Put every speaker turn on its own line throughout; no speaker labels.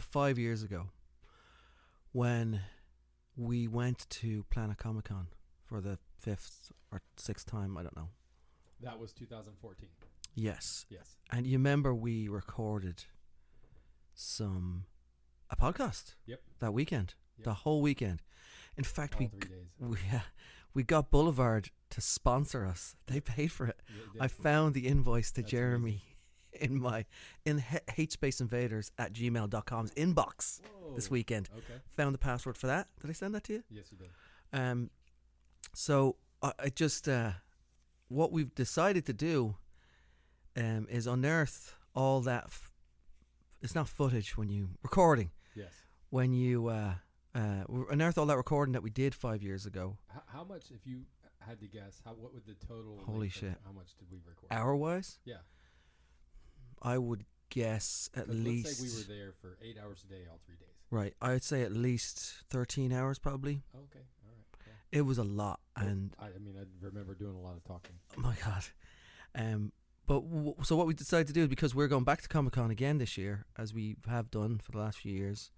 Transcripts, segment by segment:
five years ago when we went to Planet Comic Con for the fifth or sixth time. I don't know.
That was 2014.
Yes,
Yes.
and you remember we recorded some a podcast.
Yep.
That weekend,
Yep.
the whole weekend. In fact,
All
we
three days.
we uh, we got Boulevard to sponsor us. They paid for it.
Yeah,
I found the invoice to
That's amazing.
Jeremy in my in H Space Invaders at gmail.com's inbox
Whoa.
this weekend.
Okay.
Found the password for that. Did I send that to you?
Yes, you did.
Um, so I, I just uh, what we've decided to do um, is unearth all that. F- it's not footage when you recording
Yes.
when you uh, uh, unearth all that recording that we did five years ago,
H- how much, if you had to guess, how what would the total?
Holy
length of-
shit.
How much did we record?
hour wise.
Yeah.
I would guess at
'Cause
least
Let's say we were there for eight hours a day, all three days.
right. I would say at least thirteen hours probably.
Oh, okay. All right. Yeah.
It was a lot,
Well,
and
I, I mean, I remember doing a lot of talking.
oh my god. Um, but w- so what we decided to do is because we're going back to Comic Con again this year, as we have done for the last few years,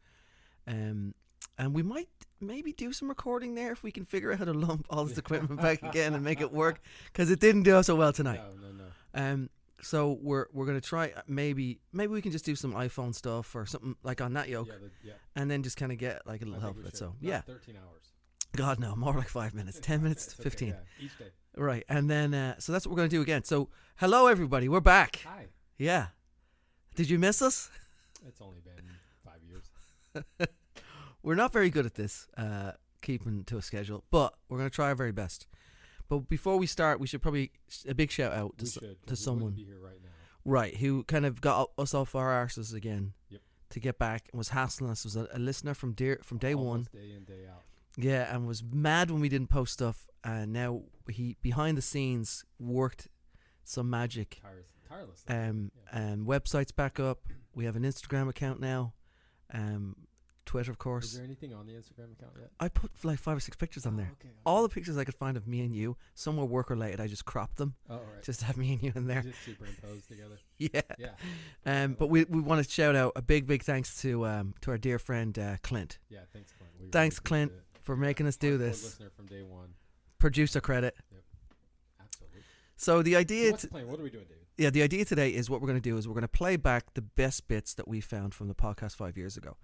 um, and we might maybe do some recording there if we can figure out how to lump all this equipment back again and make it work because it didn't do so well tonight.
No, no, no.
Um, so we're we're gonna try uh, maybe maybe we can just do some iPhone stuff or something like on that yoke,
Yeah, the, yeah.
and then just kind of get like a
I
little
think
help
we
with it.
should.
So
Not
yeah,
Thirteen hours.
God no, more like five minutes, ten minutes,
It's okay,
fifteen.
yeah, Each day.
Right, and then uh, so that's what we're gonna do again. So hello everybody, we're back.
Hi.
Yeah, did you miss us?
It's only been five years.
We're not very good at this, uh, keeping to a schedule, but we're gonna try our very best. But before we start, we should probably s- a big shout out to,
we
s-
should. 'cause we
to
wouldn't
someone.
be here right now.
Right, who kind of got us off our arses again
Yep.
to get back and was hassling us. Was a, a listener from dear, from day one,
Almost Day in, day out.
yeah, and was mad when we didn't post stuff. And now he behind the scenes worked some magic.
Tireless, tirelessly.
Um, and websites back up. We have an Instagram account now, um, Twitter of
Is
course.
there anything on the Instagram account yet?
I put like five or six pictures on
Oh,
there.
okay, okay.
All the pictures I could find of me and you, some were work related. I just cropped them,
Oh, all right.
just to have me and you in there.
Just superimposed together.
Yeah.
Yeah.
Um, but we, we want to shout out a big, big thanks to um, to our dear friend uh, Clint
Yeah. Thanks, Clint. We really
Thanks,
appreciate
Clint.
it.
for making us do
Hardcore
this.
Listener from day one.
Producer credit.
Absolutely.
So the idea,
What's
t-
the plan? What are we doing, David?
yeah, the idea today is what we're going to do is we're going to play back the best bits that we found from the podcast five years ago.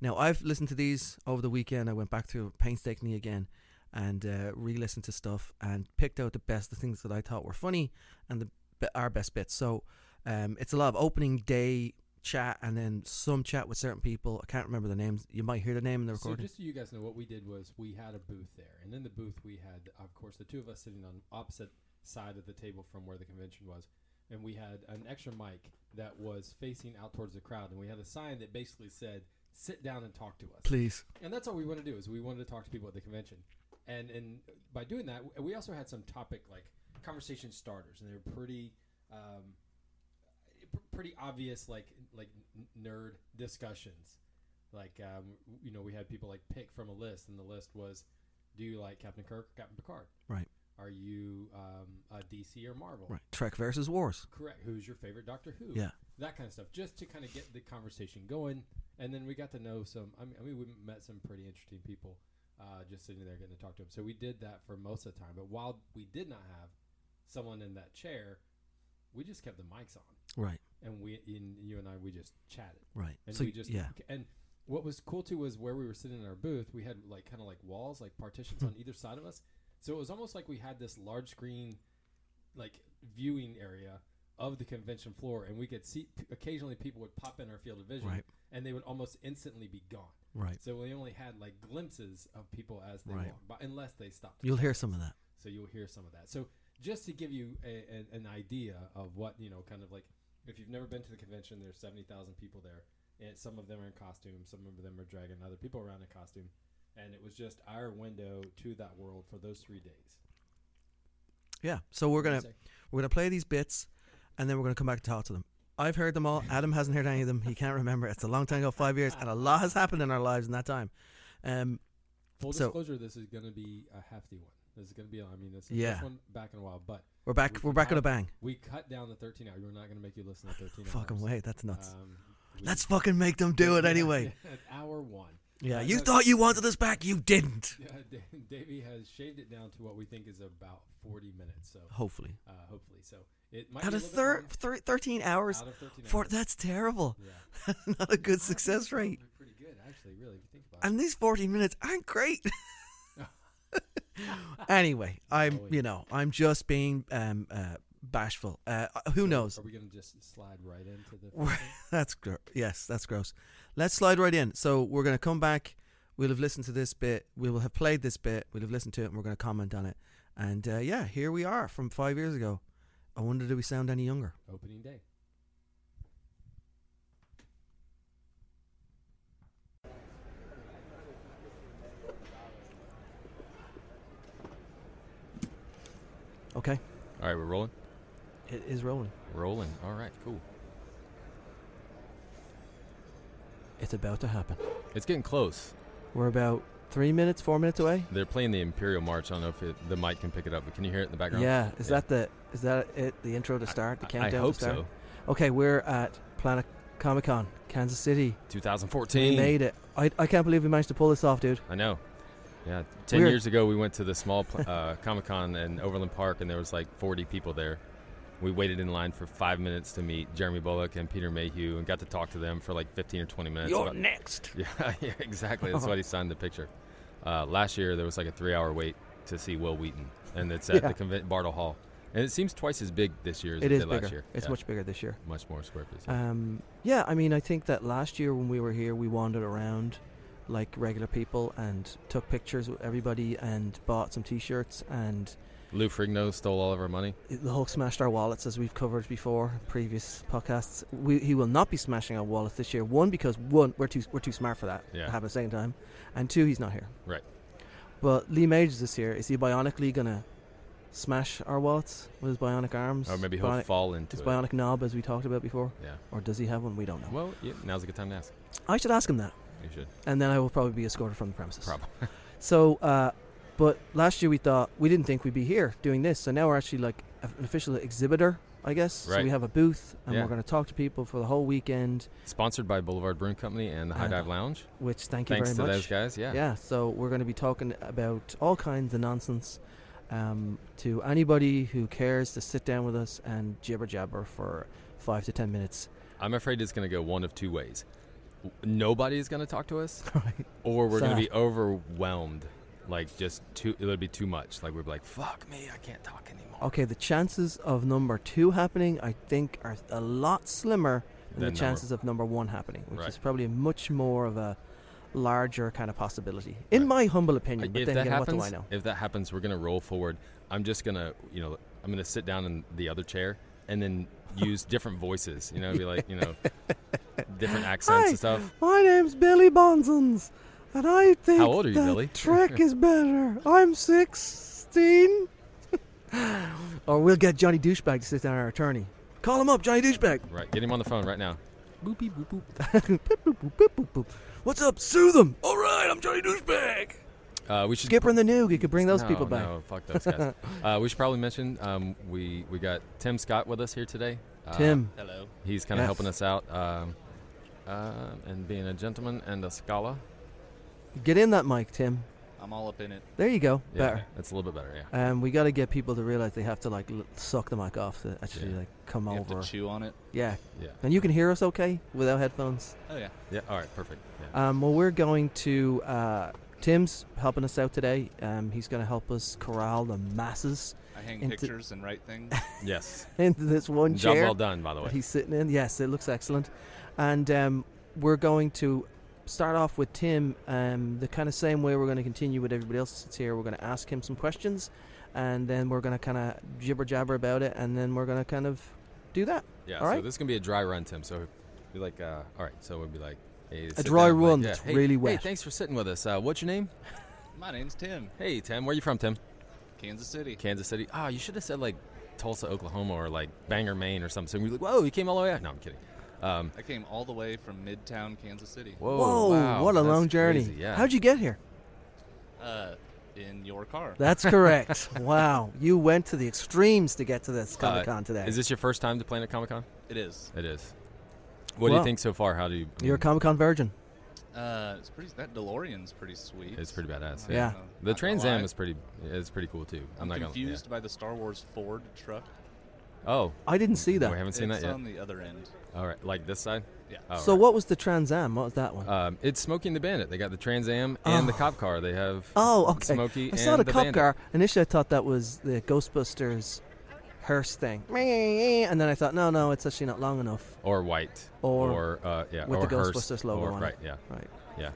Now I've listened to these over the weekend. I went back through painstakingly again and uh, re-listened to stuff and picked out the best, the things that I thought were funny and the be- our best bits. So um, it's a lot of opening day chat and then some chat with certain people. I can't remember the names. You might hear the name in the
So
recording.
just so you guys know, what we did was we had a booth there, and in the booth we had, of course, the two of us sitting on opposite side of the table from where the convention was, and we had an extra mic that was facing out towards the crowd, and we had a sign that basically said, "Sit down and talk to us."
Please.
and that's all we want to do is we wanted to talk to people at the convention and and by doing that w- we also had some topic like conversation starters and they were pretty um, p- pretty obvious like like n- nerd discussions like um, you know we had people like pick from a list and the list was do you like captain kirk or captain picard
Right.
are you um, a dc or marvel
Right. Trek versus Wars.
correct who's your favorite doctor who
Yeah.
that kind of stuff, just to kind of get the conversation going. And then we got to know some. I mean, I mean we met some pretty interesting people uh, just sitting there getting to talk to them. So we did that for most of the time. But while we did not have someone in that chair, we just kept the mics on,
Right.
and we, in, you and I, we just chatted.
Right.
And
so
we just
yeah.
And what was cool too was where we were sitting in our booth, we had like kind of like walls, like partitions
Hmm.
on either side of us. So it was almost like we had this large screen, like viewing area of the convention floor, and we could see occasionally people would pop in our field of vision,
Right.
and they would almost instantly be gone.
Right.
So we only had like glimpses of people as they
Right.
walked by, unless they stopped. to
You'll hear
talk.
some of that.
So you'll hear some of that. So just to give you a, an, an idea of what you know, kind of like if you've never been to the convention, there's seventy thousand people there, and some of them are in costume, some of them are dragging other people around in costume, and it was just our window to that world for those three days.
Yeah. So we're gonna
So-
We're gonna play these bits, and then we're gonna come back and talk to them. I've heard them all. Adam hasn't heard any of them. He can't remember. It's a long time ago, five years, and a lot has happened in our lives in that time. Um,
full
so-
disclosure: this is going to be a hefty one. This is going to be. I mean, this is the
Yeah.
first one back in a while, but
we're back.
We
We're
can
back on a
have-
bang.
we cut down the thirteen hour. We're not going to make you listen to thirteen.
Fucking
hours.
wait, that's nuts.
Um,
We-
Let's fucking make them do it
Yeah,
anyway.
hour one.
Yeah,
Uh,
I
you
know-
thought you wanted us back, you didn't.
Yeah, Da- Davey has shaved it down to what we think is about 40 minutes. So
Hopefully,
uh, hopefully, so it might
out
be a
of
little bit
thir-
longer.
thir- thirteen hours,
Out of 13
for
hours.
that's terrible.
Yeah.
Not a good
Honestly, it's
success rate.
probably Pretty good, actually. Really, if you think about it.
And these fourteen minutes aren't great. anyway, I'm
Golly.
you know I'm just being um, uh, bashful. Uh, who knows?
Are we gonna just slide right into the?
We're-
first
that's gr- yes, that's gross. Let's slide right in. So we're gonna come back. We'll have listened to this bit. We will have played this bit. We'll have listened to it, and we're gonna comment on it. And uh, yeah, here we are from five years ago. I wonder, do we sound any younger?
one? Opening day.
Okay,
All right, we're rolling.
it is rolling.
Rolling. All right, cool.
It's about to happen.
It's getting close.
We're about three minutes, four minutes away.
They're playing the Imperial March. I don't know if it, the mic can pick it up, but can you hear it in the background?
Yeah, is
Yeah.
that the is that it? The intro to start, the
I-
countdown
I hope
to start.
so.
Okay, we're at Planet Comic Con, Kansas City. We
2014.
made it. I, I can't believe we managed to pull this off, dude.
I know. Yeah, ten
Weird.
years ago we went to the small pl- uh, Comic Con in Overland Park, and there was like 40 people there. We waited in line for five minutes to meet Jeremy Bullock and Peter Mayhew, and got to talk to them for like 15 or 20 minutes. about-
next.
yeah, yeah, exactly. That's what he signed the picture. Uh, last year there was like a three-hour wait to see Will Wheaton, and it's at
Yeah.
the convent Bartle Hall, and it seems twice as big this year as
It
it
is
did
bigger.
last year.
It's
Yeah,
much bigger this year.
much more square footage.
Um, yeah, I mean, I think that last year when we were here, we wandered around like regular people and took pictures with everybody and bought some T-shirts and
Lou Frigno stole all of our money.
the Hulk smashed our wallets as we've covered before in previous podcasts. We, he will not be smashing our wallets this year. One because one we're too we're too smart for that.
Yeah.
To happen at the same time, and two he's not here.
Right.
But Lee Majors is here. Is he bionically gonna smash our wallets with his bionic arms?
Or maybe he'll
Bionic-
fall into
his
it.
bionic knob, as we talked about before,
Yeah.
or does he have one? We don't know.
Well, yeah, now's a good time to ask.
I should ask him that,
You should.
and then I will probably be escorted from the premises.
Probably.
So, uh, but last year we thought we didn't think we'd be here doing this, so now we're actually like a- an official exhibitor, I guess. So
Right.
we have a booth, and
Yeah.
we're going to talk to people for the whole weekend.
Sponsored by Boulevard Brewing Company and the High
And-
Dive Lounge.
Which thank you
Thanks
very
to
much.
those guys. Yeah.
So we're going to be talking about all kinds of nonsense. Um, to anybody who cares to sit down with us and jibber jabber for five to ten minutes,
I'm afraid it's going to go one of two ways. W- Nobody is going to talk to us,
right?
or we're going
Sad.
to be overwhelmed. Like just too, it'll be too much. Like we'll be like, "Fuck me, I can't talk anymore."
Okay, the chances of number two happening, I think, are a lot slimmer than,
Than
the
number-
chances of number one happening, which
Right.
is probably much more of a larger kind of possibility, in my humble opinion. But
if
then
that
again,
happens,
what do I know?
if that happens, we're gonna roll forward. I'm just gonna, you know, I'm gonna sit down in the other chair and then use different voices. You know, be like, you know, different accents
Hi.
and stuff.
My name's Billy Bonsons, and I think
How old are you,
that
Billy?
Trek is better. I'm sixteen. or we'll get Johnny Douchebag to sit down our attorney. Call him up, Johnny Douchebag.
Right, get him on the phone right now. Boop, beep, boop, boop.
What's up? Sue them. All right, I'm Johnny Douchebag.
Uh, we should
Skipper and the Noog. You could bring those
no,
people back.
No, fuck those guys. uh, we should probably mention um, we we got Tim Scott with us here today. Uh,
Tim.
Hello.
he's kind of
Yes.
helping us out um, uh, and being a gentleman and a scholar.
Get in that mic, Tim.
I'm all up in it.
There you go.
Yeah,
Better.
It's a little bit better. Yeah.
Um, we got to get people to realize they have to like l- suck the mic off to actually
Yeah.
like come
You have
over.
to chew on it.
Yeah,
Yeah.
and you can hear us okay without headphones.
Oh yeah.
Yeah. All right. Perfect. Yeah.
Um, well, we're going to uh, Tim's helping us out today. Um, he's going to help us corral the masses
I hang
Into-
pictures and write things.
yes.
into this Uh, one
Job
chair
well done, by the
that
way.
he's sitting in. Yes, it looks excellent, and um, we're going to start off with Tim. Um, the kind of same way we're going to continue with everybody else that's here. We're going to ask him some questions, and then we're going to kind of jibber jabber about it, and then we're going to kind of do that.
Yeah,
All
so
right.
this is gonna be a dry run, Tim. So be like, uh, all right. So we'll be like hey, sit
dry
down, like,
run that's
hey,
really
Hey,
wet.
thanks for sitting with us. Uh, what's your name?
My name's Tim.
Hey, Tim. Where you from, Tim?
Kansas City.
Kansas City. Ah, you should have said like Tulsa, Oklahoma, or like Bangor, Maine, or something. So we're like, whoa, you came all the way out. No, I'm kidding. Um,
I came all the way from Midtown Kansas City.
whoa,
Whoa,
Oh, wow,
what a
that's
long journey.
crazy, Yeah.
How'd you get here?
Uh, in your car.
That's correct. wow. You went to the
Uh,
extremes to get to this Comic Con today.
Is this your first time to Planet Comic Con?
It is.
It is. What do
Well,
you think so far? How do you? I
You're a
mean,
Comic Con virgin.
Uh, it's pretty. That DeLorean's pretty sweet.
It's pretty badass.
Yeah.
Uh, not
The
gonna
Trans Am
lie.
is pretty is pretty cool too. I'm,
I'm
not
confused by the Star Wars Ford truck.
gonna. Yeah.
I didn't see
Oh,
that.
we haven't seen
it's um,
that yet.
on the other end.
All right, like this side.
Yeah.
Oh,
so
right.
what was the Trans Am? What was that one?
Um, it's Smokey and the Bandit. They got the Trans Am and the
Oh.
cop car. They have
oh, okay.
Smokey
I saw
and
the,
the
cop
Bandit.
car. Initially, I thought that was the Ghostbusters hearse thing, and then I thought, no, no, it's actually not long enough.
or white
Or
uh, yeah
with
or
the
hearse,
Ghostbusters logo
or,
on it.
right yeah
Right.
yeah.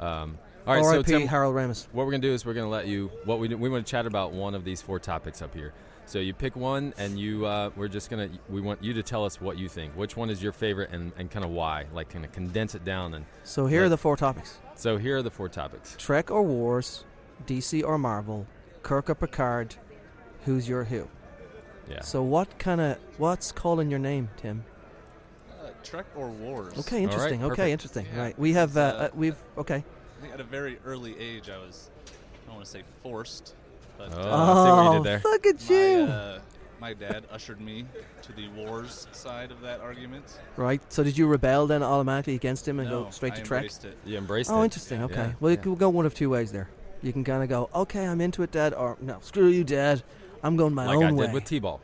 Um, all right, so
R.I.P.
Tim,
Harold Ramis.
what we're gonna do is we're gonna let you what we do, we want to chat about one of these four topics up here. So you pick one, and you uh, we're just gonna we want you to tell us what you think. Which one is your favorite, and, and kind of why? Like kind of condense it down. And
So here are
Right.
the four topics:
so here are the four topics.
Trek or Wars, DC or Marvel, Kirk or Picard, who's your who?
Yeah.
So what kind of what's calling your name, Tim?
Uh, Trek or Wars.
Okay, interesting. okay,
perfect.
interesting.
Yeah.
Right, we have uh,
It's, uh,
uh, we've okay.
I think at a very early age, I was. I don't want to say forced, but
Oh. I
uh,
see what you did
oh,
there.
look at
my,
you!
uh, my dad ushered me to the Wars side of that argument.
right. So did you rebel then automatically against him and
No,
go straight
I
to Trek?
embraced it.
You embraced
Oh,
it.
interesting. Okay.
Yeah,
Well, you
yeah.
could go one of two ways there. You can kind of go, okay, I'm into it, Dad, or no, screw you, Dad. I'm going my
Like
own
I
way.
did with T-ball.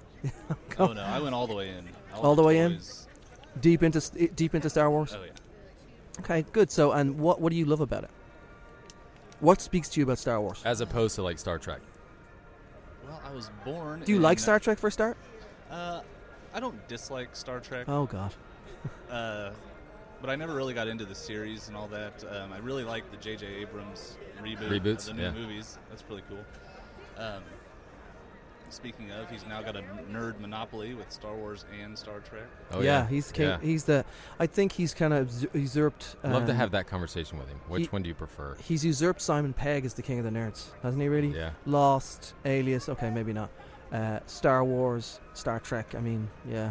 Oh no, I went all the way in.
All the way in?
toys.
deep into s- deep into Star Wars.
Oh yeah.
Okay, good. So, and what what do you love about it? What speaks to you about Star Wars?
as opposed to like Star Trek.
Well, I was born.
Do you
in-
like Star Trek for a start?
Uh, I don't dislike Star Trek.
Oh God.
Uh, but I never really got into the series and all that. Um, I really like the J.J. Abrams reboot.
Reboots,
Of the new
yeah.
movies. That's pretty cool. Um, speaking of, he's now got a nerd monopoly with Star Wars and Star Trek.
Oh
yeah,
yeah,
he's ca-
Yeah.
he's the. I think he's kind of usurped. Um,
Love to have that conversation with him. Which
he-
one do you prefer?
He's usurped Simon Pegg as the king of the nerds, hasn't he? Really?
Yeah.
Lost, Alias. Okay, maybe not. Uh, Star Wars, Star Trek. I mean, yeah.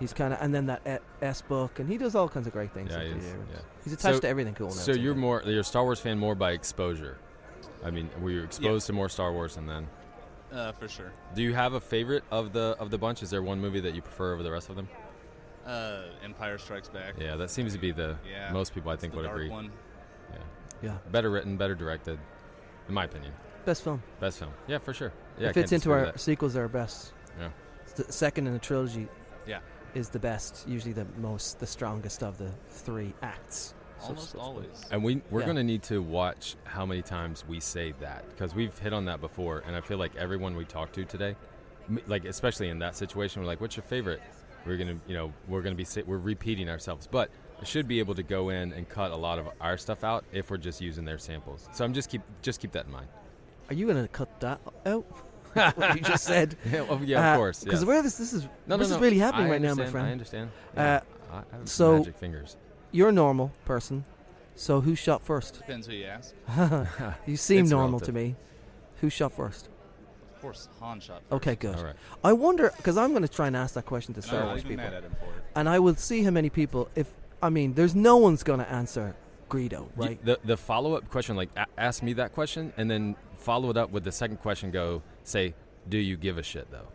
He's kind of, and then that E- S book, and he does all kinds of great things.
Yeah,
with
he
J.J.
is,
Abrams.
yeah.
He's attached
So-
to everything cool now.
So
too,
you're
I think.
more you're a Star Wars fan more by exposure. I mean, were you exposed to more Star Wars and then?
Uh, for sure.
Do you have a favorite of the of the bunch? Is there one movie that you prefer over the rest of them?
Uh, Empire Strikes Back.
Yeah, that seems to be the
Yeah.
most people I think
the
would
dark
agree.
one.
Yeah.
Yeah.
Better written, better directed, in my opinion.
best film.
Best film. Yeah, for sure. Yeah, I
it fits
can't
into
disagree
our
with
sequels are our best.
Yeah.
It's The second in a trilogy.
Yeah.
Is the best, usually the most, the strongest of the three acts. So
Almost
it's-
always.
that. And we we're
Yeah.
gonna need to watch how many times we say that because we've hit on that before, and I feel like everyone we talked to today, m- like especially in that situation, we're like, "What's your favorite?" We're gonna you know we're gonna be sit, we're repeating ourselves, but I should be able to go in and cut a lot of our stuff out if we're just using their samples. So I'm just keep just keep that in mind.
Are you going to cut that out? what you just said.
Yeah, well, yeah, of
Uh,
course.
Because
yeah.
where this this is
No, no,
this
no.
is really happening
I
right now, my
understand, I
friend.
understand.
Uh,
Yeah. I I have
so-
magic fingers.
You're a normal person, so who shot first?
Depends who you ask.
You seem
It's
normal
relative.
to me. Who shot first?
Of course, Han shot. First.
Okay, good.
All right.
I wonder because I'm going to try and ask that question to
And
Oh, Star
I'm not
Wars
even
people,
mad at him for it.
and I will see how many people. If I mean, there's no one's going to answer Greedo,
Y-
right?
The the follow up question, like a- ask me that question, and then follow it up with the second question. Go say, do you give a shit though?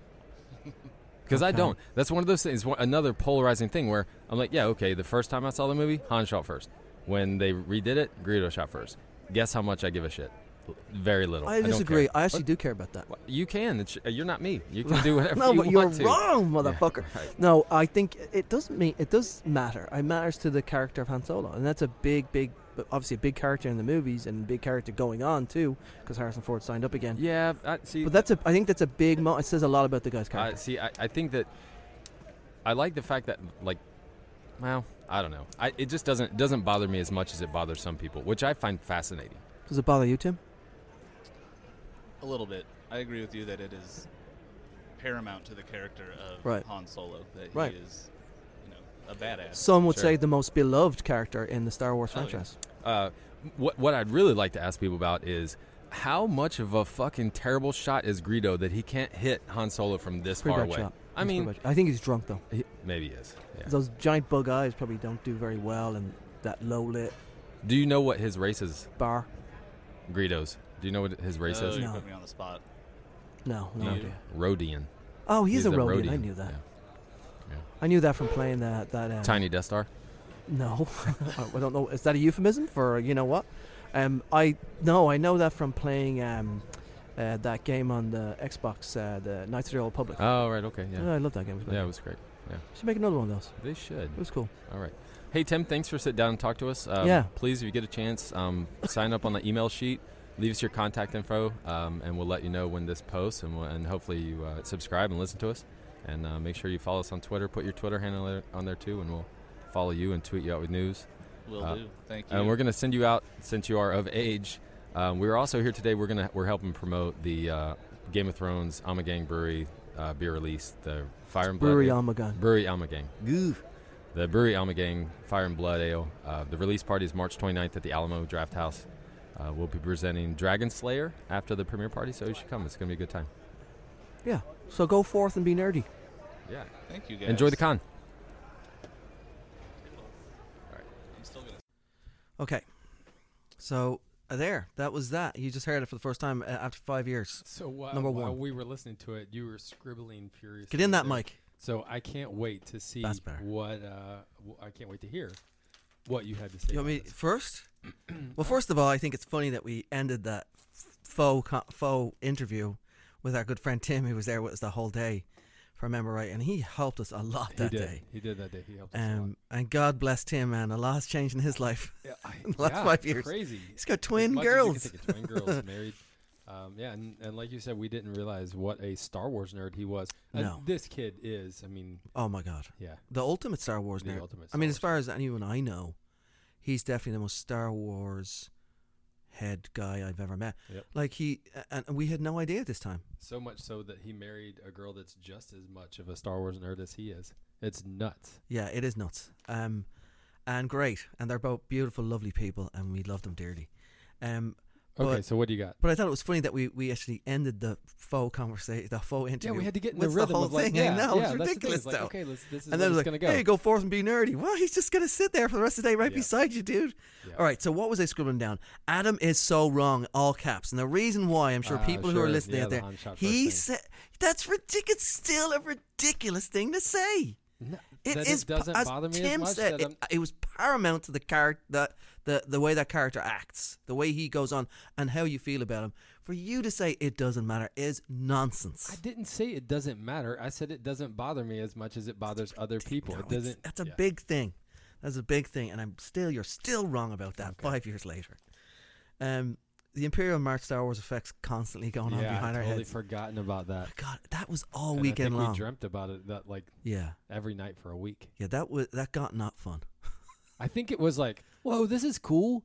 Because I
Okay.
don't. That's one of those things. One, another polarizing thing where I'm like, yeah, okay. The first time I saw the movie, Han shot first. When they redid it, Greedo shot first. Guess how much I give a shit? Very little.
I
don't
disagree.
care.
I, actually do care about that.
Well, You can. It's, you're not me. You can do whatever
No,
you
but you're
want to.
wrong, motherfucker.
right.
No, I think it does mean it does matter. It matters to the character of Han Solo, and that's a big, big, obviously a big character in the movies and big character going on too, because Harrison Ford signed up again.
Yeah, I, see.
But that's a, I think that's a big. Mo- it says a lot about the guy's
I
character.
see, I, I think that I like the fact that like, well, I don't know. I, it just doesn't doesn't bother me as much as it bothers some people, which I find fascinating.
does it bother you, Tim?
A little bit. I agree with you that it is paramount to the character of
Right.
Han Solo that
Right.
he is, you know, a badass.
Some would
Sure.
say the most beloved character in the Star Wars
Oh, yeah.
franchise.
Uh, what what I'd really like to ask people about is how much of a fucking terrible shot is Greedo that he can't hit Han Solo from this
Pretty
far
bad
away.
shot.
I
That's pretty
mean,
bad. I think he's drunk though.
he, maybe he is. Yeah.
Those giant bug eyes probably don't do very well in that low lit
Do you know what his race is?
bar.
Greedo's. Do you know what his race
Oh,
is?
you
No.
put me on the spot.
No, no
No.
idea.
Rodian.
Oh, he's,
He's
a
a
Rodian. I
Rodian,
knew that.
yeah.
I knew that from playing that that. Uh,
Tiny Death Star.
No, I don't know. Is that a euphemism for you know what? Um, I no, I know that from playing um, uh, that game on the Xbox, uh, the Knights of the Old Republic.
Oh, right. Okay. Yeah.
Oh, I love that game. It was
Yeah,
great.
it was great.
Should make another one of those.
They should.
It was cool.
All right. Hey, Tim, thanks for sitting down and talk to us. Um,
Yeah.
Please, if you get a chance, um, sign up on the email sheet. Leave us your contact info, um, and we'll let you know when this posts, and, we'll, and hopefully you uh, subscribe and listen to us. And uh, make sure you follow us on Twitter. Put your Twitter handle there- on there too, and we'll follow you and tweet you out with news.
Will
Uh,
do. Thank you.
And we're going to send you out since you are of age. Um, we're also here today. We're going to we're helping promote the uh, Game of Thrones Amagang Brewery uh, beer release, the Fire and Blood.
Brewery
Ale-
Armagon.
Brewery Amagang. The Brewery Amagang Fire and Blood Ale. Uh, the release party is March 29th at the Alamo Draft House. Uh, we'll be presenting Dragon Slayer after the premiere party, so you should come. It's going to be a good time.
So go forth and be nerdy.
Yeah.
Thank you guys.
Enjoy the con.
I'm still gonna.
Okay, so uh, there, that was that. You just heard it for the first time uh, after five years.
So while,
Number
while
one.
we were listening to it, you were scribbling furiously.
Get in that
there.
mic.
So I can't wait to see
That's better.
what uh, w- I can't wait to hear what you had to say.
You want
about
me
this.
first? well, first of all, I think it's funny that we ended that faux co- faux interview with our good friend Tim, who was there with us the whole day, if I remember right, and he helped us a lot
he
that
did.
day.
He did that day. He helped us a lot.
Um, and God bless Tim, man. A lot's changed in his life.
Yeah, I-
the last
yeah,
five years.
Crazy.
He's got
As
twin
much as you can
girls.
think of twin girls married. Um, yeah, and, and like you said, we didn't realize what a Star Wars nerd he was. And
No.
this kid is. I mean,
Oh my God,
yeah,
the ultimate Star Wars
the
nerd.
ultimate.
I mean, as
Star
far as anyone I know, he's definitely the most Star Wars head guy I've ever met.
Yep.
Like he, a- and we had no idea this time.
Wars. so much so that he married a girl that's just as much of a Star Wars nerd as he is. It's nuts.
Yeah, it is nuts. Um, and great, and they're both beautiful, lovely people, and we love them dearly. Um,
Okay,
But-
so what do you got?
but I thought it was funny that we, we actually ended the faux conversation, the faux interview.
Yeah, we had to get in
with
the rhythm
whole
of like,
thing.
yeah,
I know it's
yeah, that's the thing,
ridiculous
like,
though.
okay, let's, this is
and
where
then it was
it's
like,
gonna go.
hey, go forth and be nerdy. Well, he's just gonna sit there for the rest of the day right
Yeah.
beside you, dude.
Yeah.
All right, so what was I scribbling down? Adam is so wrong, all caps, and the reason why I'm sure
Ah,
people who
sure,
are listening
yeah,
out
the
there,
Han shot first
he
thing.
said that's ridiculous. Still a ridiculous thing to say.
No,
It
that
is pa-
doesn't
as
bother me
Tim
as much
said.
that I'm,
It, it was paramount to the character, the, the the way that character acts, the way he goes on, and how you feel about him. For you to say it doesn't matter is nonsense.
I didn't say it doesn't matter. I said it doesn't bother me as much as it bothers other people.
No,
it
it's-
doesn't.
That's a
yeah.
big thing. That's a big thing, and I'm still you're still wrong about that. Five years later, um, the Imperial March Star Wars effects constantly going on
Yeah, I
behind our
totally
heads.
forgotten about that.
God, that was all
And I
weekend
think
long.
We dreamt about it that like
yeah,
every night for a week.
yeah, that was that got not fun.
I think it was like, whoa, this is cool.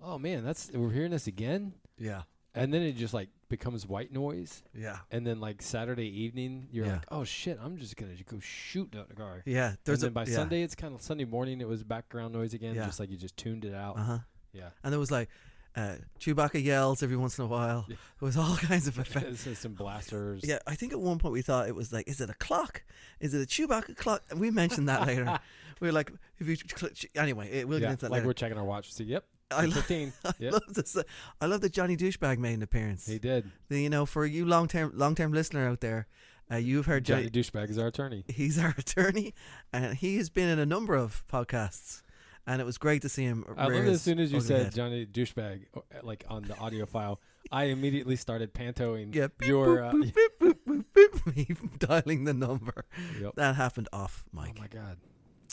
Oh man, that's we're hearing this again,
Yeah,
and then it just like becomes white noise.
yeah,
And then like Saturday evening, you're
Yeah.
like, oh shit, I'm just gonna go shoot that guy.
yeah. There's
and then
a,
by
yeah.
Sunday, it's kind of Sunday morning. It was background noise again,
Yeah.
just like you just tuned it out.
Uh huh.
Yeah,
And there was like uh, Chewbacca yells every once in a while.
Yeah.
There was all kinds of effects.
It's just some blasters.
Yeah, I think at one point we thought it was like, is it a clock? Is it a Chewbacca clock? And we mentioned that later. We were like, if you cl- ch- anyway, it, we'll
Yeah,
get into that
like
later.
we're checking our watch. to See, yep,
I love,
15.
I
Yep.
love this. uh, I love that Johnny Douchebag made an appearance.
He did.
The- You know, for you long term long term listener out there, uh, you've heard
Johnny
Johnny.
douchebag is our attorney.
He's our attorney, and he has been in a number of podcasts, and it was great to see him.
I
rear
love that
his
as soon as you
ugly
said
head.
Johnny douchebag, o- like on the audio file, I immediately started pantoing
Yeah, beep,
your.
boop,
Uh,
boop, boop, boop, boop, boop, me dialing the number.
Yep.
That happened off
Oh
mic.
my god!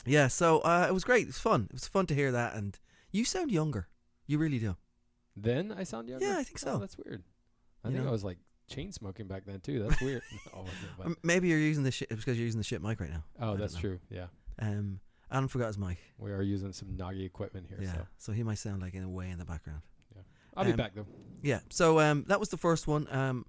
yeah, so uh, it was great. It was fun. It was fun to hear that, and you sound younger. You really do.
Then I sound younger.
Yeah, I think
Oh,
so.
that's weird. I
You
think
know?
I was like chain smoking back then too. That's weird. oh, I
M-
didn't,
Maybe you're using the shit it's because you're using the shit mic right now.
but- oh,
I
that's
don't know.
true. Yeah,
Um, Adam forgot his mic.
we are using some Nagi equipment here.
Yeah,
So
so he might sound like in a way in the background.
I'll be
Um,
back though.
Yeah. So um, that was the first one. Um,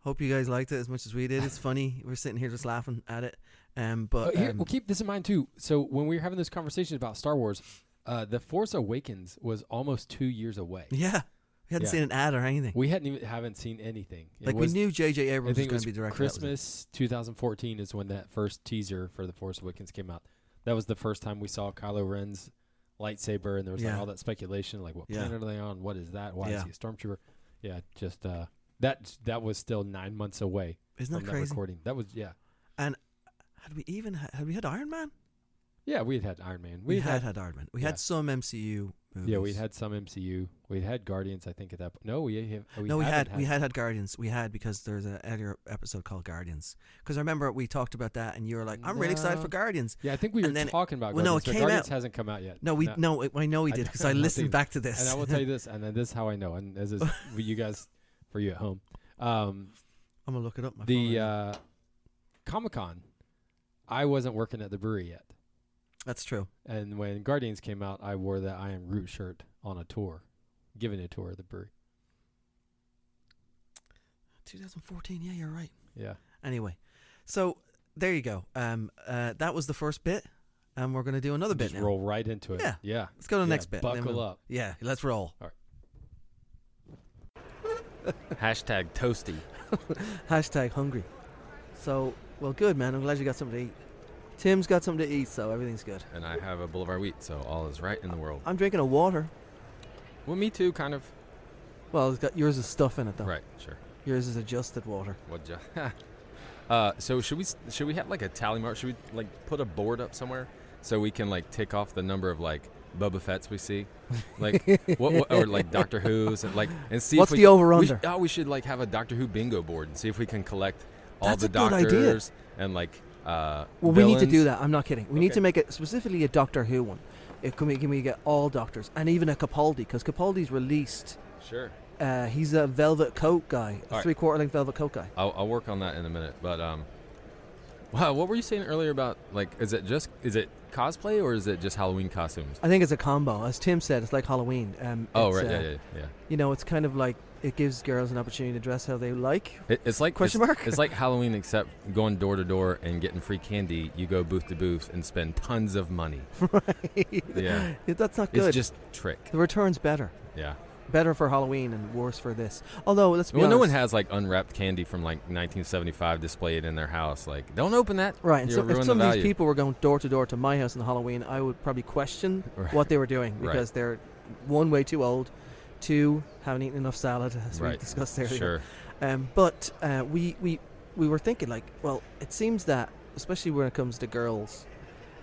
hope you guys liked it as much as we did. It's funny. We're sitting here just laughing at it. Um, but
But Uh, here,
um,
well, keep this in mind too. So when we were having this conversation about Star Wars, uh, the Force Awakens was almost two years away.
yeah, we hadn't
Yeah.
seen an ad or anything.
We hadn't even haven't seen anything. It
like
was,
we knew J.J.
I
Abrams was
think
going
it
to be directing. that was it.
Christmas 2014 is when that first teaser for the Force Awakens came out. That was the first time we saw Kylo Ren's lightsaber, and there was
Yeah.
like all that speculation, like what
Yeah.
planet are they on? What is that? Why
Yeah.
is he a stormtrooper? Yeah, just uh, that that was still nine months away
Isn't that
from
crazy?
that recording. That was yeah.
Had we even had, had we had Iron Man?
Yeah, we had had Iron Man.
We,
We
had had Iron Man. We
yeah.
had some MCU movies.
Yeah, we had some MCU. We had Guardians, I think, at that. point. No, we have. We
no, we
haven't
had, we had had Guardians. We had because there's an earlier episode called Guardians. Because I remember we talked about that, and you were like, "I'm really excited for
No.
Guardians."
Yeah, I think we were
and then-
talking about.
well, no,
Guardians,
it
but
came
Guardians
out.
hasn't come out yet.
No, we no, I I know we
I
did
know-
because
I
I
know,
listened
dude.
back to this.
And I will tell you this, and then this is how I know, and this is for you guys, for you at home. Um,
I'm gonna look it up. My phone.
the uh, Comic Con, I wasn't working at the brewery yet,
that's true.
and when Guardians came out, I wore that I Am Root shirt on a tour, giving a tour of the brewery.
2014. Yeah, you're right.
Yeah,
Anyway, so there you go. Um, uh, that was the first bit, and we're gonna do another bit
just
now.
roll right into it.
Yeah.
yeah.
Let's go to the
Yeah,
next bit. and then
Buckle
we'll-
up.
Yeah, let's roll.
Hashtag toasty.
Hashtag hungry. So, well, good man. I'm glad you got something to eat. Tim's got something to eat, so everything's good.
And I have a Boulevard wheat, so all is right in the world.
I'm drinking a water.
Well, me too, kind of.
Well, it's got yours is stuff in it though.
Right, sure.
Yours is adjusted water.
What? Jo- uh, so should we s- should we have like a tally mark? Should we like put a board up somewhere so we can like tick off the number of like Boba Fett's we see, like what, what or like Doctor Who's and like and see
What's
if we,
the over
we sh-
under?
oh, we should like have a Doctor Who bingo board and see if we can collect all
That's
the
a good idea.
doctors and like. Uh,
Well, we need to do
villains.
that. I'm not kidding. We need
Okay.
to make it specifically a Doctor Who one. It can we can we get all Doctors and even a Capaldi because Capaldi's released.
Sure,
Uh, he's a velvet coat guy, a
All right.
three quarter length velvet coat guy.
I'll, I'll work on that in a minute. But um, wow, what were you saying earlier about like is it just is it cosplay or is it just Halloween costumes?
I think it's a combo. As Tim said, it's like Halloween. Um,
Oh
it's,
right,
uh,
yeah, yeah, yeah.
You know, it's kind of like it gives girls an opportunity to dress how they like.
It, it's like
Question
it's,
mark?
It's like Halloween, except going door to door and getting free candy. You go booth to booth and spend tons of money.
right?
Yeah,
That's not good.
it's just trick.
the return's better.
Yeah.
Better for Halloween and worse for this. Although, let's be
Well, no one
honest.
has like unwrapped candy from like 1975 displayed in their house. Like, don't open that.
Right, and
You'll
so if
ruin
some
the
of
value.
these people were going door to door to my house on Halloween, I would probably question
Right.
what they were doing
Right.
because they're one way too old, two haven't eaten enough salad as we
Right.
discussed earlier.
Sure.
Um, but uh, we we we were thinking like, well, it seems that especially when it comes to girls,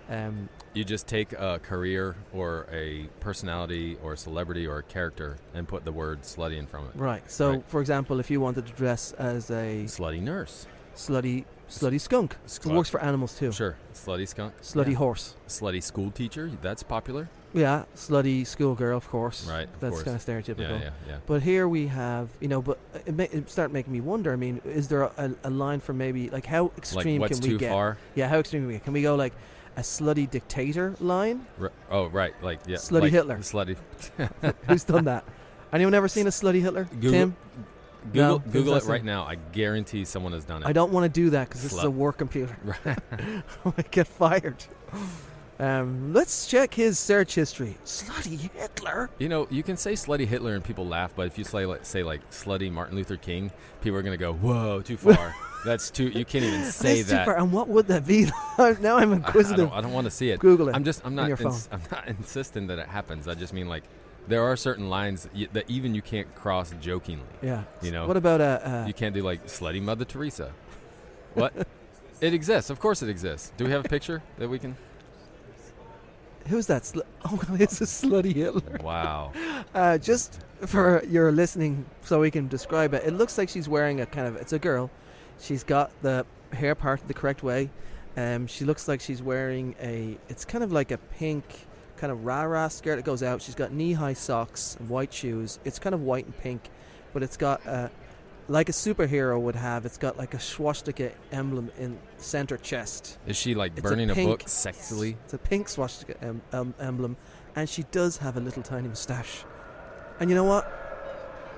um,
You just take a career or a personality or a celebrity or a character and put the word slutty in front of it.
right? So,
Right.
for example, if you wanted to dress as a
Slutty nurse.
slutty slutty skunk, it
Slut.
works for animals too.
Sure. Slutty skunk.
Slutty
Yeah.
horse,
Slutty school teacher. That's popular.
yeah. Slutty schoolgirl, of course.
Right. Of
That's
course.
kind of stereotypical.
yeah, yeah, yeah.
But here we have, you know, but uh, it, ma- it started making me wonder. I mean, is there a, a line for maybe like how
Like,
extreme
what's
can we
too
get?
far?
Yeah, how extreme can we get? Can we go like a slutty dictator line?
Ri- oh, right. Like, yeah.
Slutty
like
Hitler.
Slutty.
Who's done that? Anyone ever seen a slutty Hitler?
Google,
Tim, No,
Google,
things
Google
I
it
see.
right now. I guarantee someone has done it.
I don't want to do that because this is
Slut.
a work computer.
Right.
I might get fired. Um, let's check his search history. Slutty Hitler.
You know, you can say slutty Hitler and people laugh, but if you say like, say like slutty Martin Luther King, people are gonna go, "Whoa, too far. That's too. You can't even say
That's
that."
Super. And what would that be? now I'm
I, I
inquisitive.
don't, I don't want to see it.
Google it.
I'm just. I'm not.
your
ins- I'm not insisting that it happens. I just mean like, there are certain lines that, you, that even you can't cross jokingly.
yeah.
You know,
What about a? Uh,
You can't do like slutty Mother Teresa. What? it exists. Of course, it exists. Do we have a picture that we can?
who's that? Sl- oh, it's a slutty Hitler.
Wow.
Uh, just for your listening, so we can describe it. It looks like she's wearing a kind of. It's a girl. She's got the hair parted the correct way. Um, she looks like she's wearing a. It's kind of like a pink kind of rara skirt that goes out. She's got knee-high socks and white shoes. It's kind of white and pink, but it's got a. Like a superhero would have, it's got like a swastika emblem in center chest.
Is she like
It's a
burning a,
pink-
book sexily?
It's a pink swastika em- um, emblem, and she does have a little tiny moustache. And you know what?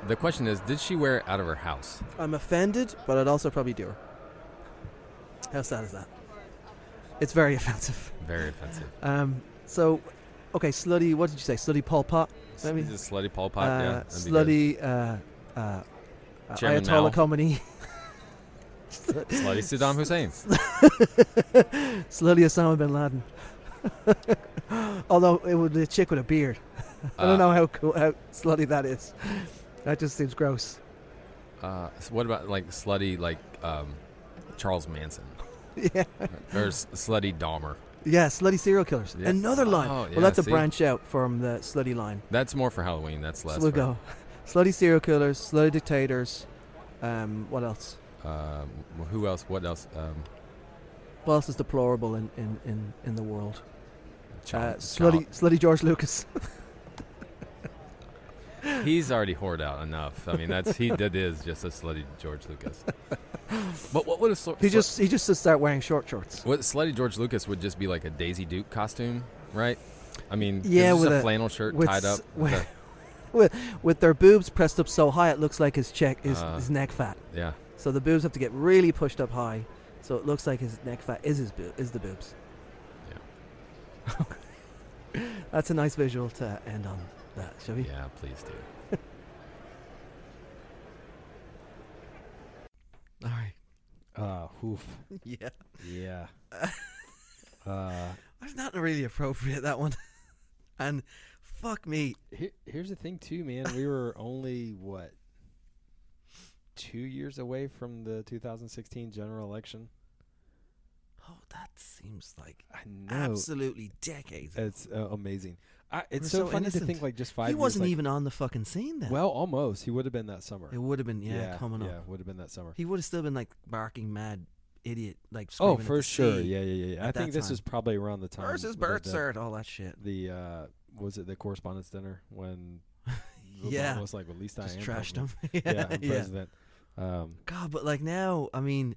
The question is, did she wear it out of her house?
I'm offended, but I'd also probably do her. How sad is that? It's very offensive.
Very offensive.
Um, so, okay, slutty. What did you say? Slutty Pol Pot. Let me-
Is it slutty Pol Pot?
uh,
yeah, that'd be good.
slutty uh, uh, uh,
Chairman
Ayatollah
Mao.
Khomeini.
Slutty Saddam Hussein.
slutty Osama bin Laden. Although it would be a chick with a beard. I
Ah.
don't
Uh,
know how cool, how slutty that is. That just seems gross.
know. Uh, s- what about like slutty like um, Charles Manson
yeah,
or s- slutty Dahmer?
Yeah, slutty serial killers.
Yeah.
Another line.
Oh, yeah,
well, that's a
see?
branch out from the slutty line.
That's more for Halloween. That's less.
so we'll
for,
go. slutty serial killers, slutty dictators. Um, what else?
Um, who else? What else? Um,
Uh, What else is deplorable in, in, in, in the world?
John-
uh, slutty, slutty George Lucas.
John- He's already hoard out enough. I mean, that's he. That is just a slutty George Lucas. But what would a sl-
He
sl-
just he just should start wearing short shorts.
what slutty George Lucas would just be like a Daisy Duke costume, right? I mean, 'cause
Yeah,
it's just
with
a
a-
flannel shirt
with
tied up.
s- with-
the-
With their boobs pressed up so high, it looks like his check is
Uh.
his neck fat.
yeah,
So the boobs have to get really pushed up high, so it looks like his neck fat is his boob is the boobs. That's a nice visual to end on that, shall we?
yeah. Please do.
All right.
Uh, hoof.
Yeah.
Yeah. uh,
That's not really appropriate that one. and fuck me.
here, here's the thing, too, man. We were only what two years away from the 2016 general election.
Oh, that seems like
I know
absolutely decades.
it's uh, amazing. I, it's
We're
so,
so
funny to
innocent.
think like just five.
he
years,
wasn't
like-
even on the fucking scene then.
well, almost. He would have been that summer.
it would have been yeah, coming up.
Yeah, would have been that summer.
He would have still been like barking mad idiot like
Oh,
screaming at
for
the
sure.
sea,
Yeah, yeah, yeah. I
at
think
that
this
time.
is probably around the time
Versus
that
birth
the-
cert, all that shit.
The uh, was it the correspondence dinner when Obama
Yeah.
was like released
Just
I am
trashed
president."
him. yeah,
Yeah, I'm
yeah.
president. Um,
God, but like now, I mean,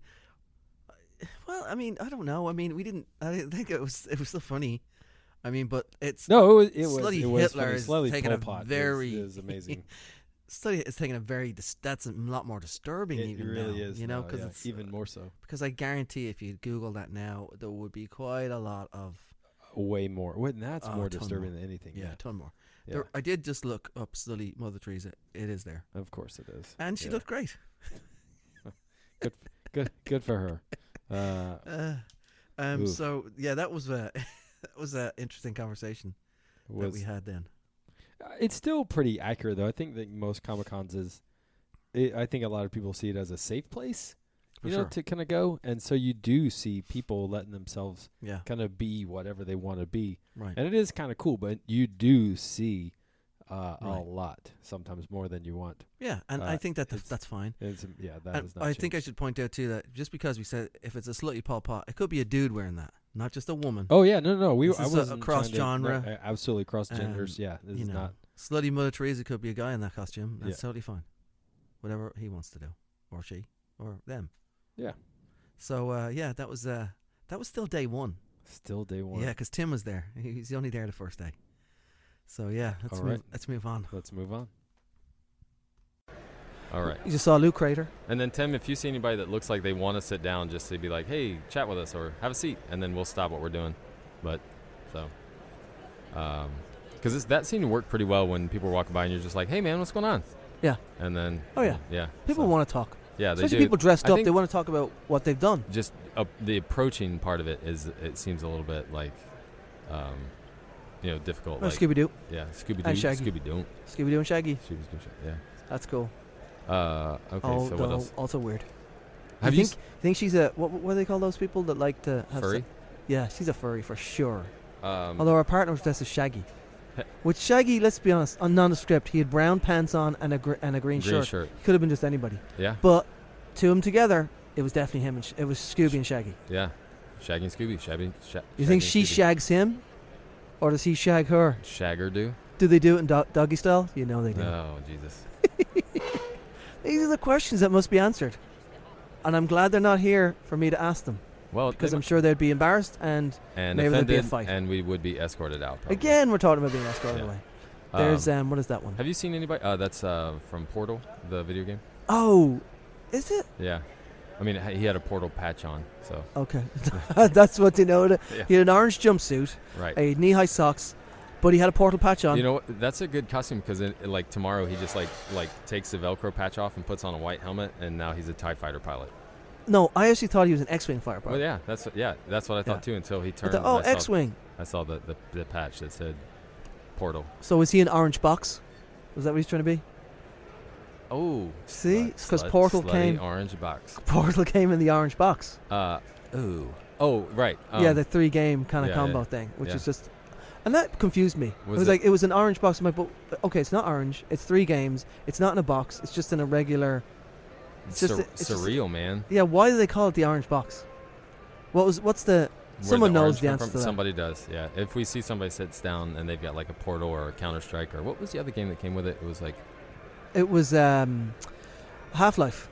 well, I mean, I don't know. I mean, we didn't. I didn't think it was. It was still funny. I mean, but it's
no, it was it was,
Slutty
it was
Hitler
funny.
is
Slutty
taking
Pol
a
Pot is-
very-
is, amazing.
study is taking a very dis- that's a lot more disturbing.
it
even
really
now,
is.
you know,
because
because it's uh,
even more so,
because I guarantee if you Google that now, there would be quite a lot of
way more. Well, and that's
Oh,
more
a ton
disturbing
more.
than anything.
yeah, a ton more.
yeah.
There, I did just look up Sully Mother Teresa. It is there,
of course it is.
and she
Yeah.
looked great.
good. Good for her. Uh,
Uh, um,
Oof.
so yeah, that was a that was an interesting conversation that
was
we had then.
Uh, It's still pretty accurate, though. I think that most Comic Cons is, i I think a lot of people see it as a safe place,
For
you know,
sure.
to kind of go. And so you do see people letting themselves
yeah,
kind of be whatever they want to be,
right.
and it is kind of cool. But you do see uh, a
Right.
lot, sometimes more than you want.
Yeah, and
Uh,
I think that th-
it's-
that's fine.
It's, um, yeah, that
And
is not.
I think I should point out too that just because we said if it's a slutty Pol Pot, it could be a dude wering that, not just a woman.
Oh yeah, no, no, no. We
This
I
is a- a
wasn't
cross
trying to- no,
genre,
a- absolutely cross genders.
um,
yeah, this
you
is
know.
not.
Slutty Mother Teresa could be a guy in that costume. That's
Yeah.
totally fine. Whatever he wants to do, or she, or them.
Yeah,
So uh, yeah, that was uh, that was still day one.
still day
Yeah,
one.
'cause Yeah, because Tim was there. He- He's only there the first day. So yeah, let's
All
move,
right.
let's move on.
Let's move on.
All right.
You just saw Luke Crater.
And then Tim, if you see anybody that looks like they want to sit down, just to be like, "Hey, chat with us or have a seat," and then we'll stop what we're doing. But so, because that seemed to work pretty well when people were walking by and you're just like, "Hey, man, what's going on?"
Yeah.
And then
Oh, yeah.
yeah.
People
so-
want to talk,
yeah, they
especially
do.
people dressed
I
up.
think-
They want to talk about what they've done.
Just uh, the approaching part of it is it seems a little bit like, um, you know, difficult.
Oh,
like,
Scooby Doo,
yeah, Scooby Doo,
and Shaggy.
Scooby Doo,
Scooby Doo and Shaggy.
Scooby Doo, yeah.
That's cool.
Uh, okay, so what
Although
else?
also weird.
Have
I
you
think I think she's a what, what do they call those people that like to
s-
have
furry?
se- yeah, she's a furry for sure.
Um,
Although her partner was dressed as Shaggy.
Heh.
Which Shaggy, let's be honest, on nondescript, he had brown pants on and a gr- and a green,
green
shirt.
shirt,
Could have been just anybody.
yeah,
But two of them together, it was definitely him. And sh- it was Scooby and Shaggy.
yeah. Shaggy and Scooby, Shabby. Sha-
You think
Shaggy
she
and Scooby.
shags him, or does he shag her?
Shagger do?
Do they do it in do- doggy style? You know they do.
Oh Jesus!
These are the questions that must be answered, and I'm glad they're not here for me to ask them
Well,
because
they
I'm sure they'd be embarrassed. And
mi- and
maybe there'd be a
offended,
fight.
and we would be escorted out. probably.
again, we're talking about being escorted
Yeah.
away.
Um,
There's um, what is that one?
have you seen anybody? Uh, that's uh, from Portal, the video game.
Oh, is it?
Yeah, I mean he had a Portal patch on, so
Okay, that's what they know.
Yeah.
He had an orange jumpsuit,
right.
a knee-high socks, but he had a portal patch on.
You know what? That's a good costume because like tomorrow he just like like takes the Velcro patch off and puts on a white helmet, and now he's a Tie Fighter pilot.
no, I actually thought he was an X-wing
Well,
firefighter.
yeah, that's what- yeah, that's what I thought
Yeah.
too until he
I
turned.
thought, oh,
and I saw-
X-wing.
I saw the, the the patch that said Portal.
So is he an orange box? Was that what he's trying to be?
Oh,
See?
slut-
It's 'cause
slut-
Portal
slutty
came-
orange box.
Portal came in the orange box.
Uh, ooh, Oh, right.
yeah,
um,
the three game kind of
yeah, yeah,
combo thing, which
yeah.
is just, and that confused me.
Was
it was
it-
like it was an orange box. I'm like, but okay, it's not orange. It's three games. It's not in a box. It's just in a regular. it's just
sur-
a- it's just a-
surreal, man.
Yeah, why do they call it the orange box? What was what's the?
Where
Someone
the
knows
orange
the
come
answer
from?
to that.
Somebody does. Yeah. If we see somebody sits down and they've got like a Portal or a Counter Strike or what was the other game that came with it? It was like
It was um, Half Life.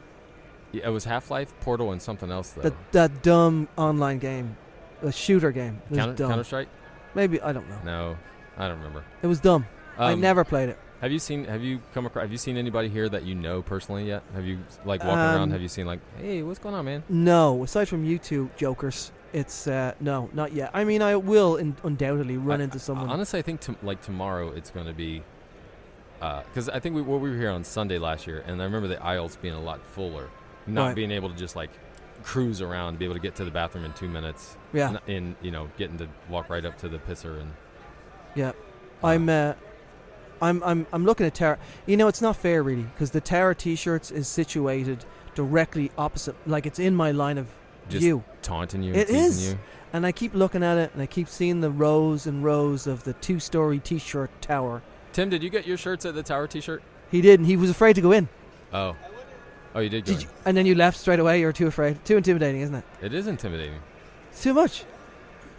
yeah, it was Half Life, Portal, and something else though.
That that dumb online game, a shooter game. It was
Counter
dumb.
Counter Strike?
Maybe I don't know.
No, I don't remember.
It was dumb. I
Um,
never played it.
Have you seen? Have you come across? Have you seen anybody here that you know personally yet? Have you like walking
Um,
around? Have you seen like, hey, what's going on, man?
No, aside from you two jokers, it's uh, no, not yet. I mean, I will in, undoubtedly run
I-
into someone.
Honestly, I think to, like tomorrow it's going to be because I think we well, we were here on Sunday last year, and I remember the aisles being a lot fuller, not
Right.
being able to just like cruise around, be able to get to the bathroom in two minutes,
yeah,
and, and, you know getting to walk right up to the pisser and
Yeah.
uh,
I'm, uh, I'm, I'm, I'm looking at Tara. You know, it's not fair really because the Tara T-shirts is situated directly opposite, like it's in my line of
just
view,
taunting you.
It
and teasing
is.
you.
and I keep looking at it, and I keep seeing the rows and rows of the two-story T-shirt tower.
Tim, did you get your shirts at the Tower T-shirt?
He didn't. He was afraid to go in.
Oh, oh, you did. Go
Did
in.
you, and then you left straight away. You're too afraid. Too intimidating, isn't it?
It is intimidating.
It's too much.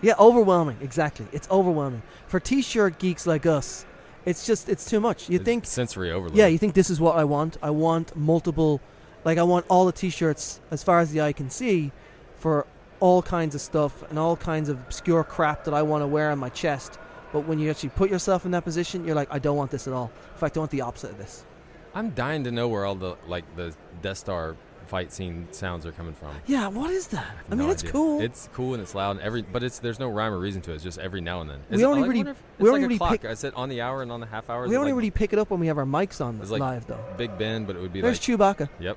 Yeah, overwhelming. Exactly. It's overwhelming for T-shirt geeks like us. It's just it's too much. You
It's
think
sensory overload?
Yeah, you think this is what I want? I want multiple, like I want all the T-shirts as far as the eye can see, for all kinds of stuff and all kinds of obscure crap that I want to wear on my chest. But when you actually put yourself in that position, you're like, I don't want this at all. In fact, I want the opposite of this.
I'm dying to know where all the like the Death Star fight scene sounds are coming from.
Yeah, what is that? I,
have
mean,
no
it's
idea.
cool.
It's cool and it's loud and every, but it's there's no rhyme or reason to it. It's just every now and then. Is
We
it,
only
like,
really-
wonder if-
we
it's
only
like a
really
clock.
pick-
Is it on the hour and on the half hour? Is
we
it
only
like
really pick it up when we have our mics on
It's like
live, though.
Big Ben, but it would be
There's
like
Chewbacca.
yep.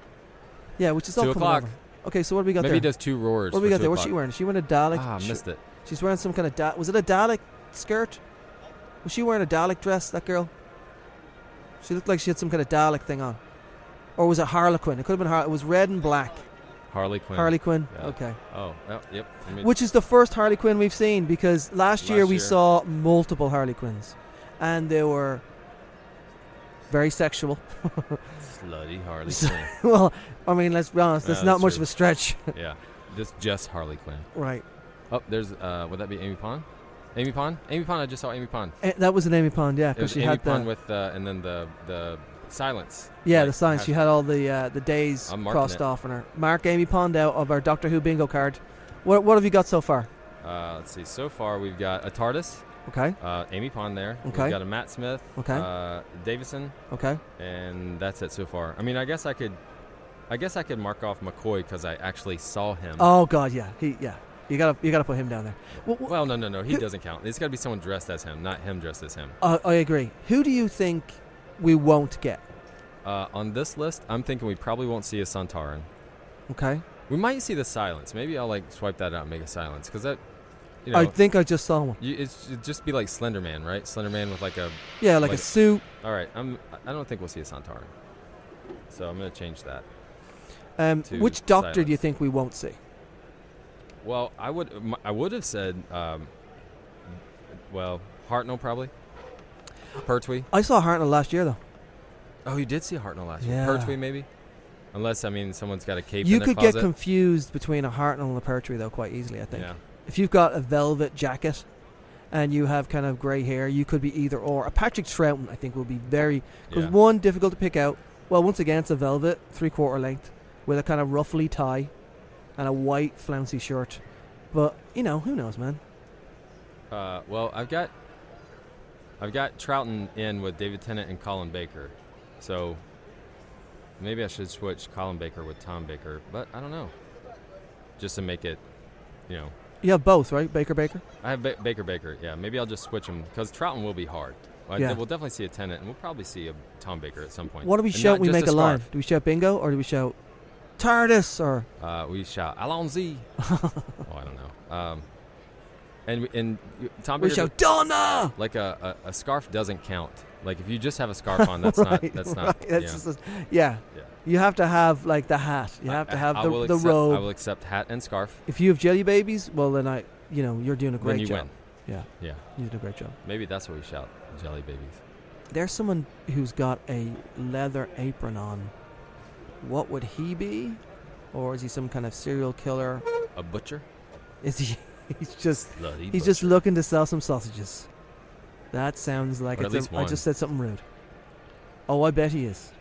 Yeah, which is
Two
all coming
o'clock.
over. Okay, so what do we got
Maybe he
there?
does two roars.
What do we
for
got
two
there? What's she
o'clock.
wearing? Is she wearing a Dalek?
ah,
sh-
I missed it.
She's wearing some kind of da- was it a Dalek skirt? Was she wearing a Dalek dress? That girl. She looked like she had some kind of Dalek thing on, or was it Harlequin? It could have been Har- It was red and black.
Harley Quinn.
Harley Quinn.
Yeah.
Okay.
Oh, well, yep. I mean,
Which is the first Harley Quinn we've seen because last, year
Last
we
year.
saw multiple Harley Quinns, and they were very sexual.
slutty Harley
So-
Quinn.
well, I mean, let's be honest.
Yeah,
That's not
that's
much
true.
of a stretch,
Yeah, this just Harley Quinn.
right?
Oh, there's uh, would that be Amy Pond? Amy Pond? Amy Pond. I just saw Amy Pond.
Eh, that was an Amy Pond, yeah,
It
because
was
she
Amy
had the
Pond with uh, and then the the silence.
Yeah,
Like,
the signs.
had-
She had all the uh, the days
I'm marking
crossed
it.
off on her. Mark Amy Pond out of our Doctor Who bingo card. What what have you got so far?
Uh, let's see. So far, we've got a TARDIS,
Okay,
uh, Amy Pond there.
Okay.
We've got a Matt Smith,
okay,
uh, hmm. Davison,
okay.
and that's it so far. I mean, I guess I could, I guess I could mark off McCoy because I actually saw him.
Oh God, yeah, he yeah. You gotta you gotta put him down there. Wh- wh-
Well, no, no, no. He
Who-
doesn't count. It's got to be someone dressed as him, not him dressed as him.
uh, I agree. Who do you think we won't get?
Uh, on this list, I'm thinking we probably won't see a Santarin.
Okay,
We might see the silence. Maybe I'll like swipe that out and make a silence because that, you know,
I think I just saw one.
you, it's, it'd just be like Slender Man, right? Slender Man with like a.
Yeah, like,
Like-
a suit.
All right, I'm. I don't think we'll see a Santarin. So I'm gonna change that.
Um,
to
which Doctor do you
silence.
think we won't see?
Well, I would m- I would have said, um, well, Hartnell probably. Pertwee.
I saw Hartnell last year though.
Oh, you did see Hartnell last
Yeah.
year. Pertwee maybe, unless I mean someone's got a cape.
you
in their
could
closet.
get confused between a Hartnell and a Pertwee though quite easily. I think.
Yeah.
if you've got a velvet jacket and you have kind of grey hair, you could be either or. A Patrick Troughton, I think, will be very because
yeah.
one difficult to pick out. Well, once again, it's a velvet three quarter length with a kind of ruffly tie and a white flouncy shirt. But you know, who knows, man?
Uh, well, I've got I've got Trouton in with David Tennant and Colin Baker, so maybe I should switch Colin Baker with Tom Baker, but I don't know. Just to make it, you know,
You have both, right? Baker Baker.
I have ba- Baker Baker. Yeah, maybe I'll just switch him because Trouton will be hard. Well, I
Yeah.
de- we'll definitely see a Tennant, and we'll probably see a Tom Baker at some point.
What do we
And
shout?
not
when we
just
make a, line.
scarf.
Do we shout bingo or do we shout TARDIS or
Uh, we shout Alonzi. oh, I don't know. Um, and we, and y- Tom
we
Baker
shout Donna?
like a, a, a scarf doesn't count. Like if you just have a scarf on, that's not that's not
right. That's
yeah.
just a- yeah.
Yeah.
You have to have like the hat. You
I-
have
I-
to have
I
the,
will
the
accept, I
robe.
will accept hat and scarf.
If you have jelly babies, well then I, you know, you're doing a great
Then you
job.
win.
Yeah.
Yeah.
You did a great job.
Maybe that's what we shout, jelly babies.
There's someone who's got a leather apron on. What would he be? Or is he some kind of serial killer?
A butcher.
Is he? He's just
Bloody
he's just looking to sell some sausages. That sounds like
Or at
it's a-
least
I
one.
just said something rude. Oh, I bet he is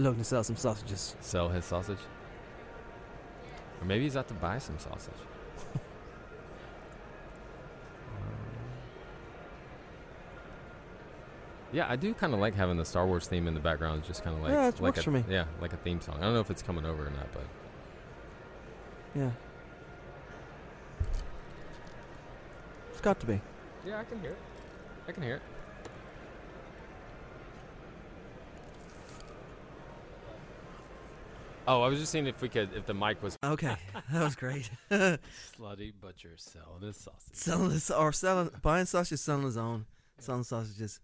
looking to sell some sausages.
sell his sausage. Or maybe he's out to buy some sausage. yeah, I do kind of like having the Star Wars theme in the background. Just kind of like
Yeah, it
like
works
a,
for me.
Yeah, like a theme song. I don't know if it's coming over or not, but
Yeah. It's got to be.
yeah, I can hear it. I can hear it. Oh, I was just seeing if we could, if the mic was
Okay, that was great.
Slutty butcher selling his sausage.
selling his, or selling buying sausages, selling his own, selling sausages.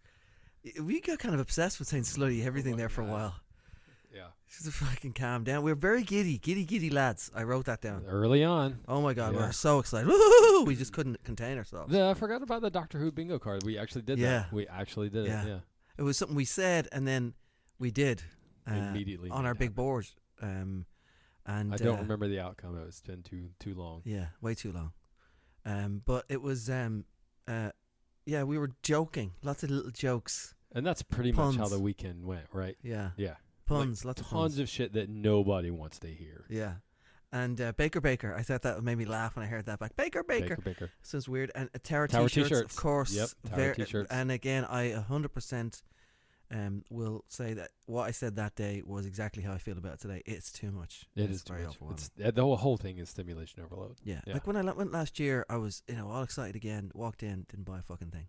Y- We got kind of obsessed with saying slutty everything
Oh my
there for a
God.
while.
Yeah.
Just to fucking calm down. We're very giddy, giddy, giddy lads. I wrote that down.
Early on.
Oh my god, we
Yeah.
were so excited. Woo-hoo-hoo! We just couldn't contain ourselves.
The, I forgot about the Doctor Who bingo card. We actually did
Yeah.
that. We actually did
Yeah.
it. Yeah.
It was something we said, and then we did uh,
Immediately
on
it
our big
happened.
board. Um, and
I don't
uh,
remember the outcome. It's been too too long.
Yeah, way too long. Um, but it was um, uh, yeah, we were joking. Lots of little jokes.
And that's pretty much how
Puns.
the weekend went, right?
Yeah,
Yeah.
puns. lots of puns.
Tons of shit that nobody wants to hear.
yeah. And uh, Baker Baker, I thought that made me laugh when I heard that back. Baker Baker,
Baker. Baker.
sounds weird. And uh, Tower,
Tower
t-shirts,
t-shirts.
of course.
Yep, Tower
ver-
t-shirts.
And again, I 100% um, will say that what I said that day was exactly how I feel about it today. It's too much.
It
it's
is too
very
much.
overwhelming.
It's, uh, the whole, whole thing is stimulation overload.
Yeah.
Yeah.
Like when I la- went last year, I was, you know, all excited again, walked in, didn't buy a fucking thing.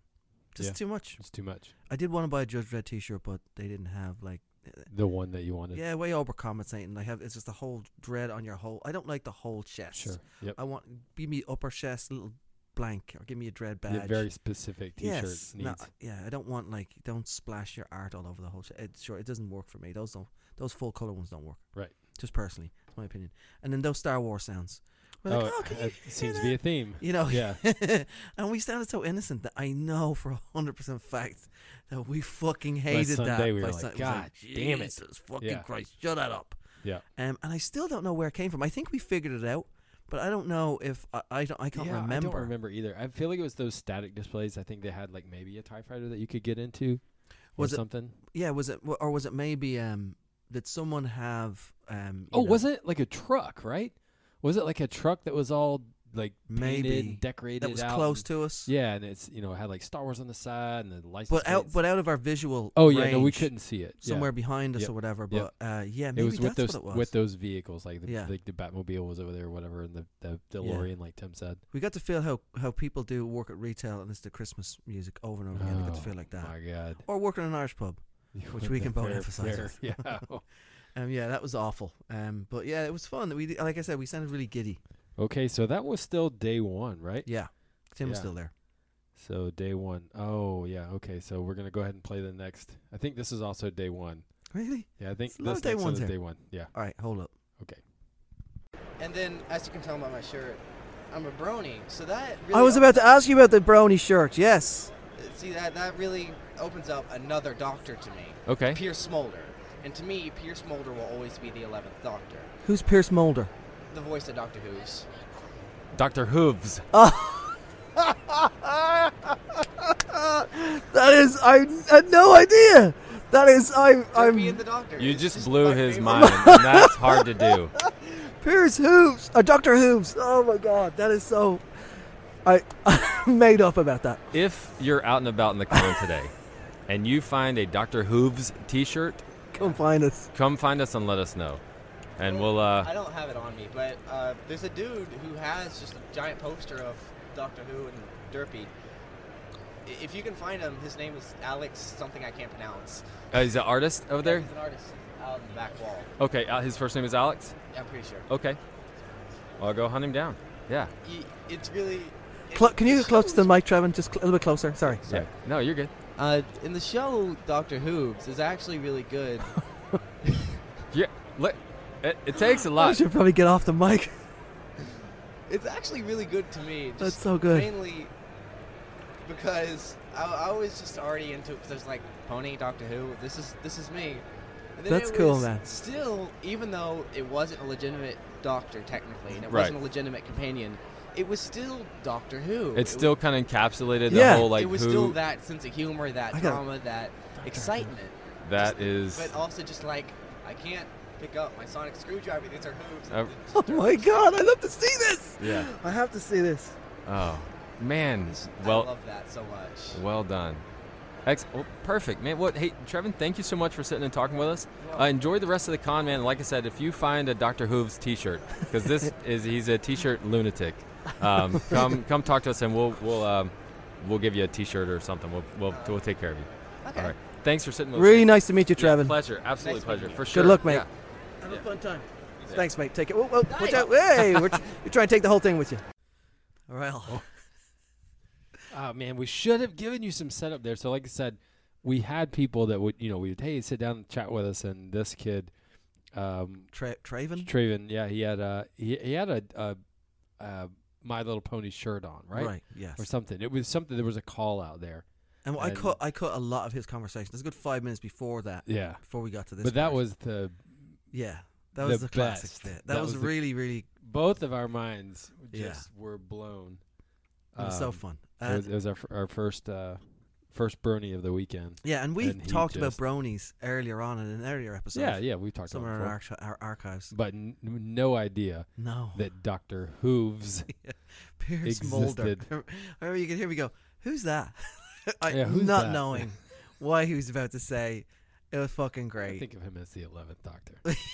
Just
Yeah.
too much.
It's too much.
I did want to buy a Judge Dredd t shirt, but they didn't have, like, uh,
The one that you wanted.
yeah, way overcompensating. Like, have it's just the whole dread on your whole. I don't like the whole chest.
Sure. Yep.
I want, be me upper chest, little blank, or give me a dread badge.
The very specific T-shirt
yes.
needs.
No, I- yeah, I don't want, like, don't splash your art all over the whole chest. It's sure, it doesn't work for me. Those don't, those full color ones don't work.
Right.
Just personally, that's my opinion. And then those Star Wars sounds. We're like,
oh,
oh, can you
it
hear
seems to
that?"
be a theme.
You know,
Yeah.
and we sounded so innocent that I know for hundred percent fact that we fucking hated
Sunday,
that.
we
by
were like,
Sun- it was
"God damn it."
Jesus fucking
Yeah.
Christ, shut that up.
Yeah.
Um, and I still don't know where it came from. I think we figured it out, but I don't know if I I, don't, I can't
yeah,
remember.
I don't remember either. I feel like it was those static displays. I think they had like maybe a Tie Fighter that you could get into,
Was it-
or something.
Yeah, was it or was it maybe um did someone have um? you
Oh,
know,
was it like a truck? Right? Was it like a truck that was all like painted,
Maybe.
decorated?
that was
out
close
and-
to us?
Yeah, and it's you know had like Star Wars on the side and the license.
But out,
plates.
but out of our visual.
oh yeah, no, we
range,
couldn't see it Yeah.
Somewhere behind us
Yep,
or whatever, but
yep.
uh, yeah, maybe
It was with
that's
those
what it was.
with those vehicles, like the
Yeah.
like the Batmobile was over there, or whatever, and the the DeLorean, like Tim said.
We got to feel how, how people do work at retail and it's the Christmas music over and over again. We got to
Oh,
feel like that.
My God,
Or work in an Irish pub. Which we can both emphasize
there.
with.
Yeah.
Um, yeah, that was awful. Um, but yeah, it was fun. We like I said, we sounded really giddy.
okay, so that was still day one, right?
Yeah, Tim's
Yeah.
still there.
So day one. Oh yeah. Okay. So we're gonna go ahead and play the next. I think this is also day one.
Really?
Yeah. I think
It's a lot
this
of day
next one
ones
is
here.
day one. Yeah.
All right, hold up.
Okay.
And then, as you can tell by my shirt, I'm a brony. So that really
I was about to ask you about the brownie shirt. Yes.
op- see that that really opens up another Doctor to me,
Okay.
Pierce Mulder. And to me, Pierce Mulder will always be the eleventh Doctor,
Who's Pierce Mulder?
the voice of Doctor Who's.
Doctor Hooves.
That is, I had no idea. That is, I,
I'm being the Doctor.
You
It's
just blew
my
his
favorite-
mind, and that's hard to do.
Pierce Hoops, uh, Doctor Hoops. Oh my God, that is so. I made up about that.
If you're out and about in the con today, and you find a Doctor Hooves T-shirt,
Come find us.
come find us and let us know, and we'll.
I
uh
don't have it on me, but uh, there's a dude who has just a giant poster of Doctor Who and Derpy. I- If you can find him, his name is Alex something I can't pronounce.
uh, Is the artist over there?
He's an artist out in the back wall.
Okay. Uh, his first name is Alex.
I'm pretty sure.
Okay. I'll go hunt him down. Yeah.
You- It's really.
Cl-
it-
can you
it
get close to the
shows-
mic, Trevin? Just cl- a little bit closer. Sorry.
Yeah. No, you're good.
Uh, in the show, Doctor Hooves is actually really good.
Yeah, let, it, it takes a
I
lot.
should probably get off the mic.
It's actually really good to me. Just
That's so good.
Mainly because I, I was just already into it because I was like, Pony, Doctor Who, this is this is me. And then
That's
it
cool,
was
man.
Still, even though it wasn't a legitimate doctor technically, and it
Right.
wasn't a legitimate companion, it was still Doctor Who. It
It's
was-
still kind of encapsulated
Yeah.
the whole like
it was
who
still that sense of humor, that
I gotta-
drama, that excitement.
that
Just-
is.
But also just like I can't pick up my sonic screwdriver. These are hooves.
Uh,
Oh my god, I love to see this.
Yeah.
I have to see this.
Oh man.
I
Well,
love that so much.
well done. Ex- well, perfect, man. What? Hey, Trevin, thank you so much for sitting and talking with us. Uh, enjoy the rest of the con, man. Like I said, if you find a Doctor Hooves T-shirt, because this is—he's a T-shirt lunatic. Um, come, come talk to us, and we'll we'll um, we'll give you a T-shirt or something. We'll we'll, we'll take care of you.
Okay.
All right. Thanks for sitting with
Really
us.
nice to meet you,
Yeah,
Trevin.
pleasure. Absolutely
Nice
pleasure.
meeting you.
For
Good
sure.
luck, mate.
Yeah.
Have
a
fun time.
too.
Thanks, mate. Take it. Whoa, whoa, watch
Nice.
out. Hey, we're, you're trying to take the whole thing with you. All right.
Oh man, we should have given you some setup there. So, like I said, we had people that would, you know, we would hey, sit down and chat with us, and this kid, um,
Tra- Traven?
Traven, yeah, he had a he, he had a, a, a My Little Pony shirt on, right?
yes.
Or something. It was something. There was a call out there.
And I
and-
caught I caught a lot of his conversation. There's a good five minutes before that,
Yeah,
before we got to this.
but that
part.
was the
yeah, that
the
was the, classic
best.
bit. That,
That
was,
was the-
really really
both of our minds
Yeah.
just were blown.
that was so
Um,
fun.
it,
Uh,
was, it was our f- our first uh, first brony of the weekend.
yeah, and we
and he
talked about
just-
bronies earlier on in an earlier episode.
yeah, yeah, we talked
somewhere
about
in
it
our,
before.
archi- our archives.
but n- no idea
No,
that Doctor Hooves.
Pierce Mulder.
existed.
However, you can hear me go. Who's that? I,
Yeah, who's
not
that?
knowing why he was about to say. It was fucking
I
great.
think of him as the eleventh Doctor.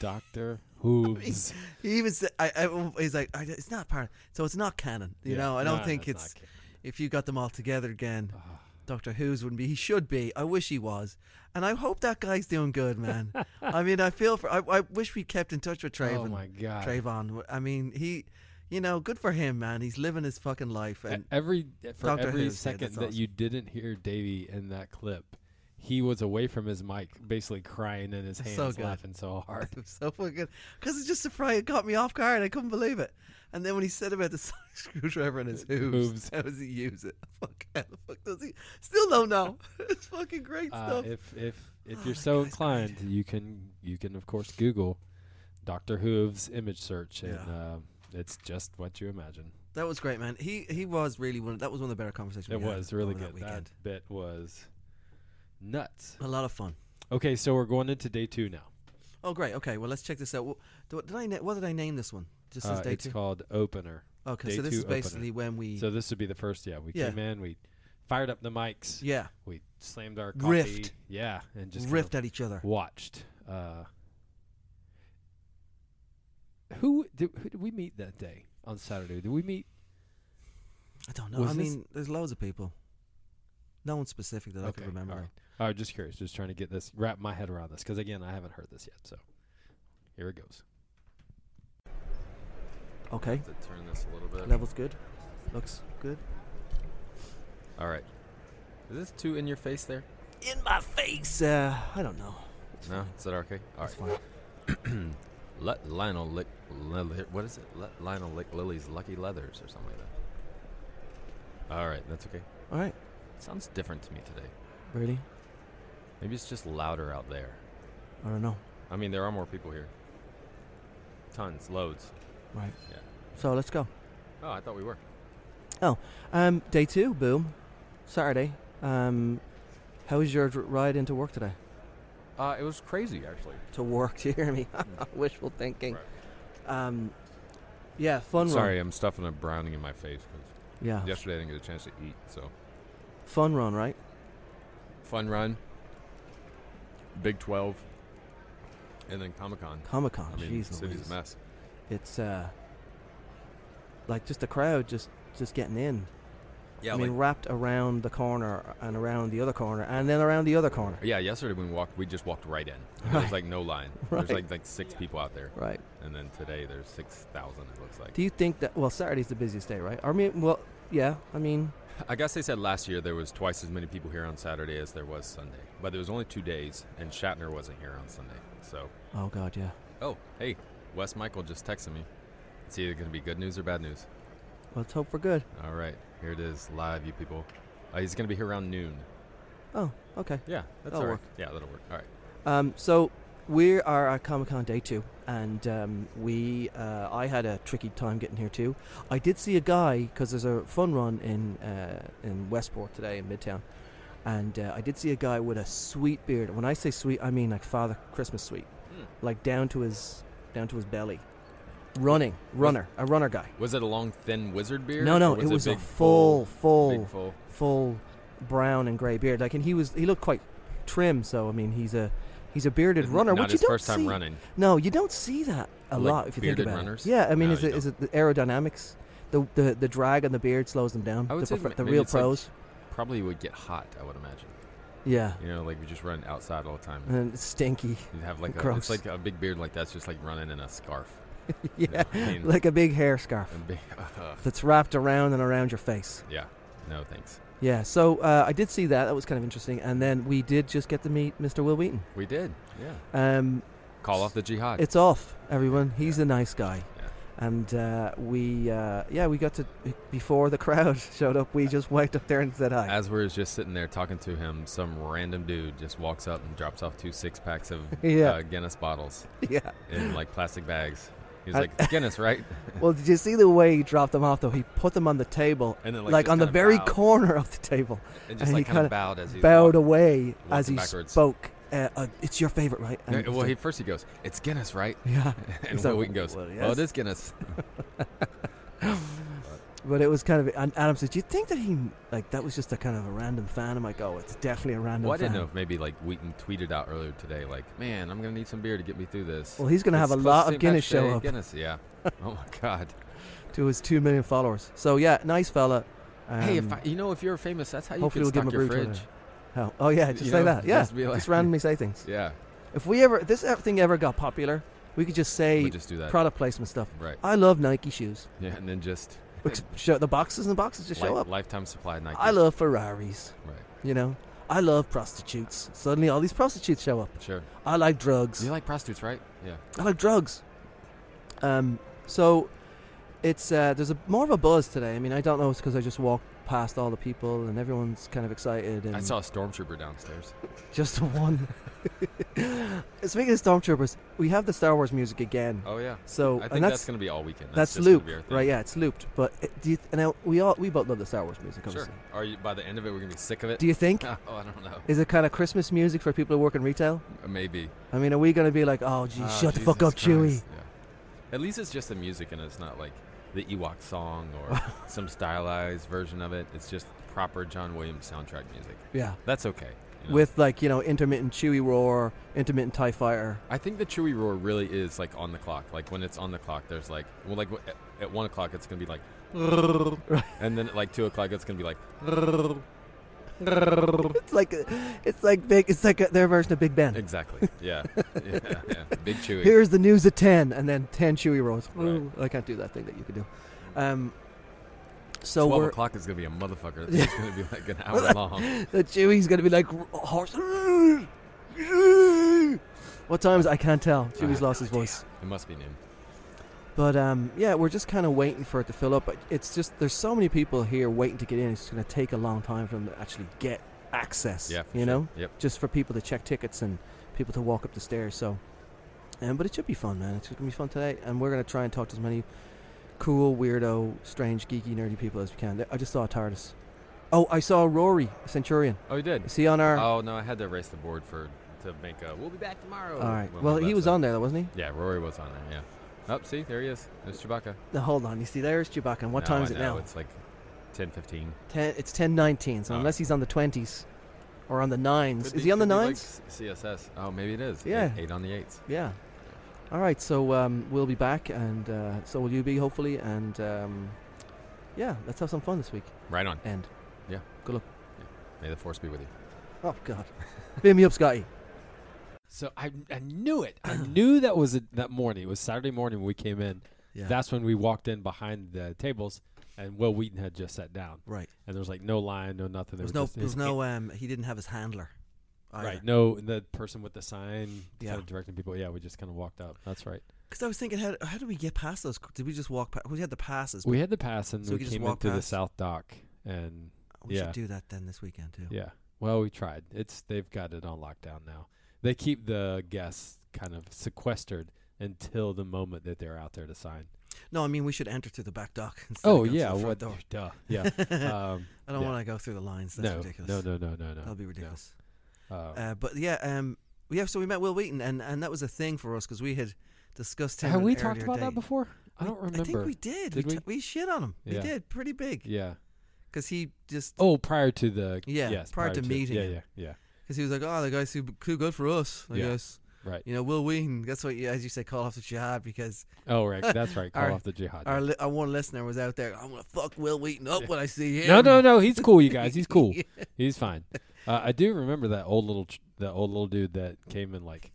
Doctor Hooves.
he even said, I, I, "He's like, I, it's not part. So it's not canon. You know, I don't think it's. if you got them all together again, Doctor Who's wouldn't be. He should be. I wish he was, and I hope that guy's doing good, man. I mean, I feel for. I, I wish we kept in touch with Trayvon.
Oh my god.
Trayvon. I mean, he, you know, good for him, man. He's living his fucking life,
E-
and
every for
Doctor
every
Who's, yeah,
second
that's
that
awesome.
you didn't hear Davey in that clip, he was away from his mic, basically crying in his
That's
hands,
so good.
laughing so hard.
it was so fucking because it just surprised. It got me off guard. I couldn't believe it. And then when he said about the sonic screwdriver and his hooves,
Hooves.
how does he use it? Fuck, how the fuck does he? Still don't know. it's fucking great
Uh,
stuff.
if if if
Oh,
you're
that guy's
so
great.
inclined, you can you can of course Google Doctor Hooves image search, and
Yeah.
uh, it's just what you imagine.
That was great, man. He he was really one. Of, that was one of the better conversations.
It
we had
was really
over
good.
that weekend.
that bit was nuts.
A lot of fun.
Okay, so we're going into day two now.
Oh, great. Okay, well, let's check this out. Wh- do- Did I na- what did I name this one? Just as
Uh,
day
it's
two.
called opener.
Okay,
day
so this
two
is basically when we.
So this would be the first. Yeah, we
Yeah.
came in, we fired up the mics,
yeah,
we slammed our coffee,
Riffed.
yeah, and just kind
riffed
of
at each other.
watched. Uh, who did who did we meet that day on Saturday? Did we meet?
I don't know.
Was
I
this-
mean, there's loads of people. No one specific that I
okay,
can remember.
all right. I was just curious, just trying to get this wrap my head around this because again, I haven't heard this yet. So here it goes.
though. Okay,
To turn this a little bit.
level's good. Looks good.
All right. Is this too in your face there?
In my face. Uh, I don't know.
No, is that okay? All right.
It's fine.
Let Lionel lick. Li- li- what is it? Let Lionel lick Lily's lucky leathers or something like that. All right, that's okay.
All right,
Sounds different to me today.
really.
Maybe it's just louder out there.
I don't know.
I mean, there are more people here. Tons, loads.
Right.
Yeah.
So let's go.
Oh, I thought we were.
Um, day two, boom, Saturday. Um, how was your dr- ride into work today?
Uh, it was crazy actually.
To work, do you hear me? Wishful thinking. Hmm. Um, yeah, fun
Sorry,
run. Oh.
I'm stuffing a browning in my face because
Yeah,
yesterday I didn't get a chance to eat. So
fun run, right?
fun run. Big Twelve, and then Comic Con.
Comic Con.
I mean,
Jeez,
the city's
Louise.
a mess.
It's uh, like just the crowd just just getting in.
Yeah,
I mean, wrapped around the corner and around the other corner and then around the other corner.
Yeah, yesterday when we walked, we just walked right in. There's
Right.
like no line.
Right.
There's like like six people out there,
Right.
and then today there's six thousand. It looks like.
Do you think that? Well, Saturday's the busiest day, right? I mean, well, yeah. I mean,
I guess they said last year there was twice as many people here on Saturday as there was Sunday, but there was only two days, and Shatner wasn't here on Sunday. So,
Oh god, yeah.
oh hey, Wes Michael just texted me. It's either going to be good news or bad news.
Well, let's hope for good.
All right, here it is, live, you people. Uh, he's going to be here around noon.
Oh, okay.
Yeah, that's
That'll
all right.
work.
Yeah, that'll work. All right.
Um, so we are at Comic Con day two, and um, we uh, I had a tricky time getting here too. I did see a guy because there's a fun run in uh, in Westport today in Midtown, and uh, I did see a guy with a sweet beard. When I say sweet, I mean like Father Christmas sweet,
Hmm.
like down to his down to his belly. Running, runner, a runner guy.
Was it a long, thin wizard beard?
No, no,
or
it was a
big,
full,
big
full,
full.
full brown and gray beard. Like, and he was he looked quite trim. So I mean, he's a he's a bearded runner,
Not
which
his
you don't
first time
see.
running.
No, you don't see that a
Like
lot if you think
bearded
about
runners?
it. Yeah, I mean,
No,
is
you
it is it the aerodynamics? The, the the drag on the beard slows them down.
I would
the,
say
prof-
ma-
the
maybe
real
it's like-
pros.
Probably would get hot. I would imagine.
yeah,
You know, like we just run outside all the time.
and it's stinky.
You have like a,
Gross.
it's like a big beard like that's just like running in a scarf. You know
yeah,
what I mean?
like a big hair scarf
And big-
that's wrapped around and around your face.
yeah. No thanks.
Yeah, so uh, I did see that. That was kind of interesting. And then we did just get to meet Mr. Will Wheaton.
We did. Yeah.
Um,
Call off the jihad.
It's off, everyone. He's a nice guy.
Yeah.
And uh, we, uh, yeah, we got to, before the crowd showed up, we just walked up there and said hi.
As we're just sitting there talking to him, some random dude just walks up and drops off two six packs of
Yeah.
uh, Guinness bottles
yeah.
in like plastic bags. He was
I-
like, "It's Guinness, right?
Well, did you see the way he dropped them off, though? He put them on the table,
And then,
like,
like, just
on the
kinda
very
bowed.
corner of the table,
And
And
just
he
like kind
kinda
of bowed as he
bowed
walked-
away as
walking
he
backwards.
spoke. Uh, uh, it's your favorite, right?
No,
And
well, he
he's
first he goes, "It's Guinness, right?"
like, yeah.
And
He's like,
Will Wheaton goes,
"Well,
"Oh,
yes."
it is Guinness."
But it was kind of, and Adam said, "Do you think that he like that was just a kind of a random fan?" I'm like, "Oh, it's definitely a random."
Well, I
fan.
didn't know if maybe like Wheaton tweeted out earlier today, like, "Man, I'm gonna need some beer to get me through this."
Well, he's going to have a
It's
lot
close to
of Guinness
Impact
show
Day.
up.
Guinness, yeah. oh my God.
to his two million followers. So yeah, nice fella. Um,
hey, if I, you know if you're famous, that's how you
hopefully
can
we'll give
stock
him a
your
brew to
fridge.
oh, oh yeah, just
You
like
know,
that. Yeah, just,
just be like-
randomly say things.
Yeah,
If we ever if this ever- thing ever got popular, we could just say
we just do that.
product placement stuff.
right.
I love Nike shoes.
Yeah, and then just
Ex- Show the boxes and boxes just show
li-
up.
lifetime supply Nike.
I love Ferraris.
Right.
You know, I love prostitutes. Suddenly, all these prostitutes show up.
Sure.
I like drugs.
You like prostitutes, right? Yeah.
I like drugs. Um, so it's uh, there's a more of a buzz today. I mean, I don't know. It's because I just walked past all the people and everyone's kind of excited. And
I saw a stormtrooper downstairs.
just the one. Speaking of stormtroopers, we have the Star Wars music again.
Oh yeah.
So
I think
and
that's,
that's
gonna be all weekend.
that's,
That's, just gonna
looped,
be our thing.
right? Yeah, it's looped. But it, do you th- and now we all we both love the Star Wars music. Obviously.
Sure. Are you by the end of it? We're gonna be sick of it.
Do you think
oh, I don't know.
is it kind of Christmas music for people who work in retail?
Maybe.
I mean, are we going to be like, oh, gee,
Oh,
shut the fuck
Jesus
up, Chewie?
Christ. Yeah. At least it's just the music and it's not like the Ewok song or some stylized version of it. It's just proper John Williams soundtrack music.
Yeah.
That's okay. you know?
With like you know intermittent Chewie roar, intermittent Tie Fighter.
I think the Chewy roar really is like on the clock. Like when it's on the clock, there's like well, like w- at- at one o'clock it's gonna be like, and then at like two o'clock it's gonna be like,
It's like a- it's like big. It's like a, their version of Big Ben.
exactly, yeah, yeah, yeah. big Chewy.
Here's the news at ten, and then ten Chewie rolls.
Right.
I can't do that thing that you could do. Um, so
Twelve
we're
o'clock is gonna be a motherfucker. It's gonna be like an hour long.
the Chewie's gonna be like r- horse. What time is it? I can't tell. Chewie's lost his voice.
It must be noon.
But um, yeah, we're just kind of waiting for it to fill up. But It's just there's so many people here waiting to get in. It's gonna take a long time for them to actually get access.
Yeah, for
you
sure.
know.
Yep.
just for people to check tickets and people to walk up the stairs. So, um, but it should be fun, man. It's gonna be fun today, and we're gonna try and talk to as many cool, weirdo, strange, geeky, nerdy people as we can. I just saw a TARDIS. Oh, I saw Rory a Centurion.
Oh, you did.
Is he on our?
Oh no, I had to erase the board for to make a. We'll be back tomorrow.
All right.
Well,
Well, he
that's
was
a-
on there, though, wasn't he?
Yeah, Rory was on there. Yeah. Oh, see, there he is. There's Chewbacca.
No, hold on. You see, there's Chewbacca. And what
No,
time
I
is it
know,
now?
It's like ten fifteen.
Ten. It's ten nineteen. So
Oh.
unless he's on the twenties, or on the nines, is he on the nines?
CSS. Oh, maybe it is.
Yeah.
Eight, eight on the eights.
Yeah. All right, so um, we'll be back, and uh, so will you be, hopefully. And um, yeah, let's have some fun this week.
Right on.
End.
Yeah.
Good luck.
May the force be with you.
Oh God. Beam me up, Scotty.
So I, I knew it. I knew that was a, that morning. It was Saturday morning when we came in.
Yeah.
That's when we walked in behind the tables, and Will Wheaton had just sat down,
Right.
and there was like no line, no nothing.
There
There
was no.
just
There was
his-
no. Um. He didn't have his handler. Either.
right. No, the person with the sign,
Yeah.
kind of directing people. Yeah, we just kind of walked up. That's right.
Because I was thinking, how how do we get past those? Did we just walk past? We had the passes.
We had the pass, and
So we
we
could just
came
walk
into the
past?
south dock, and
we
yeah.
should do that then this weekend too.
yeah. Well, we tried. It's they've got it on lockdown now. They keep the guests kind of sequestered until the moment that they're out there to sign.
No, I mean we should enter through the back dock. Instead
Oh
of going
yeah,
through the
what?
front door.
Duh. Yeah. um,
I don't
yeah.
want to go through the lines. That's
no,
ridiculous.
no, no, no, no, no.
That'll be ridiculous.
Uh,
Uh, but yeah, um, yeah. So we met Will Wheaton, and, and that was a thing for us because we had discussed him.
have
at
we
an
talked
earlier
about that
date.
before? I
We-
don't remember.
I think we did.
Did
we,
we?
t- we shit on him.
Yeah.
We did pretty big
yeah.
because he just
Oh, prior to the
Yeah,
yes,
prior to meeting
Yeah, yeah,
him.
yeah.
because he was like, oh, the guy's too, too good for us. I
Yeah.
guess
Right.
you know Will Wheaton. That's what, you, as you say, call off the jihad because
Oh, right. That's right. Call
Our-
off the jihad.
our, li- our one listener was out there. I'm gonna fuck Will Wheaton up when I see him.
No, no, no. He's cool, you guys. He's cool. He's fine. Uh, I do remember that old little, ch- that old little dude that came and like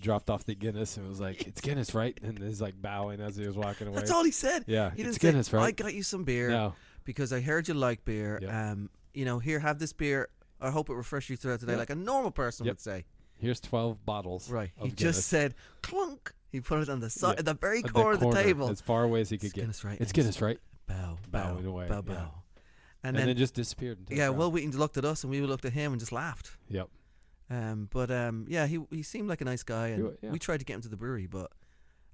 dropped off the Guinness and was like, "It's Guinness, right?" And he's like bowing as he was walking away.
That's all he said.
Yeah,
He
it's
didn't
Guinness,
say, I
right?
got you some beer
No,
because I heard you like beer.
Yeah.
Um, you know, here have this beer. I hope it refreshes you throughout the day,
Yeah.
like a normal person
Yep.
would say.
here's twelve bottles.
Right.
Of
He
Guinness
just said clunk. He put it on the side,
Yeah.
at the very
at the
corner of the
corner,
table.
as far away as he could
It's
get.
Guinness, right?
It's
And
Guinness, right?
Bow, bow,
Bowing away,
bow,
yeah.
bow.
And,
And, then,
then, just disappeared. Into the
yeah,
crowd.
Will Wheaton looked at us and we looked at him and just laughed.
Yep.
Um, but um, yeah, he he seemed like a nice guy, and
wa- yeah.
we tried to get him to the brewery, but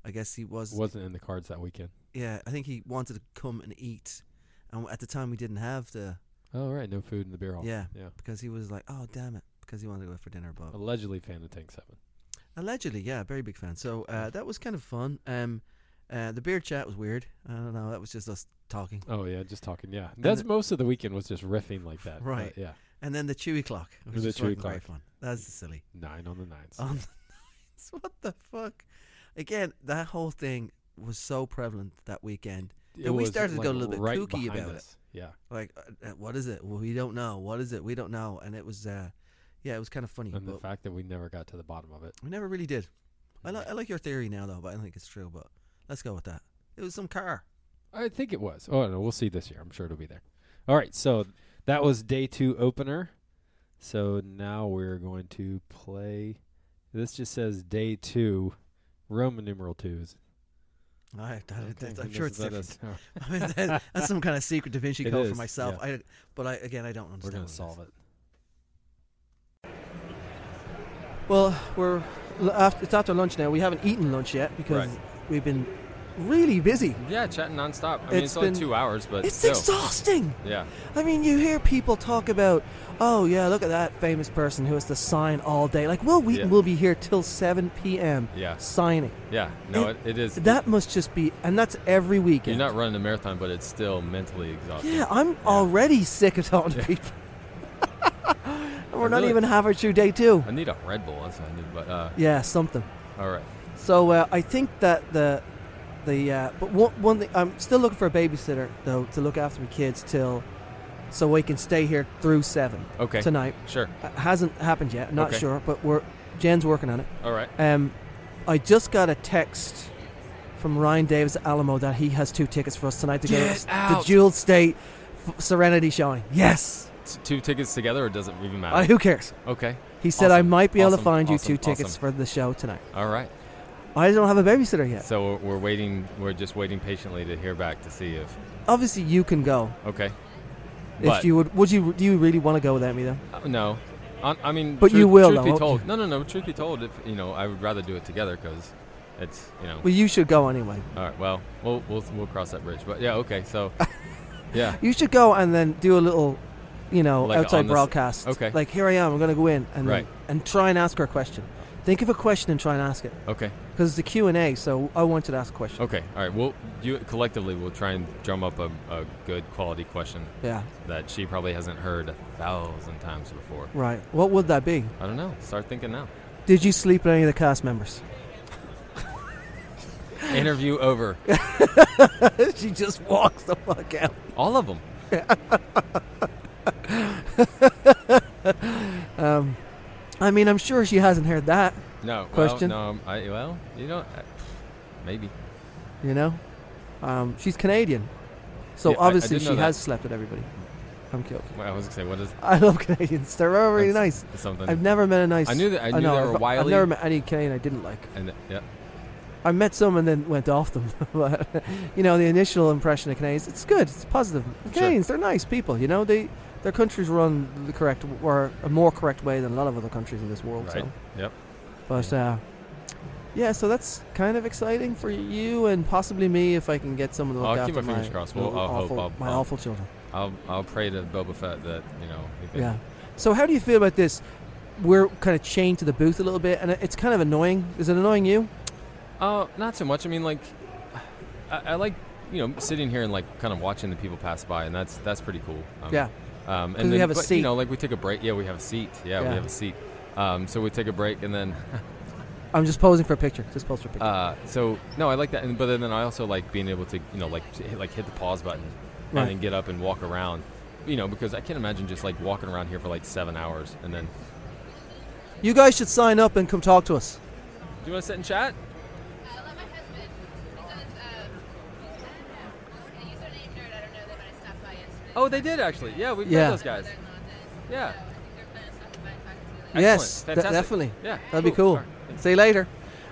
I guess he was.
wasn't in the cards that weekend.
Yeah, I think he wanted to come and eat, and at the time we didn't have the
Oh right, no food in the beer hall.
yeah
yeah.
because he was like, oh damn it, because he wanted to go out for dinner, but
Allegedly fan of Tank Seven.
Allegedly, yeah, very big fan. So
Hmm.
uh, that was kind of fun. Um, uh, the beer chat was weird. I don't know. That was just us talking.
Oh yeah, just talking. Yeah, that's
the-
most of the weekend was just riffing like that. but
Right.
yeah,
And then the Chewy Clock. Which
The
is fucking
Chewy
Very
Clock.
fun. That's silly.
nine on the nines.
On the nights. What the fuck? Again, that whole thing was so prevalent that weekend.
It
then we
was,
started to go a little bit
right
kooky
behind
about it.
us. Yeah,
Like, uh, uh, what is it? Well, we don't know. What is it? We don't know. And it was, uh, yeah, it was kind of funny.
and the
but
fact that we never got to the bottom of it.
we never really did. I,
Hmm.
li- I like your theory now, though, but I don't think it's true. But let's go with that. It was some car.
I think it was. Oh no, we'll see this year. I'm sure it'll be there. All right, so that was day two opener. So now we're going to play. This just says day two, Roman numeral twos.
I, I,
Okay,
I'm
who
sure
knows
it's
about
different.
us? Oh,
I mean, that, that's some kind of secret Da Vinci
It
code for
is,
myself. I, but I again, I don't understand.
We're gonna
what it
solve it.
is. Well, we're l- after, it's after lunch now. We haven't eaten lunch yet because we've been really busy.
Yeah, chatting nonstop. I mean,
It's
it's, only
been-
two hours, but
It's
still.
exhausting.
Yeah.
I mean, you hear people talk about, oh yeah, look at that famous person who has to sign all day. Like Will Wheaton
Yeah.
will be here till 7 p.m.
Yeah.
signing.
Yeah. No, it, it is.
That must just be, and that's every
You're
weekend.
not running a marathon, but it's still mentally exhausting.
Yeah, I'm already sick of talking to people. and we're
I
not
really-
even halfway through day two.
I need a Red Bull. That's what I need. But uh,
Yeah, something.
all right.
So uh, I think that the the uh, but one, one thing I'm still looking for a babysitter though to look after my kids till so we can stay here through seven
Okay.
tonight.
Sure.
Uh, hasn't happened yet. Not
Okay.
sure, but we're Jen's working on it.
All right.
Um, I just got a text from Ryan Davis at Alamo that he has two tickets for us tonight to go
Get
to the
out.
Jewel State F- Serenity showing. Yes,
T- two tickets together, or does it even
Uh,
matter?
who cares?
okay.
He said I
Awesome,
might be able to
awesome,
find you
awesome,
two tickets
awesome.
for the show tonight.
All right.
I don't have a babysitter yet.
So we're, we're waiting. We're just waiting patiently to hear back to see if.
Obviously, you can go
Okay.
if
But-
you would. Would you? Do you really want to go without me though?
Uh, no. I, I mean,
But
truth,
you will,
Truth
though.
be told, no, no, no. Truth be told, if you know, I would rather do it together because it's you know.
Well, you should go anyway.
all right. Well, we'll we'll we'll cross that bridge. But yeah. Okay. So. yeah.
You should go and then do a little, you know,
Like on
outside
the s-
broadcast.
okay.
Like here I am. I'm going to go in and
Right.
and try and ask her a question. Think of a question and try and ask it
Okay.
because it's a Q and A. So I want you to ask a question.
Okay. All right. We'll you collectively we'll try and drum up a, a good quality question
Yeah.
that she probably hasn't heard a thousand times before.
Right. What would that be?
I don't know. Start thinking now.
Did you sleep with any of the cast members?
Interview over.
she just walks the fuck out.
All of them.
I mean, I'm sure she hasn't heard that.
No.
Question?
Well, no. I, well, you know, I- maybe.
You know. Um, she's Canadian, so
Yeah, I- I
obviously
did know
she
that.
has slept with everybody. I'm killed.
Well, I was gonna say, what is
I love Canadians. They're all really
that's
nice.
Something.
I've never met a nice.
I knew that. I knew
know,
they
I've-
were wily.
I've never met any Canadian I didn't like.
and th- yeah,
I met some and then went off them. but you know, the initial impression of Canadians, it's good. It's positive.
Sure.
Canadians, they're nice people. You know, they their countries run the correct or a more correct way than a lot of other countries in this world.
right.
So,
Yep.
but uh, yeah, so that's kind of exciting for you and possibly me if I can get someone to
I'll
look
keep
after
my fingers
my
crossed. Well,
little
I'll hope.
awful,
I'll-
my
I'll-
awful children.
I'll I'll pray to Boba Fett that you know. he can-
Yeah. So how do you feel about this? We're kind of chained to the booth a little bit, and it- it's kind of annoying. Is it annoying you?
Uh, not so much. I mean, like, I, I like you know sitting here and like kind of watching the people pass by, and that's that's pretty cool. Um,
Yeah.
Um,
'Cause we
and then-
have a
but,
seat.
You know, like we take a break. Yeah, we have a seat. Yeah,
Yeah.
we have a seat. Um, so we take a break, and then
I'm just posing for a picture. Just pose for a picture.
uh, so no, I like that. And, but then I also like being able to you know like to hit, like hit the pause button
Right.
and then get up and walk around. You know, because I can't imagine just like walking around here for like seven hours and then.
you guys should sign up and come talk to us.
Do you want to sit and chat?
I let my husband because um, a username nerd. I don't know. They might have stopped by yesterday.
Oh, they did actually. Yeah, we've
Yeah.
met those guys. Yeah.
So I think they're planning on stopping by and talking to me later.
Yes, de-
Excellent. Fantastic.
definitely.
Yeah,
That'd be cool.
All right.
See you later.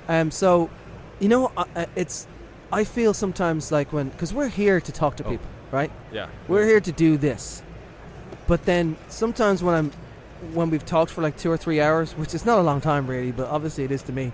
Um, so, you know, uh, uh, it's. I feel sometimes like when because we're here to talk to
Oh.
people, right?
Yeah.
We're here to do this, but then sometimes when I'm, when we've talked for like two or three hours, which is not a long time really, but obviously it is to me,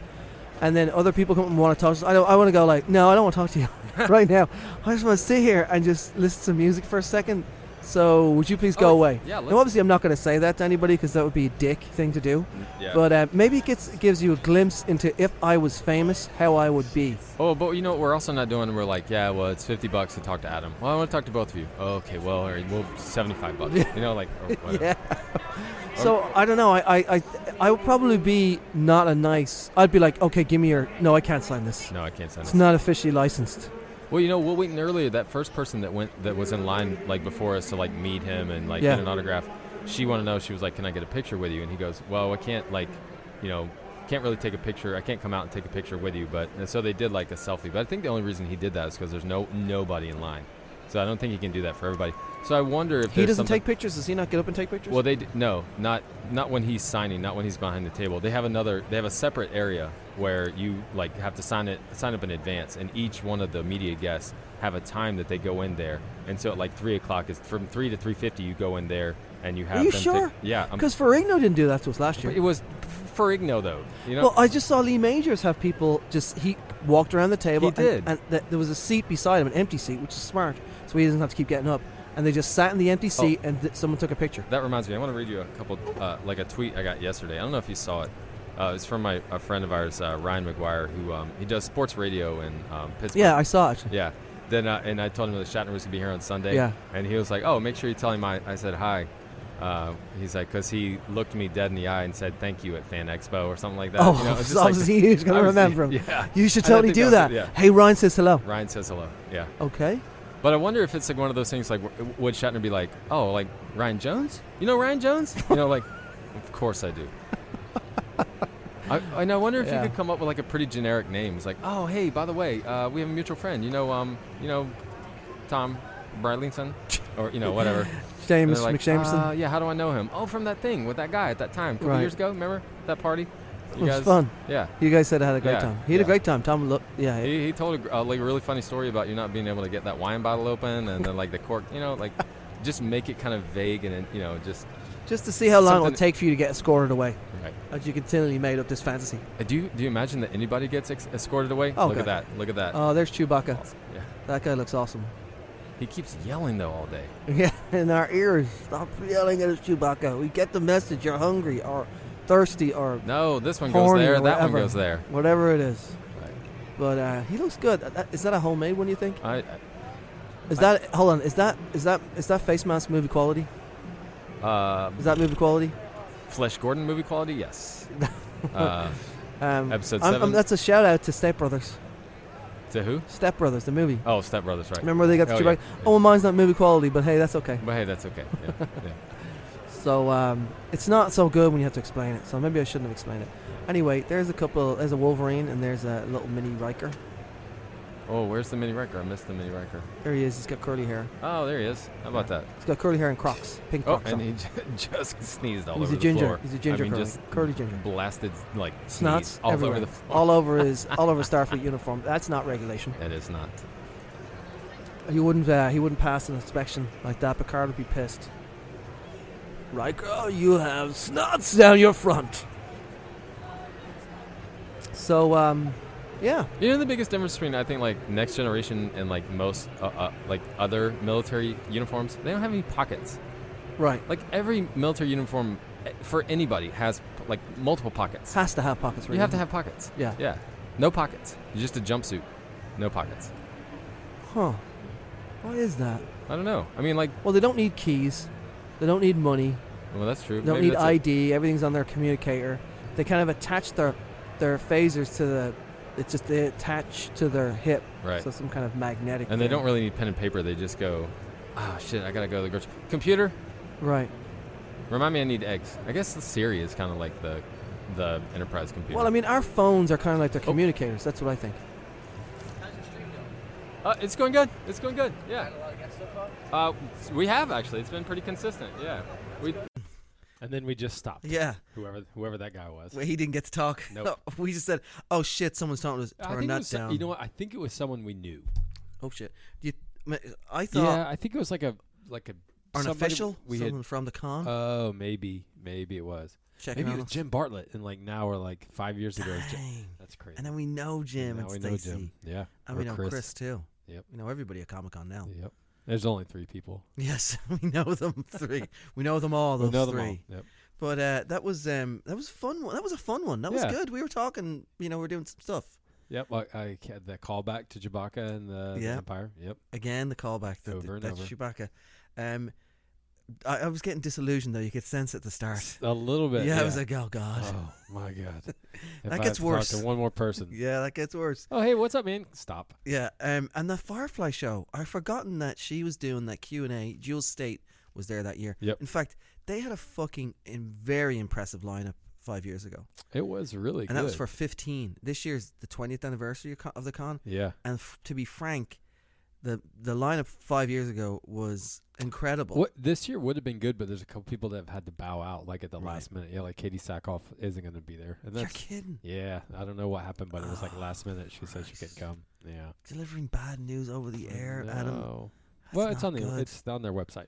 and then other people come and want to talk. To us. I don't. I want to go like, no, I don't want to talk to you right now. I just want to sit here and just listen to music for a second. So would you please go
Oh,
away?
yeah, let's-
Now obviously I'm not going to say that to anybody because that would be a dick thing to do.
Yeah.
But uh, maybe it gets, gives you a glimpse into if I was famous, how I would be.
Oh, but you know what we're also not doing? We're like, yeah, well, it's 50 bucks to talk to Adam. Well, I want to talk to both of you. Oh, okay, well, all right, well, 75 bucks. You know, like, or whatever.
Yeah. so I don't know. I, I, I, I would probably be not a nice. I'd be like, okay, give me your. No, I can't sign this.
No, I can't sign
It's
this.
not officially licensed.
well, you know, Will Wheaton earlier, that first person that went, that was in line, like, before us to, like, meet him and, like,
Yeah.
get an autograph, she wanted to know, she was like, can I get a picture with you? And he goes, well, I can't, like, you know, can't really take a picture. I can't come out and take a picture with you. But, and so they did, like, a selfie. But I think the only reason he did that is because there's no, nobody in line. So I don't think he can do that for everybody. So I wonder if
He
there's
doesn't
something-
take pictures. Does he not get up and take pictures?
Well, they d- no, not not when he's signing, not when he's behind the table. They have another. They have a separate area where you like have to sign it, sign up in advance, and each one of the media guests have a time that they go in there. And so, at like three o'clock is from three to three fifty. You go in there and you have.
Are you
them
sure?
To, yeah, I'm-
Because Ferrigno didn't do that to us last year.
it was Ferrigno though. You know.
Well, I just saw Lee Majors have people just he walked around the table. and-
He did.
and, th- there was a seat beside him, an empty seat, which is smart, so he doesn't have to keep getting up. And they just sat in the
Oh.
empty seat, and th- someone took a picture.
That reminds me, I want to read you a couple, uh, like a tweet I got yesterday. I don't know if you saw it. Uh, it's from my a friend of ours, uh, Ryan McGuire, who um, he does sports radio in um, Pittsburgh.
Yeah, I saw it. Actually.
Yeah. Then uh, and I told him that Shatner was gonna be here on Sunday.
Yeah.
And he was like, "Oh, make sure you tell him I, I said hi." Uh, he's like, because he looked me dead in the eye and said thank you at Fan Expo or something like that.
Oh,
you know, it's just like-
obviously he's gonna
I was-
remember him.
Yeah.
You should
I don't
totally
think
do that.
that was it,
Hey, Ryan says hello.
Ryan says hello. Yeah.
Okay.
But I wonder if it's like one of those things like, w- would Shatner be like, "Oh, like Ryan Jones? You know Ryan Jones? you know, like, of course I do." I, and I wonder if
Yeah.
you could come up with like a pretty generic name. It's like, "Oh, hey, by the way, uh, we have a mutual friend. You know, um, you know, Tom Bradlington, or you know, whatever." And
James
they're like,
McShamerson.
"Uh, yeah, how do I know him? Oh, from that thing with that guy at that time, a couple
Right.
years ago. Remember that party?
It was fun.
Yeah.
You guys said I had a great
yeah,
time. He had a
yeah.
great time. Tom, look, yeah,
He, he told a, gr- uh, like a really funny story about you not being able to get that wine bottle open and then like the cork, you know, like just make it kind of vague and then, you know just.
just to see how long it would
something-
take for you to get escorted away.
Right.
As you continually made up this fantasy.
Uh, Do you do you imagine that anybody gets ex- escorted away?
Oh,
Look at
God.
that! Look at that!
Oh, there's Chewbacca.
Awesome. Yeah.
That guy looks awesome.
He keeps yelling though all day.
Yeah, in our ears. Stop yelling at us, Chewbacca. We get the message. You're hungry or thirsty or
No, this one
Horny
goes there.
or
That one
whatever.
goes there.
whatever it is.
Right.
But uh, he looks good. Uh, that- Is that a homemade one? You think?
I,
Is that hold on? Is that is that is that face mask movie quality?
uh,
Is that movie quality?
Flesh Gordon movie quality? Yes. uh,
Um,
Episode
I'm- I'm-
seven?
that's a shout out to Step Brothers.
to who?
Step Brothers, the movie.
Oh, Step Brothers, right?
Remember they got the
Oh,
Chewbacca?
yeah,
Oh, well, mine's not movie quality, but hey, that's okay.
But hey, that's okay. Yeah, yeah.
So um, it's not so good when you have to explain it. So maybe I shouldn't have explained it. Anyway, there's a couple. There's a Wolverine and there's a little mini Riker.
Oh, where's the mini wrecker? I missed the mini wrecker.
There he is. He's got curly hair.
Oh, there he is. How about that?
He's got curly hair and Crocs, pink
Oh,
Crocs.
and
on.
he j- just sneezed all
He's
over
a
the
ginger.
floor.
He's a ginger
I mean,
curly-
just
curly ginger.
Blasted like
Snots
sneeze all
everywhere.
over the floor.
all over his all over Starfleet uniform. That's not regulation.
It is not.
He wouldn't uh, he wouldn't pass an inspection like that. Picard would be pissed. Riker, you have snots down your front. So um, yeah,
You know the biggest difference between I think like next generation and like most uh, uh, like other military uniforms, they don't have any pockets.
right.
Like every military uniform eh, for anybody has like multiple pockets.
Has to have pockets. Really.
You have to have pockets.
Yeah.
Yeah. No pockets. Just a jumpsuit. No pockets.
Huh. Why is that?
I don't know. I mean like
Well, they don't need keys. They don't need money.
well that's true.
They don't
Maybe
need
that's it.
ID. Everything's on their communicator. They kind of attach their their phasers to the. It's just they attach to their hip.
Right.
So some kind of magnetic.
and they
thing.
don't really need pen and paper. They just go, "Ah, shit, I gotta go to the grocery." Computer,
Right.
remind me I need eggs. I guess the Siri is kind of like the the enterprise computer.
Well, I mean, our phones are kind of like their
Oh.
communicators. That's what I think.
uh, it's going good. It's going good. Yeah.
Had a lot of guests so far.
Uh, we have actually. It's been pretty consistent. Yeah. We
And then we just stopped.
Yeah,
Whoever whoever that guy was.
he didn't get to talk.
Nope.
we just said, "Oh shit, someone's talking to us.
I think it was some- you know what? I think it was someone we knew.
Oh shit." Do you, ma- I thought
yeah, I think it was like a like a
an
somebody
official,
We
someone
had,
from the con,
oh, maybe maybe it was.
checking
Maybe it
on
was
us.
Jim Bartlett, and like now we're like five years ago. it's Jim-
Dang.
That's crazy.
And then we know Jim
now
and
we know
Stacy,
Jim. Yeah.
and
or
we know Chris, too.
Yep.
We know everybody at Comic Con now.
Yep. There's only three people.
Yes, we know them three. we know them all. Those
we know
three.
them all. Yep.
But uh, that was um, that was a fun. One. That was a fun one. That
Yeah.
was good. We were talking. You know, we were doing some stuff.
Yep. I, I had that callback to Chewbacca and the, the
Yeah.
Empire. Yep.
again the callback that
Over and
that's
over.
Chewbacca. Um, I, I was getting disillusioned though. You could sense at the start.
A little
Yeah,
bit.
I was like, oh god,
oh my god. If I
gets
have to talk
worse.
to one more person.
yeah, that gets worse.
Oh hey, what's up, man? Stop.
Yeah, um, and the Firefly show. I forgotten that she was doing that Q and A. Jules State was there that year.
Yep.
In fact, they had a fucking in very impressive lineup five years ago,
It was really
and
good.
that was for fifteen. This year's the twentieth anniversary of co- of the con,
yeah.
and f- to be frank, the the lineup five years ago was incredible.
What this year would have been good, but there's a couple people that have had to bow out like at the
Right.
last minute. Yeah, like Katie Sackhoff isn't going to be there, and
You're
that's
kidding.
yeah. I don't know what happened, but it was like
Ah,
last minute. She said she could come. Yeah.
delivering bad news over the air, Adam.
No.
That's
Well, it's
not
on the
good.
it's on their website.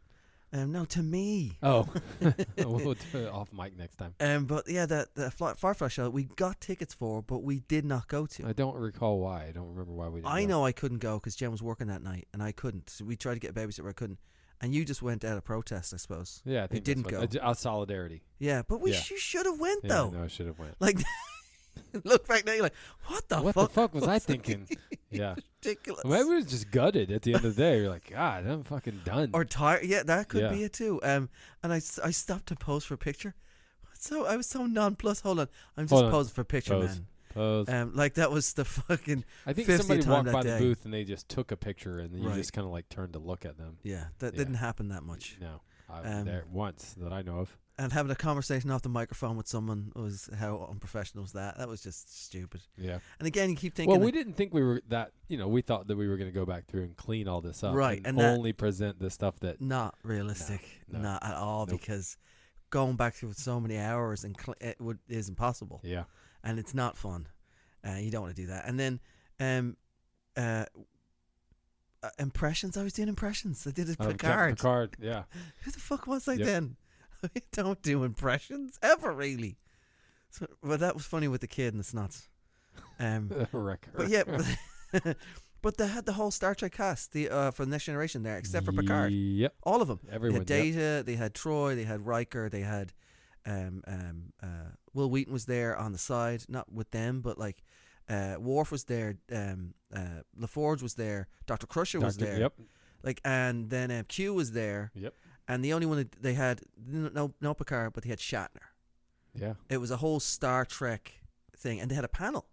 Um, no, to me.
Oh, we'll do it off mic next time.
Um, but yeah, that the fly, Firefly show we got tickets for, but we did not go to.
I don't recall why. I don't remember why we. Didn't
I
go.
know I couldn't go because Jen was working that night, and I couldn't. So we tried to get a babysitter, I couldn't. And you just went out of protest, I suppose.
Yeah, I
They
think
didn't
that's
go.
what- uh, j- Out of solidarity.
Yeah, but we
Yeah.
sh- you should have went
Yeah,
though.
no, I should have went.
Like, look back now, you're like, what the
what
fuck?
the fuck was I thinking? yeah,
Ridiculous.
maybe we was just gutted at the end of the day. You're like, God, I'm fucking done.
or tired. Yeah, that could
Yeah.
be it too. Um, and I, s- I stopped to pose for a picture. So I was so nonplussed. Hold on, I'm just
Hold on.
posing for a picture,
Pose.
man.
Pose.
Um, like that was the fucking
I think
50
somebody
time
walked
that
by
day.
the booth and they just took a picture and then you
Right.
just kind of like turned to look at them.
yeah. That
Yeah.
didn't happen that much.
No, I,
Um,
there once that I know of.
And having a conversation off the microphone with someone was how unprofessional was that? That was just stupid.
Yeah.
And again, you keep thinking,
Well, we
that-
didn't think we were that. You know, we thought that we were going to go back through and clean all this up,
Right, and
And,
that-
only present the stuff that.
not realistic,
no,
not at all,
nope.
because going back through so many hours and cl- it would is impossible,
Yeah.
and it's not fun. Uh, you don't want to do that. And then, um, uh. Uh, impressions. I was doing impressions. I did a
Um, Captain
Picard.
Picard. Yeah.
Who the fuck was I
Yep.
then? I don't do impressions ever really. So, well, that was funny with the kid and the snots. Um,
Record.
but yeah, but, but they had the whole Star Trek cast the uh, for the Next Generation there, except for Picard,
Yep.
all of them. They
Everyone.
had
yep.
Data, they had Troy, they had Riker, they had um, um, uh, Will Wheaton was there on the side, not with them, but like uh, Worf was there, um, uh, LaForge was there, Doctor Crusher was
Doctor-
there,
Yep.
like, and then um, Q was there.
Yep.
And the only one that they had n- no no Picard, but they had Shatner.
Yeah.
It was a whole Star Trek thing, and they had a panel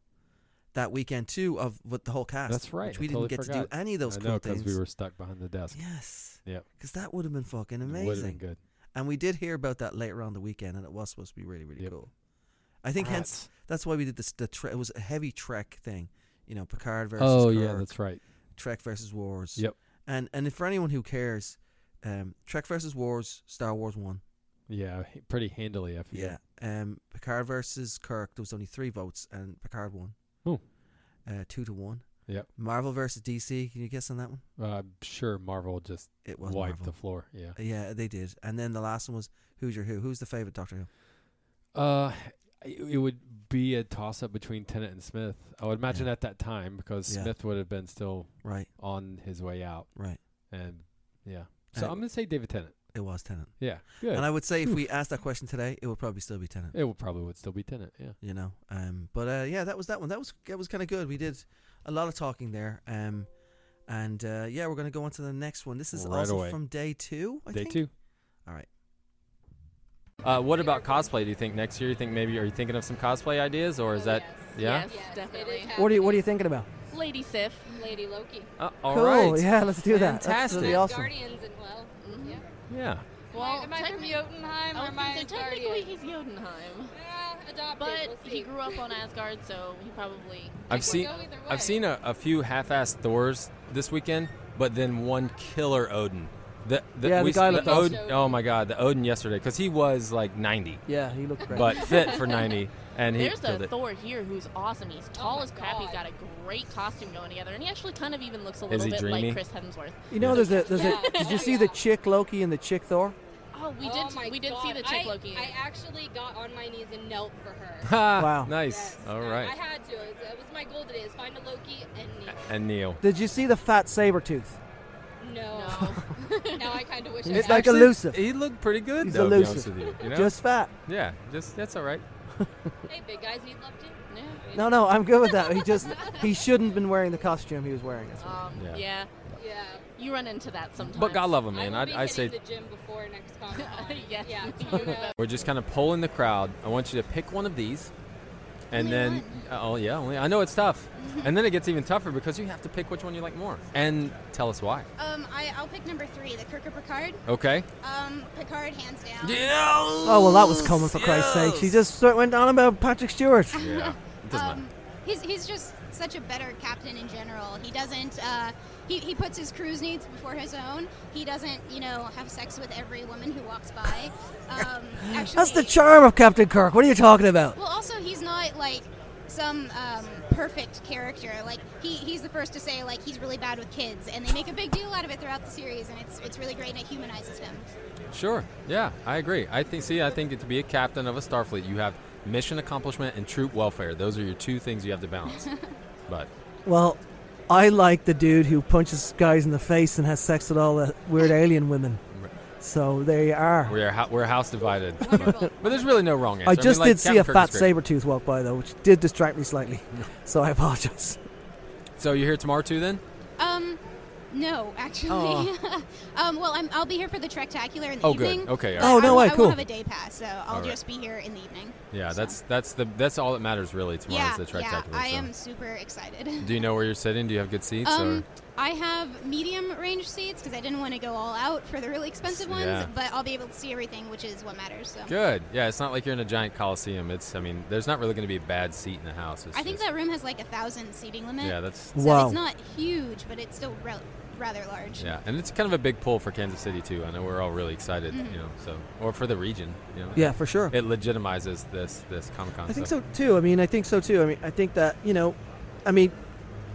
that weekend too of with the whole cast.
That's right.
Which we
I totally
didn't get to
forgot.
do any of those
I
cool
know
things.
because we were stuck behind the desk.
yes,
Yep.
because that would have been fucking
Would have been
amazing.
good.
And we did hear about that later on the weekend, and it was supposed to be really really
Yep.
cool. I think hence
Rats.
that's why we did this. The tre- it was a heavy Trek thing you know, Picard versus
Oh yeah,
Kirk,
that's right.
Trek versus Wars.
Yep.
And and if for anyone who cares, um, Trek versus Wars, Star Wars one.
Yeah, h- pretty handily. I feel.
Um, Picard versus Kirk, there was only three votes, and Picard won.
Oh.
Uh, two to one.
Yep.
Marvel versus DC. Can you guess on that one?
Uh, sure, Marvel just
It was
wiped the
Marvel.
floor. Yeah.
yeah, they did. And then the last one was Who's Your Who? Who's the favorite Doctor Who?
Uh, it it would be a toss up between Tennant and Smith. I would imagine
Yeah.
at that time because
Yeah.
Smith would have been still
Right,
on his way out,
right.
and yeah. So
Uh,
I'm gonna say David Tennant.
It was Tennant.
Yeah, good.
And I would say if we asked that question today, it would probably still be Tennant.
it would probably would still be Tennant. Yeah.
you know. Um, but uh, yeah, that was that one. That was that was kind of good. We did a lot of talking there. Um, and uh, yeah, we're gonna go on to the next one. This is
Right
also
away.
from day two. I
Day
think?
two.
All right.
Uh, what about cosplay? Do you think next year? You think maybe are you thinking of some cosplay ideas, or is that yeah?
Yes, definitely.
What are you What are you thinking about?
Lady Sif.
Lady Loki.
Uh, all
cool.
right.
Yeah, let's do that. That's
Fantastic.
really awesome.
Guardians and well. Yeah.
Yeah.
Well,
am I, am I from
technic-
Jotunheim
I
or
was
am
gonna
Mm-hmm. I
say
a
technically
Guardian?
he's Jotunheim,
Yeah, adopted.
but
we'll
he
see.
grew up on Asgard, so he probably.
I've
could
seen
go either way.
I've seen a, a few half-assed Thors this weekend, but then one killer Odin. The, the,
Yeah, the
we,
guy
the
looked
Od-
awesome.
Oh my god, the Odin yesterday because he was like 90,
Yeah, he looked great.
but fit for 90, and he
There's a
killed it.
Thor here who's awesome. He's tall
Oh my
as crap. He's
God.
got a great costume going together, and he actually kind of even looks a
Is
little
he
bit
dreamy?
like Chris Hemsworth.
you know, there's a there's
Yeah.
a. Did you see the chick Loki and the chick Thor?
Oh, we
Oh
did.
my
we did see
God.
the chick
I,
Loki.
I actually got on my knees and knelt for her.
Ha,
Wow.
Nice.
Yes.
All
I-
right.
I had to. It was, it was my goal today: is find a Loki and kneel.
and Neil.
Did you see the fat saber tooth?
No.
no.
now I kind of wish.
It's
I
like
had.
elusive.
He looked pretty good
He's
though. to be honest
elusive.
with you, you know?
Just fat.
yeah, just that's all right.
Hey, big guys need love too.
Yeah.
No, no, I'm good with that. He just he shouldn't have been wearing the costume he was wearing. That's
Um,
Yeah.
yeah.
Yeah.
you run into that sometimes.
But God love him, man.
I, will
I,
be
I
hitting
say
the gym before next comic.
Yes.
Yeah.
You know.
We're just kind of polling the crowd. I want you to pick one of these, and then oh yeah, only, I know it's tough, and then it gets even tougher because you have to pick which one you like more and tell us why.
Um, I, I'll pick number three, the Kirk or Picard.
Okay.
Um, Picard, hands
Um,
down.
Oh well, that was common for Christ's sake. She just sort of went on about Patrick Stewart.
Yeah. It doesn't
Um, he's, he's just such a better captain in general. He doesn't, uh, he, he puts his crew's needs before his own. He doesn't, you know, have sex with every woman who walks by. Um, actually,
That's the charm of Captain Kirk. What are you talking about?
Well, also, he's not like some um, perfect character. Like he, he's the first to say like he's really bad with kids, and they make a big deal out of it throughout the series, and it's it's really great and it humanizes him.
matter. Sure. Yeah, I agree. I think. See, I think it, to be a captain of a Starfleet, you have mission accomplishment and troop welfare. Those are your two things you have to balance. but
Well, I like the dude who punches guys in the face and has sex with all the weird alien women. So there you are.
we're hou- we're house divided.
Wonderful.
But there's really no wrong answer.
I
mean,
just
like,
did see
Captain
a
Kirk
fat
is great.
saber tooth walk by though, which did distract me slightly. So I apologize.
So you're here tomorrow too, then?
Um, no, actually. um, well, I'm, I'll be here for the Trektacular in the
Oh, good.
evening.
Okay, all
but
right. Oh, no way,
I, won't- I
cool.
won't have a day pass, so I'll
All right.
just be here in the evening.
Yeah,
So-
that's that's the that's all that matters really tomorrow
yeah,
is the
yeah.
tritacular.
I
so.
am super excited.
Do you know where you're sitting? Do you have good seats?
Um, I have medium range seats because I didn't want to go all out for the really expensive ones,
Yeah.
but I'll be able to see everything, which is what matters. So
or? Good. Yeah, it's not like you're in a giant coliseum. It's I mean, there's not really going to be a bad seat in the house. It's
I think
just-
that room has like a thousand seating limit.
Yeah, that's
so
Wow.
it's not huge, but it's still rel- rather large.
yeah, and it's kind of a big pull for Kansas City too. I know we're all really excited, you know, so or for the region, you know.
Yeah, for sure.
It legitimizes this this Comic Con.
I think so too. I mean, I think so too. I mean, I think that you know, I mean,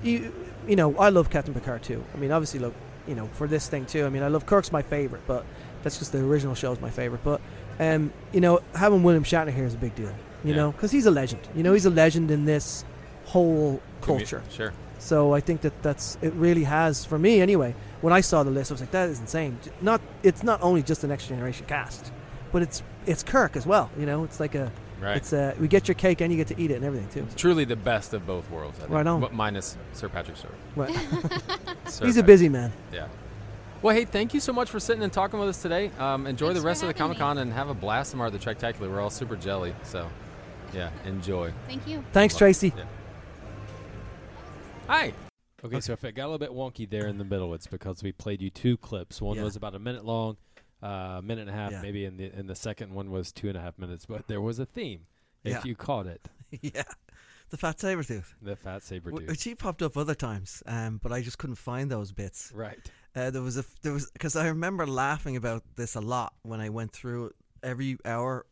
you you know, I love Captain Picard too. I mean, obviously, look, you know, for this thing too. I mean, I love Kirk's my favorite, but that's just the original show's my favorite. But um, you know, having William Shatner here is a big deal. You
Yeah.
know, because he's a legend. You know, he's a legend in this whole
Commu-
culture.
Sure.
So I think that that's it. Really has for me anyway. When I saw the list, I was like, that is insane. J- Not it's not only just the next generation cast, but it's it's Kirk as well. You know, it's like a
Right.
it's uh, we get your cake and you get to eat it and everything too.
Truly the best of both worlds. I think.
Right on.
But minus Sir Patrick Stewart.
Right.
Sir
He's a
Patrick-
busy man.
Yeah. Well, hey, thank you so much for sitting and talking with us today. Um, enjoy
Thanks
the
for
rest of the
having me.
Comic Con and have a blast tomorrow at the Trektacular. We're all super jelly, so yeah, enjoy.
Thank you.
Thanks, Tracy.
Yeah. Hi.
Okay, so if it got a little bit wonky there in the middle, it's because we played you two clips. One
Yeah.
was about a minute long, a minute and a half
Yeah.
maybe, and the and the second one was two and a half minutes. But there was a theme, if
Yeah.
you caught it.
yeah. the fat saber tooth.
The fat saber
W-
dude.
She popped up other times, um, but I just couldn't find those bits.
Right.
Uh, there was a f- there was because I remember laughing about this a lot when I went through it every hour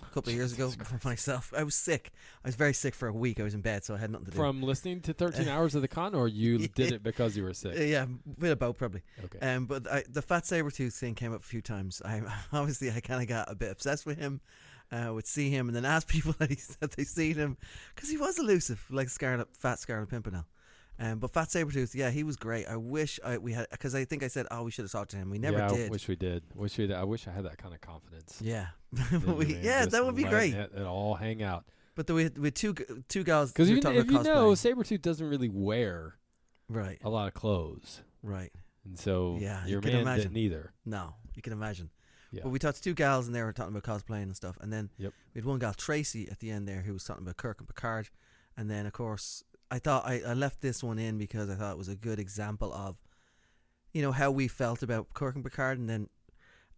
a couple of years ago for myself. I was sick. I was very sick for a week. I was in bed, so I had nothing to do.
From listening to 13 hours of the con, or you did it because you were
Uh,
sick?
yeah, bit about probably.
Okay.
Um, but I, the fat saber tooth thing came up a few times. I obviously I kind of got a bit obsessed with him. Uh, I would see him and then ask people that, he, that they seen him because he was elusive, like Scarlet Fat Scarlet Pimpernel. Um, but Fat Sabretooth, yeah, he was great. I wish I we had because I think I said, oh, we should have talked to him. We never
yeah, I
did.
wish we did. Wish we did. I wish I had that kind of confidence.
yeah,
Didn't
we,
you, man?
yeah,
Just
that would be
let
great.
It, it all hang out.
But the, we had, we had two g- two gals
Because
we were
if
talking
you
about
know,
cosplaying.
Sabretooth doesn't really wear
right,
a lot of clothes.
right.
And so
Yeah, you
your
can
man
imagine.
didn't either.
No, you can imagine.
Yeah.
But we talked to two gals and they were talking about cosplaying and stuff. And then
Yep.
we had one gal, Tracy, at the end there who was talking about Kirk and Picard. And then, of course, I thought I, I left this one in because I thought it was a good example of, you know, how we felt about Kirk and Picard. And then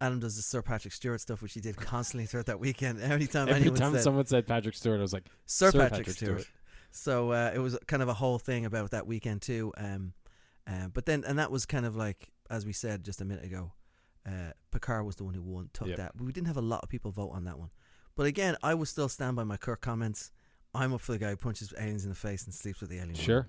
Adam does the Sir Patrick Stewart stuff, which he did constantly throughout that weekend. Anytime
Every
anyone
time
said
someone said Patrick Stewart, I was like,
Sir,
Sir
Patrick,
Patrick
Stewart.
Stewart.
So uh, it was kind of a whole thing about that weekend too. Um, uh, but then, and that was kind of like, as we said just a minute ago, uh, Picard was the one who won, took
Yep.
that. But we didn't have a lot of people vote on that one. But again, I would still stand by my Kirk comments. I'm up for the guy who punches aliens in the face and sleeps with the alien. woman.
sure.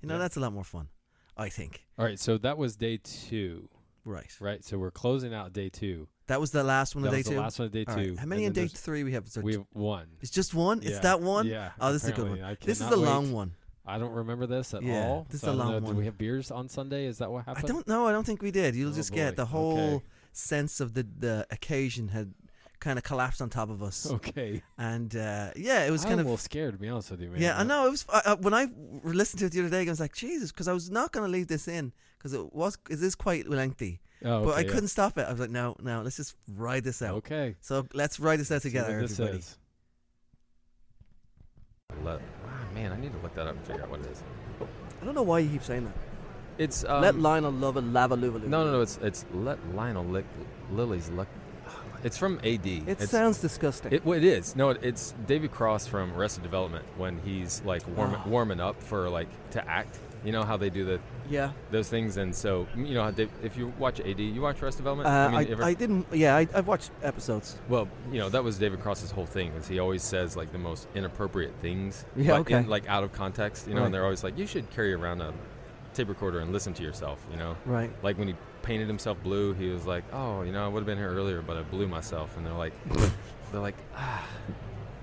You know,
Yeah.
that's a lot more fun, I think.
All right. So that was day two,
Right.
right? So we're closing out day two.
That was the last one
that
of day
was
two.
the last one of day
All right.
two.
How many in
and then
day
there's-
three we have? So
We have one.
it's just one? It's
Yeah.
that one?
Yeah.
Oh, this is a good
apparently.
one.
I
This is
cannot
a long
wait.
one.
I don't remember this at
Yeah,
all.
this is
so
a
I don't
long
know,
one.
Do we have beers on Sunday? Is that what
I
happened?
don't know. I don't think we did. You'll
Oh,
just get
boy.
the whole
Okay.
sense of the, the occasion had kind of collapsed on top of us.
Okay.
And uh, yeah, it was kind
I'm
of.
a little scared to be honest with you, man.
yeah, I know. It was I, I, when I listened to it the other day. I was like, Jesus, because I was not going to leave this in because it was it is quite lengthy.
Oh,
but I
okay, yeah.
couldn't stop it. I was like, no, no, let's just ride this out.
Okay.
So let's ride this out
See what
together,
this
uh,
everybody.
is.
Let, ah, man, I need to look that up and figure out what it is.
I don't know why you keep saying that.
It's um,
Let Lionel love and lava luva luva.
no, no, no. It's it's let Lionel lick Lily's luck. It's from AD.
It
it's,
sounds disgusting.
It, well, it is. No, it, it's David Cross from Arrested Development when he's like warm,
Oh.
warming up for like to act. You know how they do the
yeah.
those things, and so you know how they, if you watch AD, you watch Arrested Development.
Uh, I,
mean, ever-
I, didn't. Yeah, I, I've watched episodes.
well, you know that was David Cross's whole thing is he always says like the most inappropriate things,
Yeah,
but
okay.
in, like out of context, you know.
Right.
And they're always like, you should carry around a tape recorder and listen to yourself, you know.
Right.
Like when he painted himself blue, he was like, "Oh, you know, I would have been here earlier, but I blew myself." And they're like, "They're like, ah,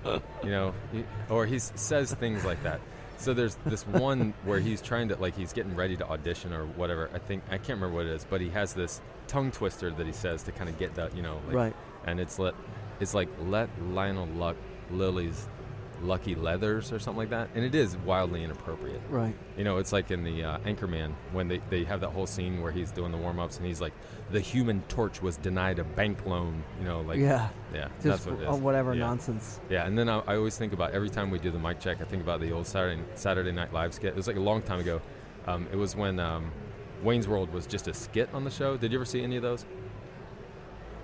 you know," he- or he s- says things like that. So there's this one where he's trying to like he's getting ready to audition or whatever. I think I can't remember what it is, but he has this tongue twister that he says to kind of get that, you know, like,
Right.
And it's let, it's like let Lionel Luck Lily's lucky leathers or something like that, and it is wildly inappropriate.
Right.
You know, it's like in the uh, Anchorman when they, they have that whole scene where he's doing the warm ups and he's like, the human torch was denied a bank loan. You know, like,
yeah.
yeah,
Just
that's what it is.
oh, whatever
yeah.
nonsense.
Yeah, and then I, I always think about every time we do the mic check, I think about the old Saturday, Saturday Night Live skit. It was like a long time ago. Um, it was when um, Wayne's World was just a skit on the show. Did you ever see any of those?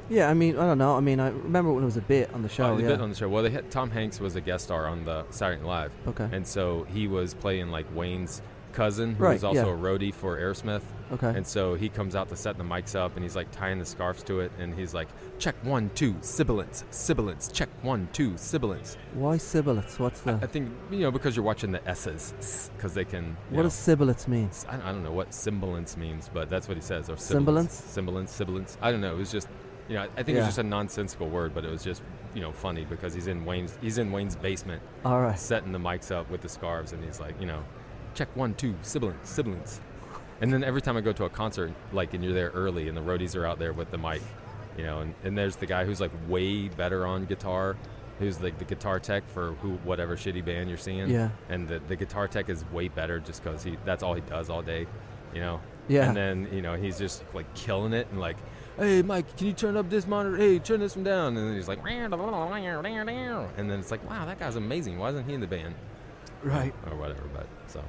Yeah, I mean, I don't know. I mean, I remember when it was a bit on the show.
they
Oh, yeah.
did on Oh, the show. Well, they had Tom Hanks was a guest star on the Saturday Night Live.
okay.
And so he was playing like Wayne's cousin, who
Right,
was also
yeah.
a roadie for Aerosmith.
okay.
And so he comes out to set the mics up and he's like tying the scarves to it and he's like, check one, two, sibilance, sibilance, check one, two, sibilance.
Why sibilance? What's the?
I, I think, you know, because you're watching the S's because they can. you
what
know,
does sibilance mean?
I, I don't know what sibilance means, but that's what he says. Or
Sibilance?
Sibilance, sibilance. I don't know. It was just, you know, I think it
Yeah.
was just a nonsensical word, but it was just, you know, funny because he's in Wayne's, he's in Wayne's basement
All right.
setting the mics up with the scarves, and he's like, you know, check one, two, sibilance, sibilance. And then every time I go to a concert, like, and you're there early, and the roadies are out there with the mic, you know, and, and there's the guy who's like way better on guitar, who's like the guitar tech for who whatever shitty band you're seeing.
Yeah.
And the, the guitar tech is way better just because he that's all he does all day, you know.
Yeah.
And then you know he's just like killing it and like, hey Mike, can you turn up this monitor? Hey, turn this one down. And then he's like, and then it's like, wow, that guy's amazing. Why isn't he in the band?
Right.
Or whatever. But so,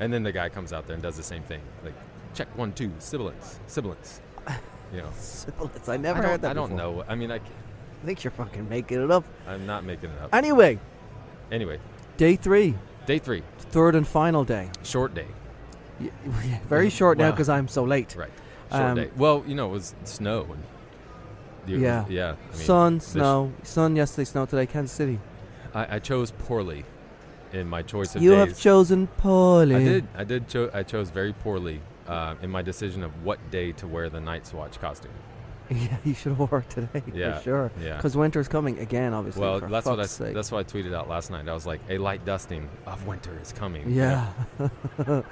and then the guy comes out there and does the same thing. Like, check one, two, sibilance, sibilance. You know.
Sibilance. I never
I don't,
heard that.
I don't
before.
know. I mean, I,
I think you're fucking making it up.
am not making it up.
Anyway,
Anyway,
day three.
Day three,
Third and final day.
short day.
Y- Very short now
Wow.
because I'm so late.
Right. Short
Um,
day. Well, you know, it was snow. And it was-
Yeah.
yeah. I mean,
sun,
this-
snow, sun yesterday, snow today. Kansas City.
I, I chose poorly in my choice of
You
days.
have chosen poorly.
I did. I did. Cho- I chose very poorly uh, in my decision of what day to wear the Night's Watch costume.
Yeah, you should have worked today
Yeah,
for sure.
yeah.
because winter's coming again. Obviously.
Well,
for
that's what I.
fuck's sake.
That's what I tweeted out last night. I was like, a light dusting of winter is coming. you know?
yeah.
But,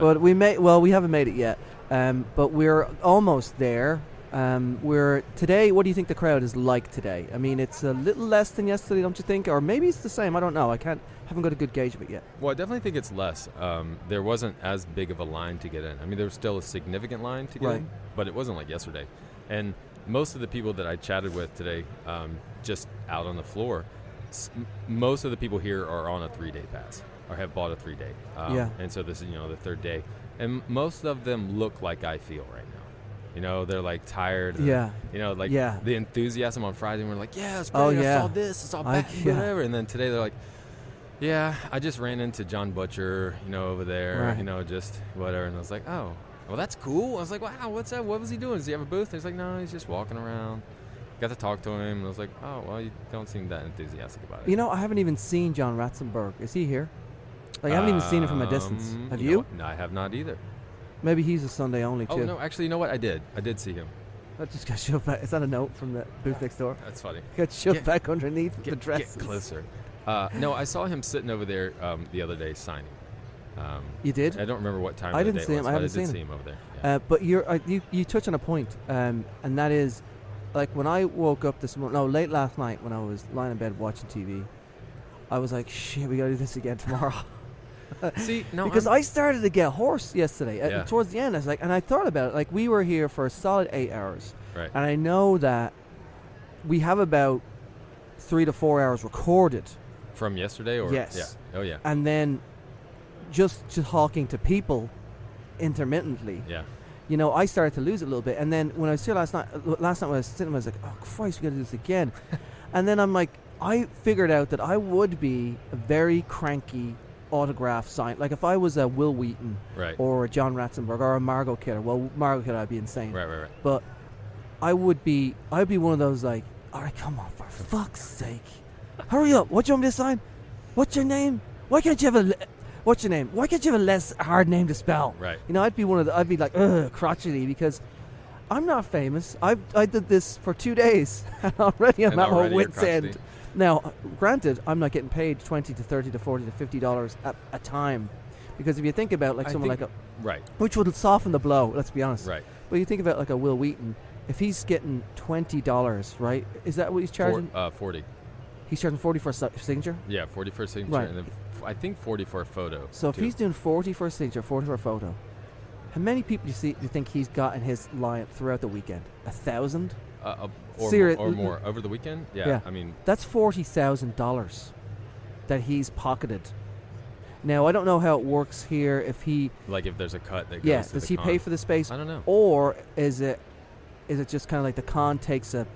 But we may well we haven't made it yet, um, but we're almost there. Um, we're today. What do you think the crowd is like today? I mean, it's a little less than yesterday, don't you think? Or maybe it's the same. I don't know. I can't. Haven't got a good gauge of it yet.
well, I definitely think it's less. Um, there wasn't as big of a line to get in. I mean, there was still a significant line to get
Right.
in, but it wasn't like yesterday. And most of the people that I chatted with today, um, just out on the floor, s- m- most of the people here are on a three-day pass or have bought a three-day. Um,
Yeah.
And so this is you know the third day, and most of them look like I feel right now. You know, they're like tired. and,
Yeah.
You know, like
Yeah.
the enthusiasm on Friday, we're like, yeah, it's
Oh,
great. I
yeah.
saw this, I saw
I-
that,
yeah.
whatever. And then today they're like, yeah, I just ran into John Butcher, you know, over there,
Right.
you know, just whatever. And I was like, oh, well, that's cool. I was like, wow, what's up? What was he doing? Does he have a booth? And he's like, no, he's just walking around. Got to talk to him. And I was like, oh, well, you don't seem that enthusiastic about it.
You know, I haven't even seen John Ratzenberg. Is he here? Like, I haven't even seen him from a distance.
Um,
Have
know
you?
what? No, I have not either.
Maybe he's a Sunday only too.
Oh, no, actually, you know what? I did. I did see him.
That just got shoved back. Is that a note from the booth next door?
That's funny.
Got shoved
Get-
back underneath the dresses.
closer. Uh, no, I saw him sitting over there um, the other day signing. Um,
You did?
I don't remember what time
I
of the
didn't see
day it
him.
was,
I
but
haven't
I did
seen
see him over there. Yeah.
Uh, but you're uh, you you touch on a point, um, and that is, like when I woke up this morning, no, late last night when I was lying in bed watching TV, I was like, shit, we gotta do this again tomorrow.
see, no,
Uh, because
I'm-
i started to get hoarse yesterday. Uh,
Yeah.
towards the end, I was like, and I thought about it. Like we were here for a solid eight hours,
Right.
and I know that we have about three to four hours recorded,
From yesterday, or
Yes.
yeah, oh yeah,
and then just just talking to people intermittently.
yeah,
you know, I started to lose it a little bit. And then when I was here last night, uh, last night when I was sitting, I was like, oh Christ, we got to do this again. and then I'm like, I figured out that I would be a very cranky autograph sign. Like if I was a Will Wheaton
right,
or a John Ratzenberger or a Margot Kidder. Well, Margot Kidder, I'd be insane.
right, right, right.
But I would be, I'd be one of those like, all right, come on, for fuck's sake, hurry up! What do you want me to sign? What's your name? Why can't you have a, le- what's your name? Why can't you have a less hard name to spell?
Right.
You know, I'd be one of the, I'd be like, ugh, crotchety because. I'm not famous. I I did this for two days, and already I'm
And
at my
already you're
wits'
crotchety.
end. Now, granted, I'm not getting paid twenty to thirty to forty to fifty dollars at a time, because if you think about like
I
someone
think-
like a
Right,
which would soften the blow. Let's be honest.
right.
But you think about like a Will Wheaton, if he's getting twenty dollars, right? Is that what he's
Four,
charging?
uh, forty,
he's charging forty for a si- signature.
yeah, forty for a signature,
Right.
and then f- I think forty for a photo.
So if
too.
he's doing forty for a signature, forty for a photo, how many people do you see? Do you think he's got in his lineup throughout the weekend? A thousand.
uh, uh, or,
Seri-
more, or more over the weekend, yeah,
Yeah.
I mean,
That's forty thousand dollars that he's pocketed. Now I don't know how it works here. If he,
like if there's a cut that goes
yeah,
to
does
the
he pay
con.
for the space?
I don't know.
Or is it, is it just kind of like the con takes a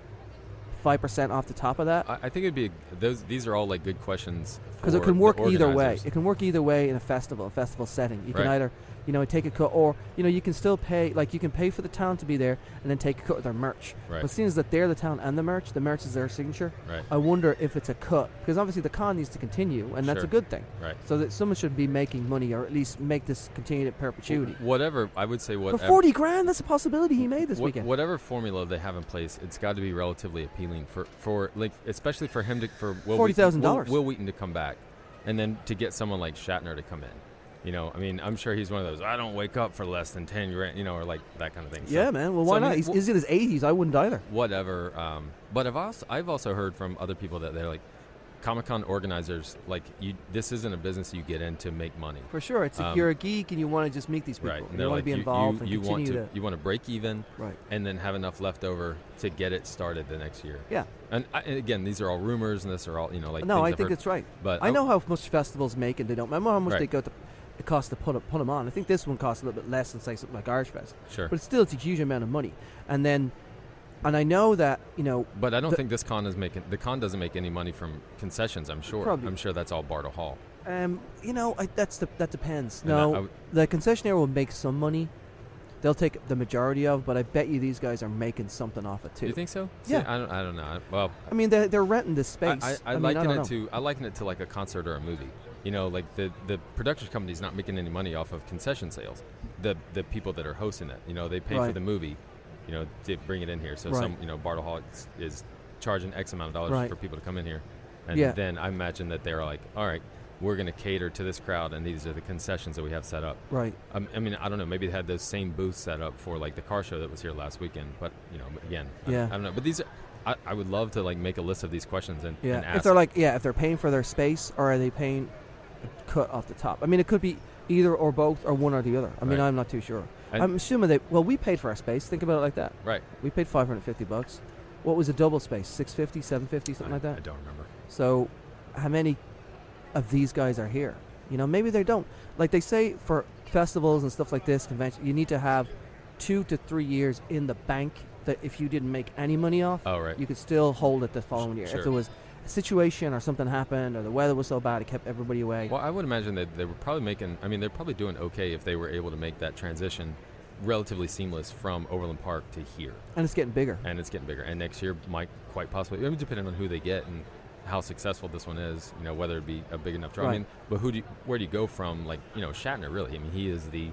five percent off the top of that?
I, I think it'd be a- those. These are all like good questions
because it
for
can
the
work either way.
organizers.
It can work either way in a festival, a festival setting. You can
Right.
either, you know, take a cut, or you know, you can still pay. Like you can pay for the town to be there, and then take a cut of their merch.
Right.
But seeing as that they're the town and the merch, the merch is their signature.
Right.
I wonder if it's a cut because obviously the con needs to continue, and that's a
Sure.
good thing.
Right.
So that someone should be making money, or at least make this continue at perpetuity.
Whatever I would say,
For
whatever.
forty grand, that's a possibility he made this
Wha-
weekend.
Whatever formula they have in place, it's got to be relatively appealing for for like especially for him to for Will Wheaton-
$40,000.
Will, Will Wheaton to come back, and then to get someone like Shatner to come in. You know, I mean, I'm sure he's one of those. I don't wake up for less than ten grand, you know, or like that kind of thing. So
Yeah, man. Well,
So,
why
I mean,
not? He's,
wh-
he's in his eighties. I wouldn't either.
whatever. Um, but I've also I've also heard from other people that they're like, Comic Con organizers, like you, this isn't a business you get in to make money.
For sure, it's
Um,
you're a geek and you want to just meet these people.
Right,
and
they're
you want
like
to be
you-
involved
you, you
and
want
continue
to you want to break even,
right.
and then have enough left over to get it started the next year.
Yeah.
And, I, and again, these are all rumors, and this are all you know, like
no,
things
I
I've
think
heard.
that's right.
But oh,
I know how much festivals make, and they don't. I know how much
Right.
they go to. It costs to put put them on. I think this one costs a little bit less than say something like Irish Fest,
sure,
but
but,
it's still it's a huge amount of money. And then, and I know that you know
I don't
the-
think this con is making the con doesn't make any money from concessions. I'm sure.
Probably.
I'm sure that's all Bartle Hall.
Um, you know, I, that's the that depends.
And I-
No,
I would-
the concessionaire will make some money. They'll take the majority of, but I bet you these guys are making something off it too.
You think so? See,
Yeah.
I don't. I don't know. I- Well,
I mean, they're, they're renting this
I,
space.
I, I,
mean,
liken
don't
it
know.
to I liken it to like a concert or a movie. You know, like the the production company's not making any money off of concession sales. The the people that are hosting it, you know, they pay for
Right.
the movie. You know, to bring it in here. So
Right.
some you know Bartle Hall is, is charging X amount of dollars
Right.
for people to come in here, and
Yeah.
then I imagine that they're like, all right, we're going to cater to this crowd, and these are the concessions that we have set up.
Right.
Um, I mean, I don't know. Maybe they had those same booths set up for like the car show that was here last weekend. But you know, again, I-
Yeah.
I, don't know. But these, are, I, I would love to like make a list of these questions and, and
Yeah.
ask.
If they're like, yeah, if they're paying for their space or are they paying a cut off the top? I mean, it could be either or both or one or the other. I mean,
Right.
I'm not too sure.
And-
I'm assuming they. Well, we paid for our space. Think about it like that.
right,
We paid 550 bucks. What was a double space? 650, 750, something
I,
like that.
I don't remember.
So, how many of these guys are here? You know, maybe they don't. Like they say for festivals and stuff like this, convention, you need to have two to three years in the bank that if you didn't make any money off,
Oh right,
you could still hold it the following year.
sure.
If there was a situation or something happened or the weather was so bad it kept everybody away.
Well, I would imagine that they were probably making. I mean, they're probably doing okay if they were able to make that transition relatively seamless from Overland Park to here.
And it's getting bigger.
And it's getting bigger. And next year might quite possibly. I mean, depending on who they get and how successful this one is, you know, whether it be a big enough draw. I
Right.
mean, but who do you, where do you go from? Like, you know, Shatner really. I mean, he is the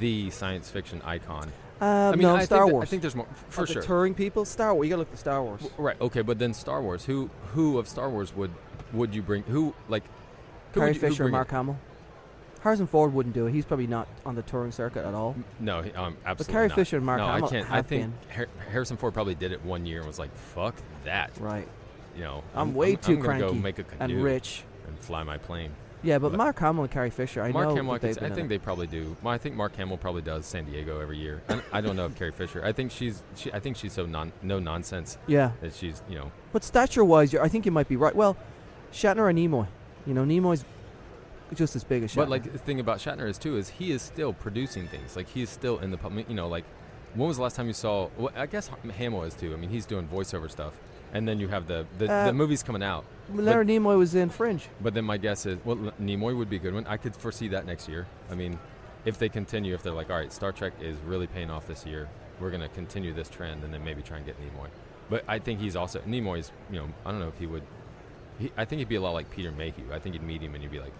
the science fiction icon.
Um,
I mean,
no,
I
Star
think that-
Wars.
I think there's more f- for
Of the
sure.
Touring people, Star Wars. You gotta look for Star Wars.
Right. Okay, but then Star Wars. Who who of Star Wars would would you bring? Who like? who
Carrie
would you- who
Fisher,
bring-
Mark Hamill. Harrison Ford wouldn't do it. He's probably not on the touring circuit at all.
No, he- um, absolutely.
Carrie
not.
Fisher and Mark
no,
Hamill
I can't. I
have
think Har- Harrison Ford probably did it one year and was like, "Fuck that,"
Right.
you know.
I'm way too
I'm gonna Go
cranky
make a
And
canoe
rich.
and fly my plane.
Yeah, but
But-
Mark Hamill and Carrie Fisher, I
Mark
know
Hamill, I,
that they've
could- I
been in
think
it.
they probably do. Well, I think Mark Hamill probably does San Diego every year. I, I don't know if Carrie Fisher. I think she's. She, I think she's so non no nonsense
Yeah,
that she's you know
but stature-wise, you're, I think you might be right. Well, Shatner and Nimoy, you know, Nimoy's just as big as Shatner.
But like the thing about Shatner is too is he is still producing things. Like he's still in the public. You know, like when was the last time you saw? Well, I guess Ham- Hamill is too. I mean, he's doing voiceover stuff, and then you have the the,
Uh,
the movies coming out.
Leonard Nimoy was in Fringe.
But then my guess is well, L- Nimoy would be a good one. I could foresee that next year. I mean, if they continue, if they're like, all right, Star Trek is really paying off this year, we're gonna continue this trend, and then maybe try and get Nimoy. But I think he's also Nimoy's. You know, I don't know if he would. He, I think he'd be a lot like Peter Mayhew. I think you'd meet him and you'd be like,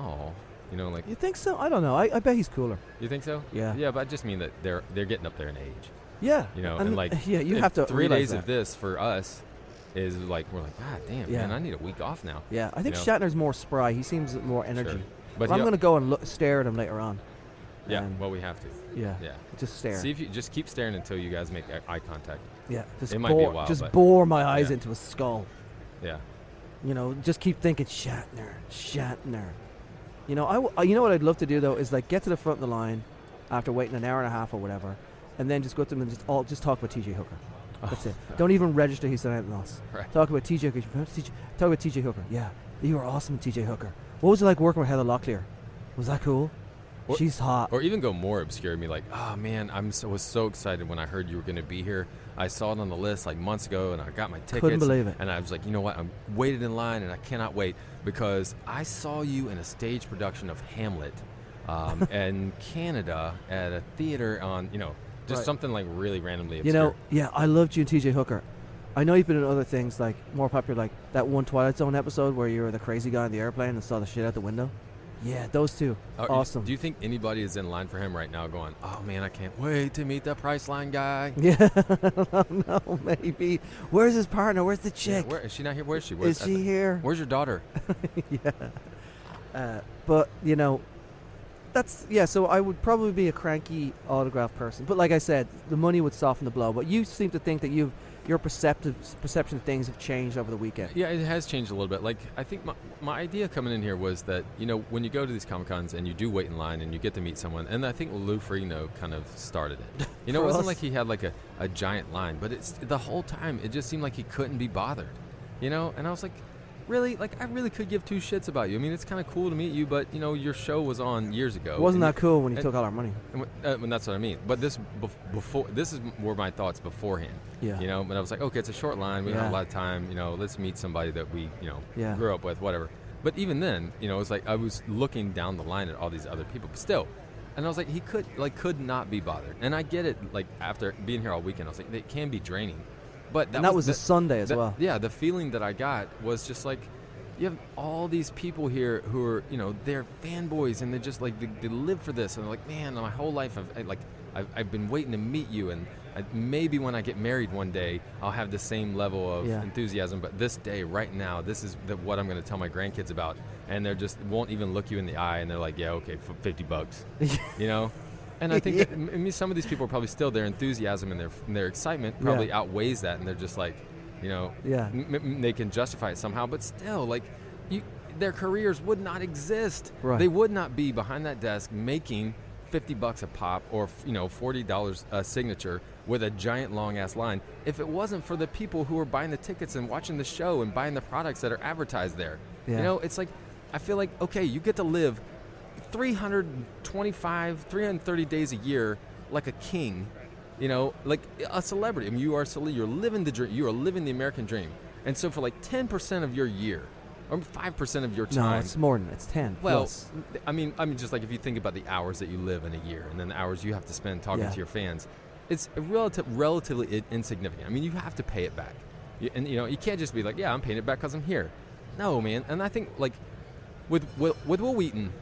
oh, you know, like
You think so? I don't know. I, I bet he's cooler.
you think so?
Yeah.
Yeah, but I just mean that they're they're getting up there in age.
Yeah.
You know, and, like
yeah, you
if
have to
three
realize
days
that.
of this for us is like we're like, God damn,
Yeah.
man, I need a week off now.
Yeah, I think
you know.
Shatner's more spry. He seems more energy.
Sure.
But
he-
I'm gonna go and look, stare at him later on.
Yeah,
Um,
well we have to.
yeah.
Yeah.
Just stare.
See if you just keep staring until you guys make e, eye- eye contact.
yeah. Just
it
bore,
might be a while,
just
but-
bore my eyes
yeah.
into his skull.
Yeah.
You know, just keep thinking Shatner, Shatner. You know, I w- uh, you know what I'd love to do though is like get to the front of the line after waiting an hour and a half or whatever, and then just go up to them and just all just talk about TJ Hooker. That's it. Don't even register he's an loss.
Right.
Talk about TJ Hooker. You remember TJ Talk about TJ Hooker. Yeah, you were awesome, in TJ Hooker. What was it like working with Heather Locklear? Was that cool?
Or-
She's hot.
Or even go more obscure and be like, oh man, I'm so, was so excited when I heard you were going to be here. I saw it on the list like months ago and I got my tickets.
believe it.
And I was like, you know what? I'm waited in line and I cannot wait because I saw you in a stage production of Hamlet um, in Canada at a theater on, you know, just
Right.
something like really randomly
you
obscure.
know, yeah, I loved you and TJ Hooker. I know you've been in other things like more popular, like that one Twilight Zone episode where you were the crazy guy in the airplane and saw the shit out the window. Yeah, those two,
Are Uh, you-
awesome.
Do you think anybody is in line for him right now going, oh man, I can't wait to meet that Priceline guy?
yeah, I don't know, maybe. Where's his partner? Where's the
Yeah,
chick?
where, is she not here? Where is she? Where's,
Is she here?
where's your daughter?
yeah. Uh, but you know, that's yeah. So I would probably be a cranky autograph person. But like I said, the money would soften the blow. But you seem to think that you've your perceptive perception of things have changed over the weekend.
Yeah, it has changed a little bit. Like, I think my, my idea coming in here was that, you know, when you go to these Comic Cons and you do wait in line and you get to meet someone, and I think Lou Ferrigno kind of started it. You know, it
For
wasn't
us.
like he had like a, a giant line, but it's the whole time it just seemed like he couldn't be bothered, you know? And I was like, really? Like, I really could give two shits about you. I mean, it's kind of cool to meet you, but, you know, your show was on years ago.
It wasn't
and
that cool when he
and-
took all our money?
and wh- uh, and that's what I mean. But this bef- before this is were my thoughts beforehand.
Yeah.
You know, but I was like, okay, it's a short line. We don't have
Yeah.
a lot of time. You know, let's meet somebody that we you know
Yeah.
grew up with, whatever. But even then, you know, it's like I was looking down the line at all these other people, but still. And I was like, he could like could not be bothered. And I get it. Like after being here all weekend, I was like, it can be draining. But that,
and that was,
the,
a Sunday as
that-
well.
Yeah, the feeling that I got was just like you have all these people here who are, you know, they're fanboys and they're just like they, they live for this and they're like, man, my whole life I've I, like I've, I've been waiting to meet you and I, maybe when I get married one day I'll have the same level of
Yeah.
enthusiasm. But this day, right now, this is the, what I'm going to tell my grandkids about, and they're just won't even look you in the eye and they're like, yeah, okay, f- fifty bucks, you know. And I think that, I mean, some of these people are probably still their enthusiasm and their and their excitement probably
Yeah.
outweighs that, and they're just like, you know,
Yeah.
m- m- they can justify it somehow. But still, like, you, their careers would not exist.
Right.
They would not be behind that desk making fifty bucks a pop or f- you know forty dollars a signature with a giant long ass line if it wasn't for the people who are buying the tickets and watching the show and buying the products that are advertised there.
Yeah.
You know, it's like, I feel like okay, you get to live 325, 330 days a year like a king, you know, like a celebrity. I mean, you are a cele- you're living the dream. You are living the American dream. And so for like 10% of your year, or 5% of your
No,
time.
it's more than that. it's ten.
well,
plus.
I mean, I mean, just like if you think about the hours that you live in a year, and then the hours you have to spend talking
Yeah.
to your fans, it's relative, relatively i- insignificant. I mean, you have to pay it back, you, and you know, you can't just be like, "Yeah, I'm paying it back because I'm here." No, man. And I think like with with, with Will Wheaton,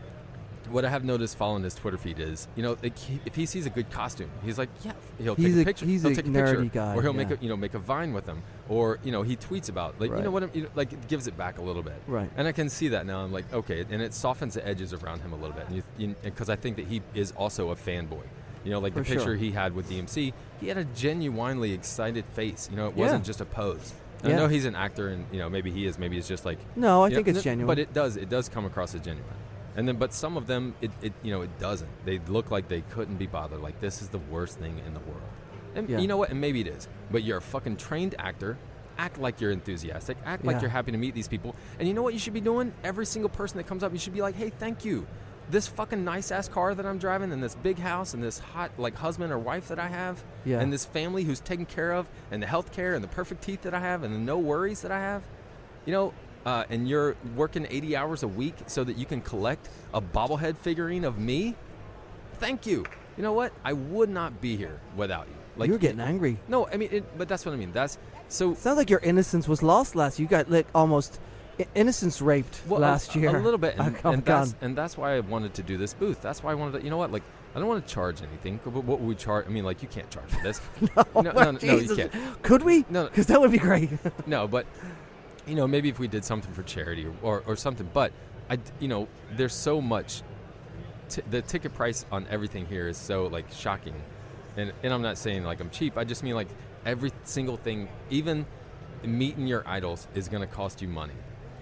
what I have noticed following his Twitter feed is, you know, like he, if he sees a good costume, he's like, yeah, he'll
He's
take
a-
a picture.
he's
he'll
a
take a
nerdy
picture,
guy,
or he'll
yeah.
make a you know make a vine with him, or you know he tweets about like you
Right.
know what I'm, you know, like gives it back a little bit,
Right.
And I can see that now. I'm like, okay, and it softens the edges around him a little bit, because you, because I think that he is also a fanboy. You know, like the
For sure.
picture he had with DMC, he had a genuinely excited face. You know, it
Yeah.
wasn't just a pose. And
Yeah.
I know he's an actor, and you know maybe he is, maybe he's just like
No, I
you know,
think it's
th-
genuine.
But it does. It does come across as genuine. And then, but some of them, it, it you know, it doesn't. They look like they couldn't be bothered. Like this is the worst thing in the world. And
Yeah.
you know what? And maybe it is. But you're a fucking trained actor. Act like you're enthusiastic. Act
Yeah.
like you're happy to meet these people. And you know what you should be doing? Every single person that comes up, you should be like, hey, thank you. This fucking nice ass car that I'm driving, and this big house, and this hot like husband or wife that I have,
Yeah.
and this family who's taken care of, and the health care, and the perfect teeth that I have, and the no worries that I have. You know, uh, and you're working 80 hours a week so that you can collect a bobblehead figurine of me? Thank you. You know what? I would not be here without you.
you were getting angry.
No, I mean, it, but that's what I mean. That's so.
Sounds like your innocence was lost last. You got like almost i- innocence raped
well, a-
last
a-
year.
A little bit,
Oh,
and,
come
and that's
on.
and that's why I wanted to do this booth. That's why I wanted to. You know what? Like, I don't want to charge anything. But what would we charge? I mean, like, you can't charge for this. no, no, no, no, you
Jesus.
can't.
Could we?
No, no.
because that would be great.
no, but you know, maybe if we did something for charity or, or, or something. But I, d- you know, there's so much. T- the ticket price on everything here is so like shocking, and and I'm not saying like I'm cheap. I just mean like every single thing, even meeting your idols, is going to cost you money.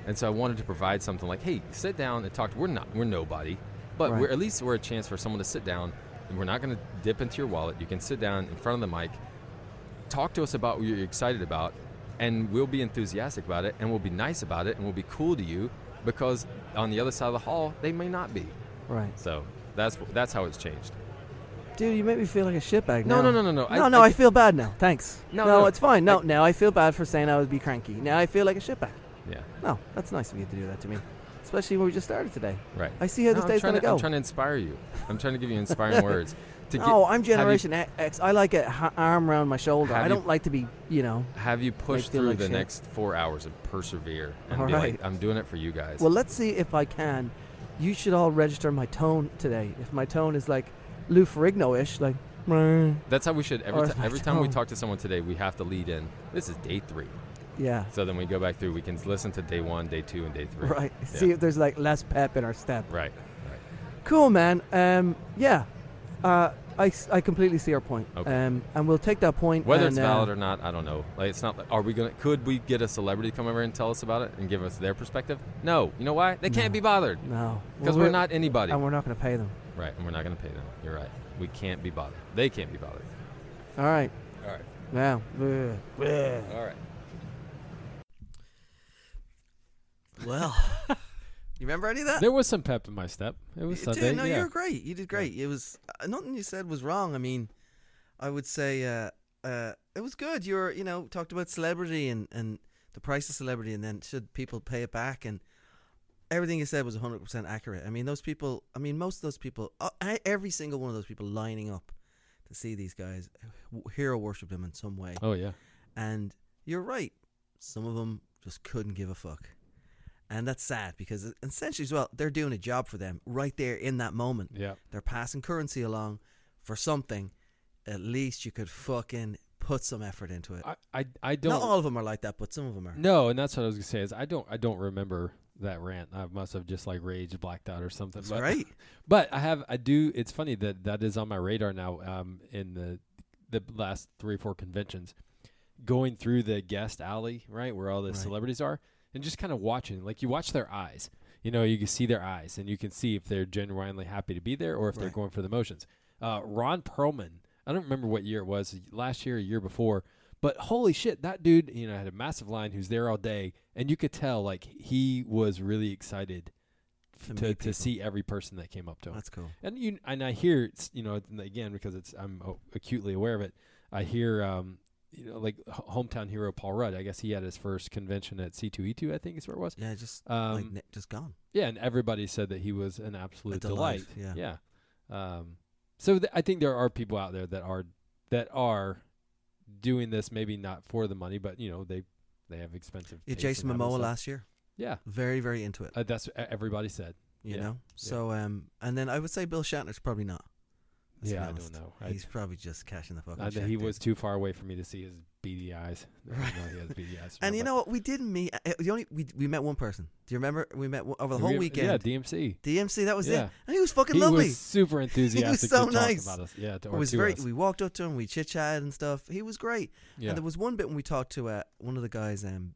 And so I wanted to provide something like, hey, sit down and talk. To, we're not, we're nobody, but
Right.
we're at least we're a chance for someone to sit down. And we're not going to dip into your wallet. You can sit down in front of the mic talk to us about what you're excited about and we'll be enthusiastic about it and we'll be nice about it and we'll be cool to you because on the other side of the hall they may not be
right,
so that's that's how it's changed
dude. You make me feel like a shitbag.
No,
now.
no, no, no, no. I-
No,
I
no. I,
get-
feel bad now. Thanks.
No, no,
it's fine. No,
I-
now I feel bad for saying I would be cranky. Now I feel like a shitbag.
yeah
No, that's nice of you to do that to me, especially when we just started today.
right
I see how this
I'm
day's
trying
gonna
to-
go.
i'm trying to inspire you i'm trying to give you inspiring words to
No,
get-
I'm
have you-
Generation X. I like a ha- arm around my shoulder.
Have
I
you-
don't like to be, you know.
have you pushed
Make feel
through
like
the
shit.
next four hours and persevere and
All
be
right.
like i'm doing it for you guys
Well, let's see if I can. You should all register my tone today. If my tone is like Lou Ferrigno-ish, like, "Meh,"
that's how we should
Or
every,
if
ti-
I
every time we
don't.
talk to someone today we have to lead in this is day three
yeah,
so then we go back through we can listen to day one day two and day three
right.
Yeah.
See if there's like less pep in our step.
right
Cool, man. Um, yeah, uh, I, s- I completely see your point.
Okay.
Um, and we'll take that point.
Whether
and,
it's valid
uh,
or not, I don't know. Like, it's not. Are we gonna? Could we get a celebrity to come over and tell us about it and give us their perspective? No. You know why? They can't be bothered
no,
because
Well,
we're not anybody.
and we're not going to pay them.
right, and we're not gonna pay them. You're right. We can't be bothered. They can't be bothered.
All right.
All right.
Yeah. Ugh.
All right.
Well, you remember any of that?
There was some pep in my step. It was
You did.
Sunday.
No,
yeah.
you were great. You did great. It was uh, nothing you said was wrong. I mean, I would say uh, uh, it was good. You were, you know, talked about celebrity and and the price of celebrity, and then should people pay it back? And everything you said was 100% accurate. I mean, those people, I mean, most of those people, uh, e- every single one of those people lining up to see these guys, uh, w- hero worship them in some way.
Oh yeah.
And you're right. Some of them just couldn't give a fuck. And that's sad because e-, essentially, as well, they're doing a job for them right there in that moment.
Yeah.
They're passing currency along for something. At least you could fucking put some effort into it.
I, I, I don't.
Not all of them are like that, but some of them are.
No, and that's what I was gonna say is I don't I don't remember that rant. I must have just like rage blacked out or something.
That's
but,
right.
But I have I do. It's funny that that is on my radar now. Um, in the the last three four conventions, going through the guest alley right where all the
Right.
celebrities are, and just kind of watching. Like you watch their eyes. You know, you can see their eyes, and you can see if they're genuinely happy to be there or if they're
Right.
going for the motions. Uh, Ron Perlman. I don't remember what year it was, last year, or year before, but holy shit, that dude, you know, had a massive line who's there all day, and you could tell like he was really excited
To
to to,
meet people.
see every person that came up to him.
That's cool.
and you and I hear it's, you know and again because it's I'm oh, acutely aware of it. I hear um you know like h- hometown hero Paul Rudd. I guess he had his first convention at C2E2. I think is where it was.
Yeah, just
Um,
like ne- just gone.
Yeah, and everybody said that he was an absolute delight.
delight, yeah.
Yeah. Um, so th- I think there are people out there that are that are doing this maybe not for the money, but you know they they have expensive.
Yeah,
tastes
Jason
and all that
Momoa
stuff.
last year,
Yeah,
very very into it.
uh, that's what e- everybody said.
You
yeah,
know, so um, and then I would say Bill Shatner's probably not. let's be
yeah, I don't
honest.
know.
He's
I,
probably just cashing the fucking.
I,
check,
Uh, he
dude.
was too far away for me to see his beady eyes.
Right.
Right. No, he has beady eyes.
And you
but-
know what? We didn't meet. uh, The only we we met one person. Do you remember? We met one- over the
We
whole
have-
weekend.
Yeah, DMC.
DMC. That was
Yeah.
it. And he was fucking
He
lovely.
was super enthusiastic
so
to
nice.
talk about us. Yeah, to,
It
or
was
to
very.
us.
We walked up to him. We chit chatted and stuff. He was great.
yeah.
And there was one bit when we talked to uh, one of the guys, um,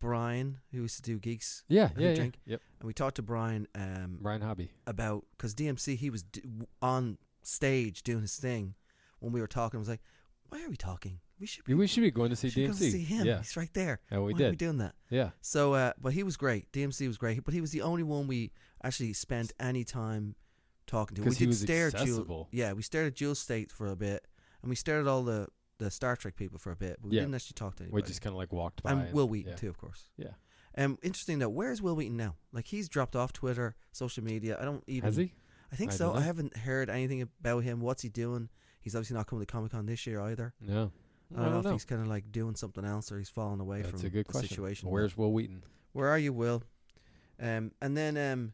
Brian, who used to do geeks,
yeah,
who
yeah, yeah.
drink.
Yep.
and we talked to Brian um,
Ryan Hobby.
about because DMC he was d- w- on stage doing his thing when we were talking. I was like, why are we talking? We should be
We should be going to see
should
DMC.
go see him.
Yeah.
He's right there.
And we
why are we
did.
doing that?
Yeah.
So, uh, but he was great. DMC was great, but he was the only one we actually spent any time talking to. We
'Cause he
did
was
stare
accessible.
at Jewel. Yeah, we stared at Jewel State for a bit, and we stared at all the the Star Trek people for a bit. But we
Yeah.
didn't actually talk to anybody.
We just kind of like walked by.
and Will Wheaton
yeah.
too, of course.
Yeah.
Um, interesting though. Where is Will Wheaton now? Like he's dropped off Twitter, social media. I don't even.
Has he?
I think
I
so.
dunno.
I haven't heard anything about him. What's he doing? He's obviously not coming to Comic Con this year either.
No.
I don't, know, if he's kind of like doing something else or he's falling away
That's
from
a good
the
question.
situation. but-
Where's Will Wheaton?
where are you, Will? Um, and then um,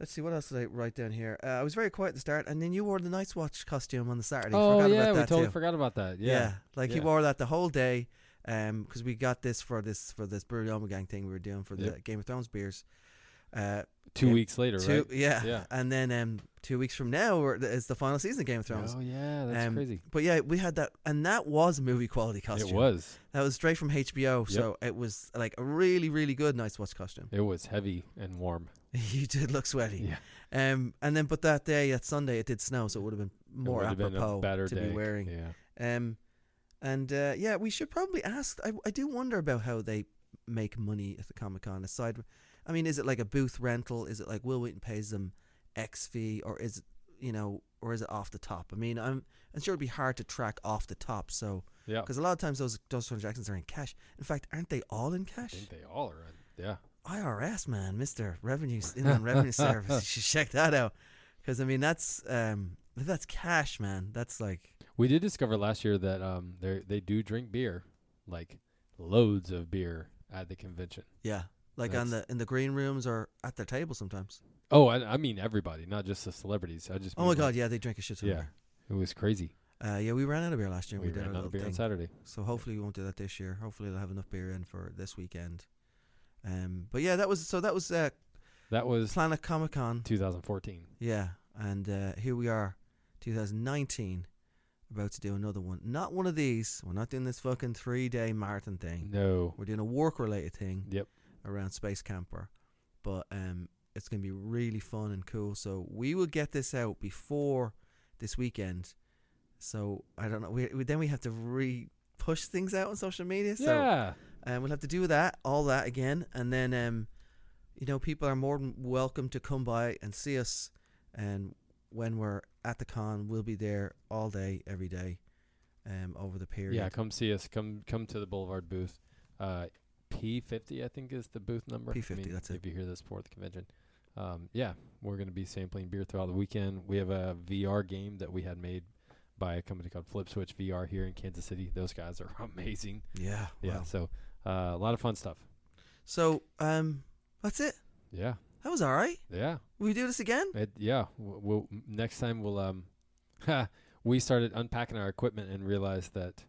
let's see, what else did I write down here? Uh, I was very quiet at the start, and then you wore the Night's Watch costume on the Saturday.
oh
Forgot
yeah,
about
we
that
totally
too.
forgot about that. Yeah.
like he
Yeah.
wore that the whole day, um, because we got this for this for this Brewery Oma Gang thing we were doing for the
Yep.
Game of Thrones beers. Uh,
Two
Yeah.
weeks later,
two,
right?
yeah,
Yeah.
and then um, two weeks from now we're- is the final season of Game of Thrones.
Oh yeah, that's
Um,
crazy.
But yeah, we had that, and that was movie quality costume.
It was.
That was straight from HBO, so it was like a really, really good Night's Watch costume.
It was heavy and warm.
You did look sweaty.
Yeah.
Um, and then but that day at Sunday it did snow, so it would have been
It
more
would've been a
apropos
better
to
day.
be wearing.
Yeah.
Um, and uh, yeah, we should probably ask. I, I do wonder about how they make money at the Comic Con. Aside, I mean, is it like a booth rental? Is it like Will Wheaton pays them X fee, or is it you know, or is it off the top? I mean, I'm I'm sure it'd be hard to track off the top. So
Yeah.
because a lot of times those those transactions are in cash. In fact, aren't they all in
I
cash?
think they all are. in- Yeah.
IRS man, Mister Revenue Inland Revenue Service. You should check that out, because I mean that's um if that's cash, man. That's like
We did discover last year that um they they do drink beer, like loads of beer at the convention.
yeah, like on the
That's-
in the green rooms or at their table sometimes.
Oh, I, I mean everybody, not just the celebrities. I just
Oh
mean,
my
like,
god, yeah, they drink a shit ton.
Yeah.
Yeah,
it was crazy.
uh, yeah, we ran out of beer last year.
We,
We, did
ran
our
out
little
of beer on
thing.
Saturday.
So hopefully we won't do that this year. Hopefully they'll have enough beer in for this weekend. Um, but yeah, that was so that was uh,
That was
Planet Comic Con.
2014.
Yeah, and uh, here we are, 2019, about to do another one. Not one of these. We're not doing this fucking three day marathon thing.
No.
We're doing a work related thing
Mm. Yep.
around Space Camper, but um, it's gonna be really fun and cool. So we will get this out before this weekend. So I don't know. We, we then we have to re push things out on social media. So
yeah.
um, we'll have to do that, all that again, and then um, you know, people are more than welcome to come by and see us. And when we're at the con, we'll be there all day, every day, um, over the period.
Yeah, come see us. Come come to the Boulevard booth. Uh, P50, I think, is the booth number.
P50,
I mean,
that's
If you hear this for the convention, um, yeah, we're going to be sampling beer throughout the weekend. We have a VR game that we had made by a company called Flip Switch VR here in Kansas City. Those guys are amazing.
Yeah.
Yeah,
Wow.
so uh, a lot of fun stuff.
So um, that's it.
Yeah,
That was all right.
yeah,
Will we do this again?
it, yeah. We'll, we'll m- next time we'll um, we started unpacking our equipment and realized that.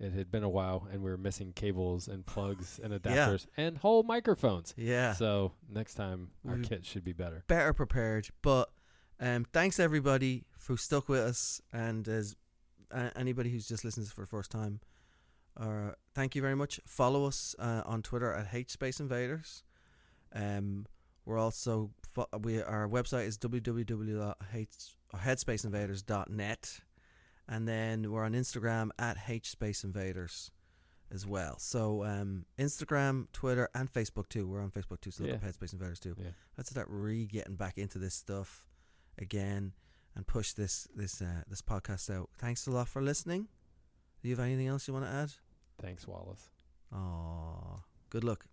It had been a while, and we were missing cables and plugs and adapters and whole microphones.
Yeah.
So next time our
We-
kit should be better.
better prepared. But um, thanks everybody who stuck with us, and as uh, anybody who's just listening for the first time, uh, thank you very much. Follow us uh, on Twitter at H Space Invaders. Um, we're also fo- we our website is www.headspaceinvaders.net, and then we're on Instagram at H Space Invaders. As well, so um, Instagram, Twitter, and Facebook too. We're on Facebook too, so look
Yeah.
up Headspace Invaders too
Yeah.
let's start re getting back into this stuff again and push this this uh, this podcast out. Thanks a lot for listening. Do you have anything else you want to add?
Thanks, Wallace.
Oh, good luck.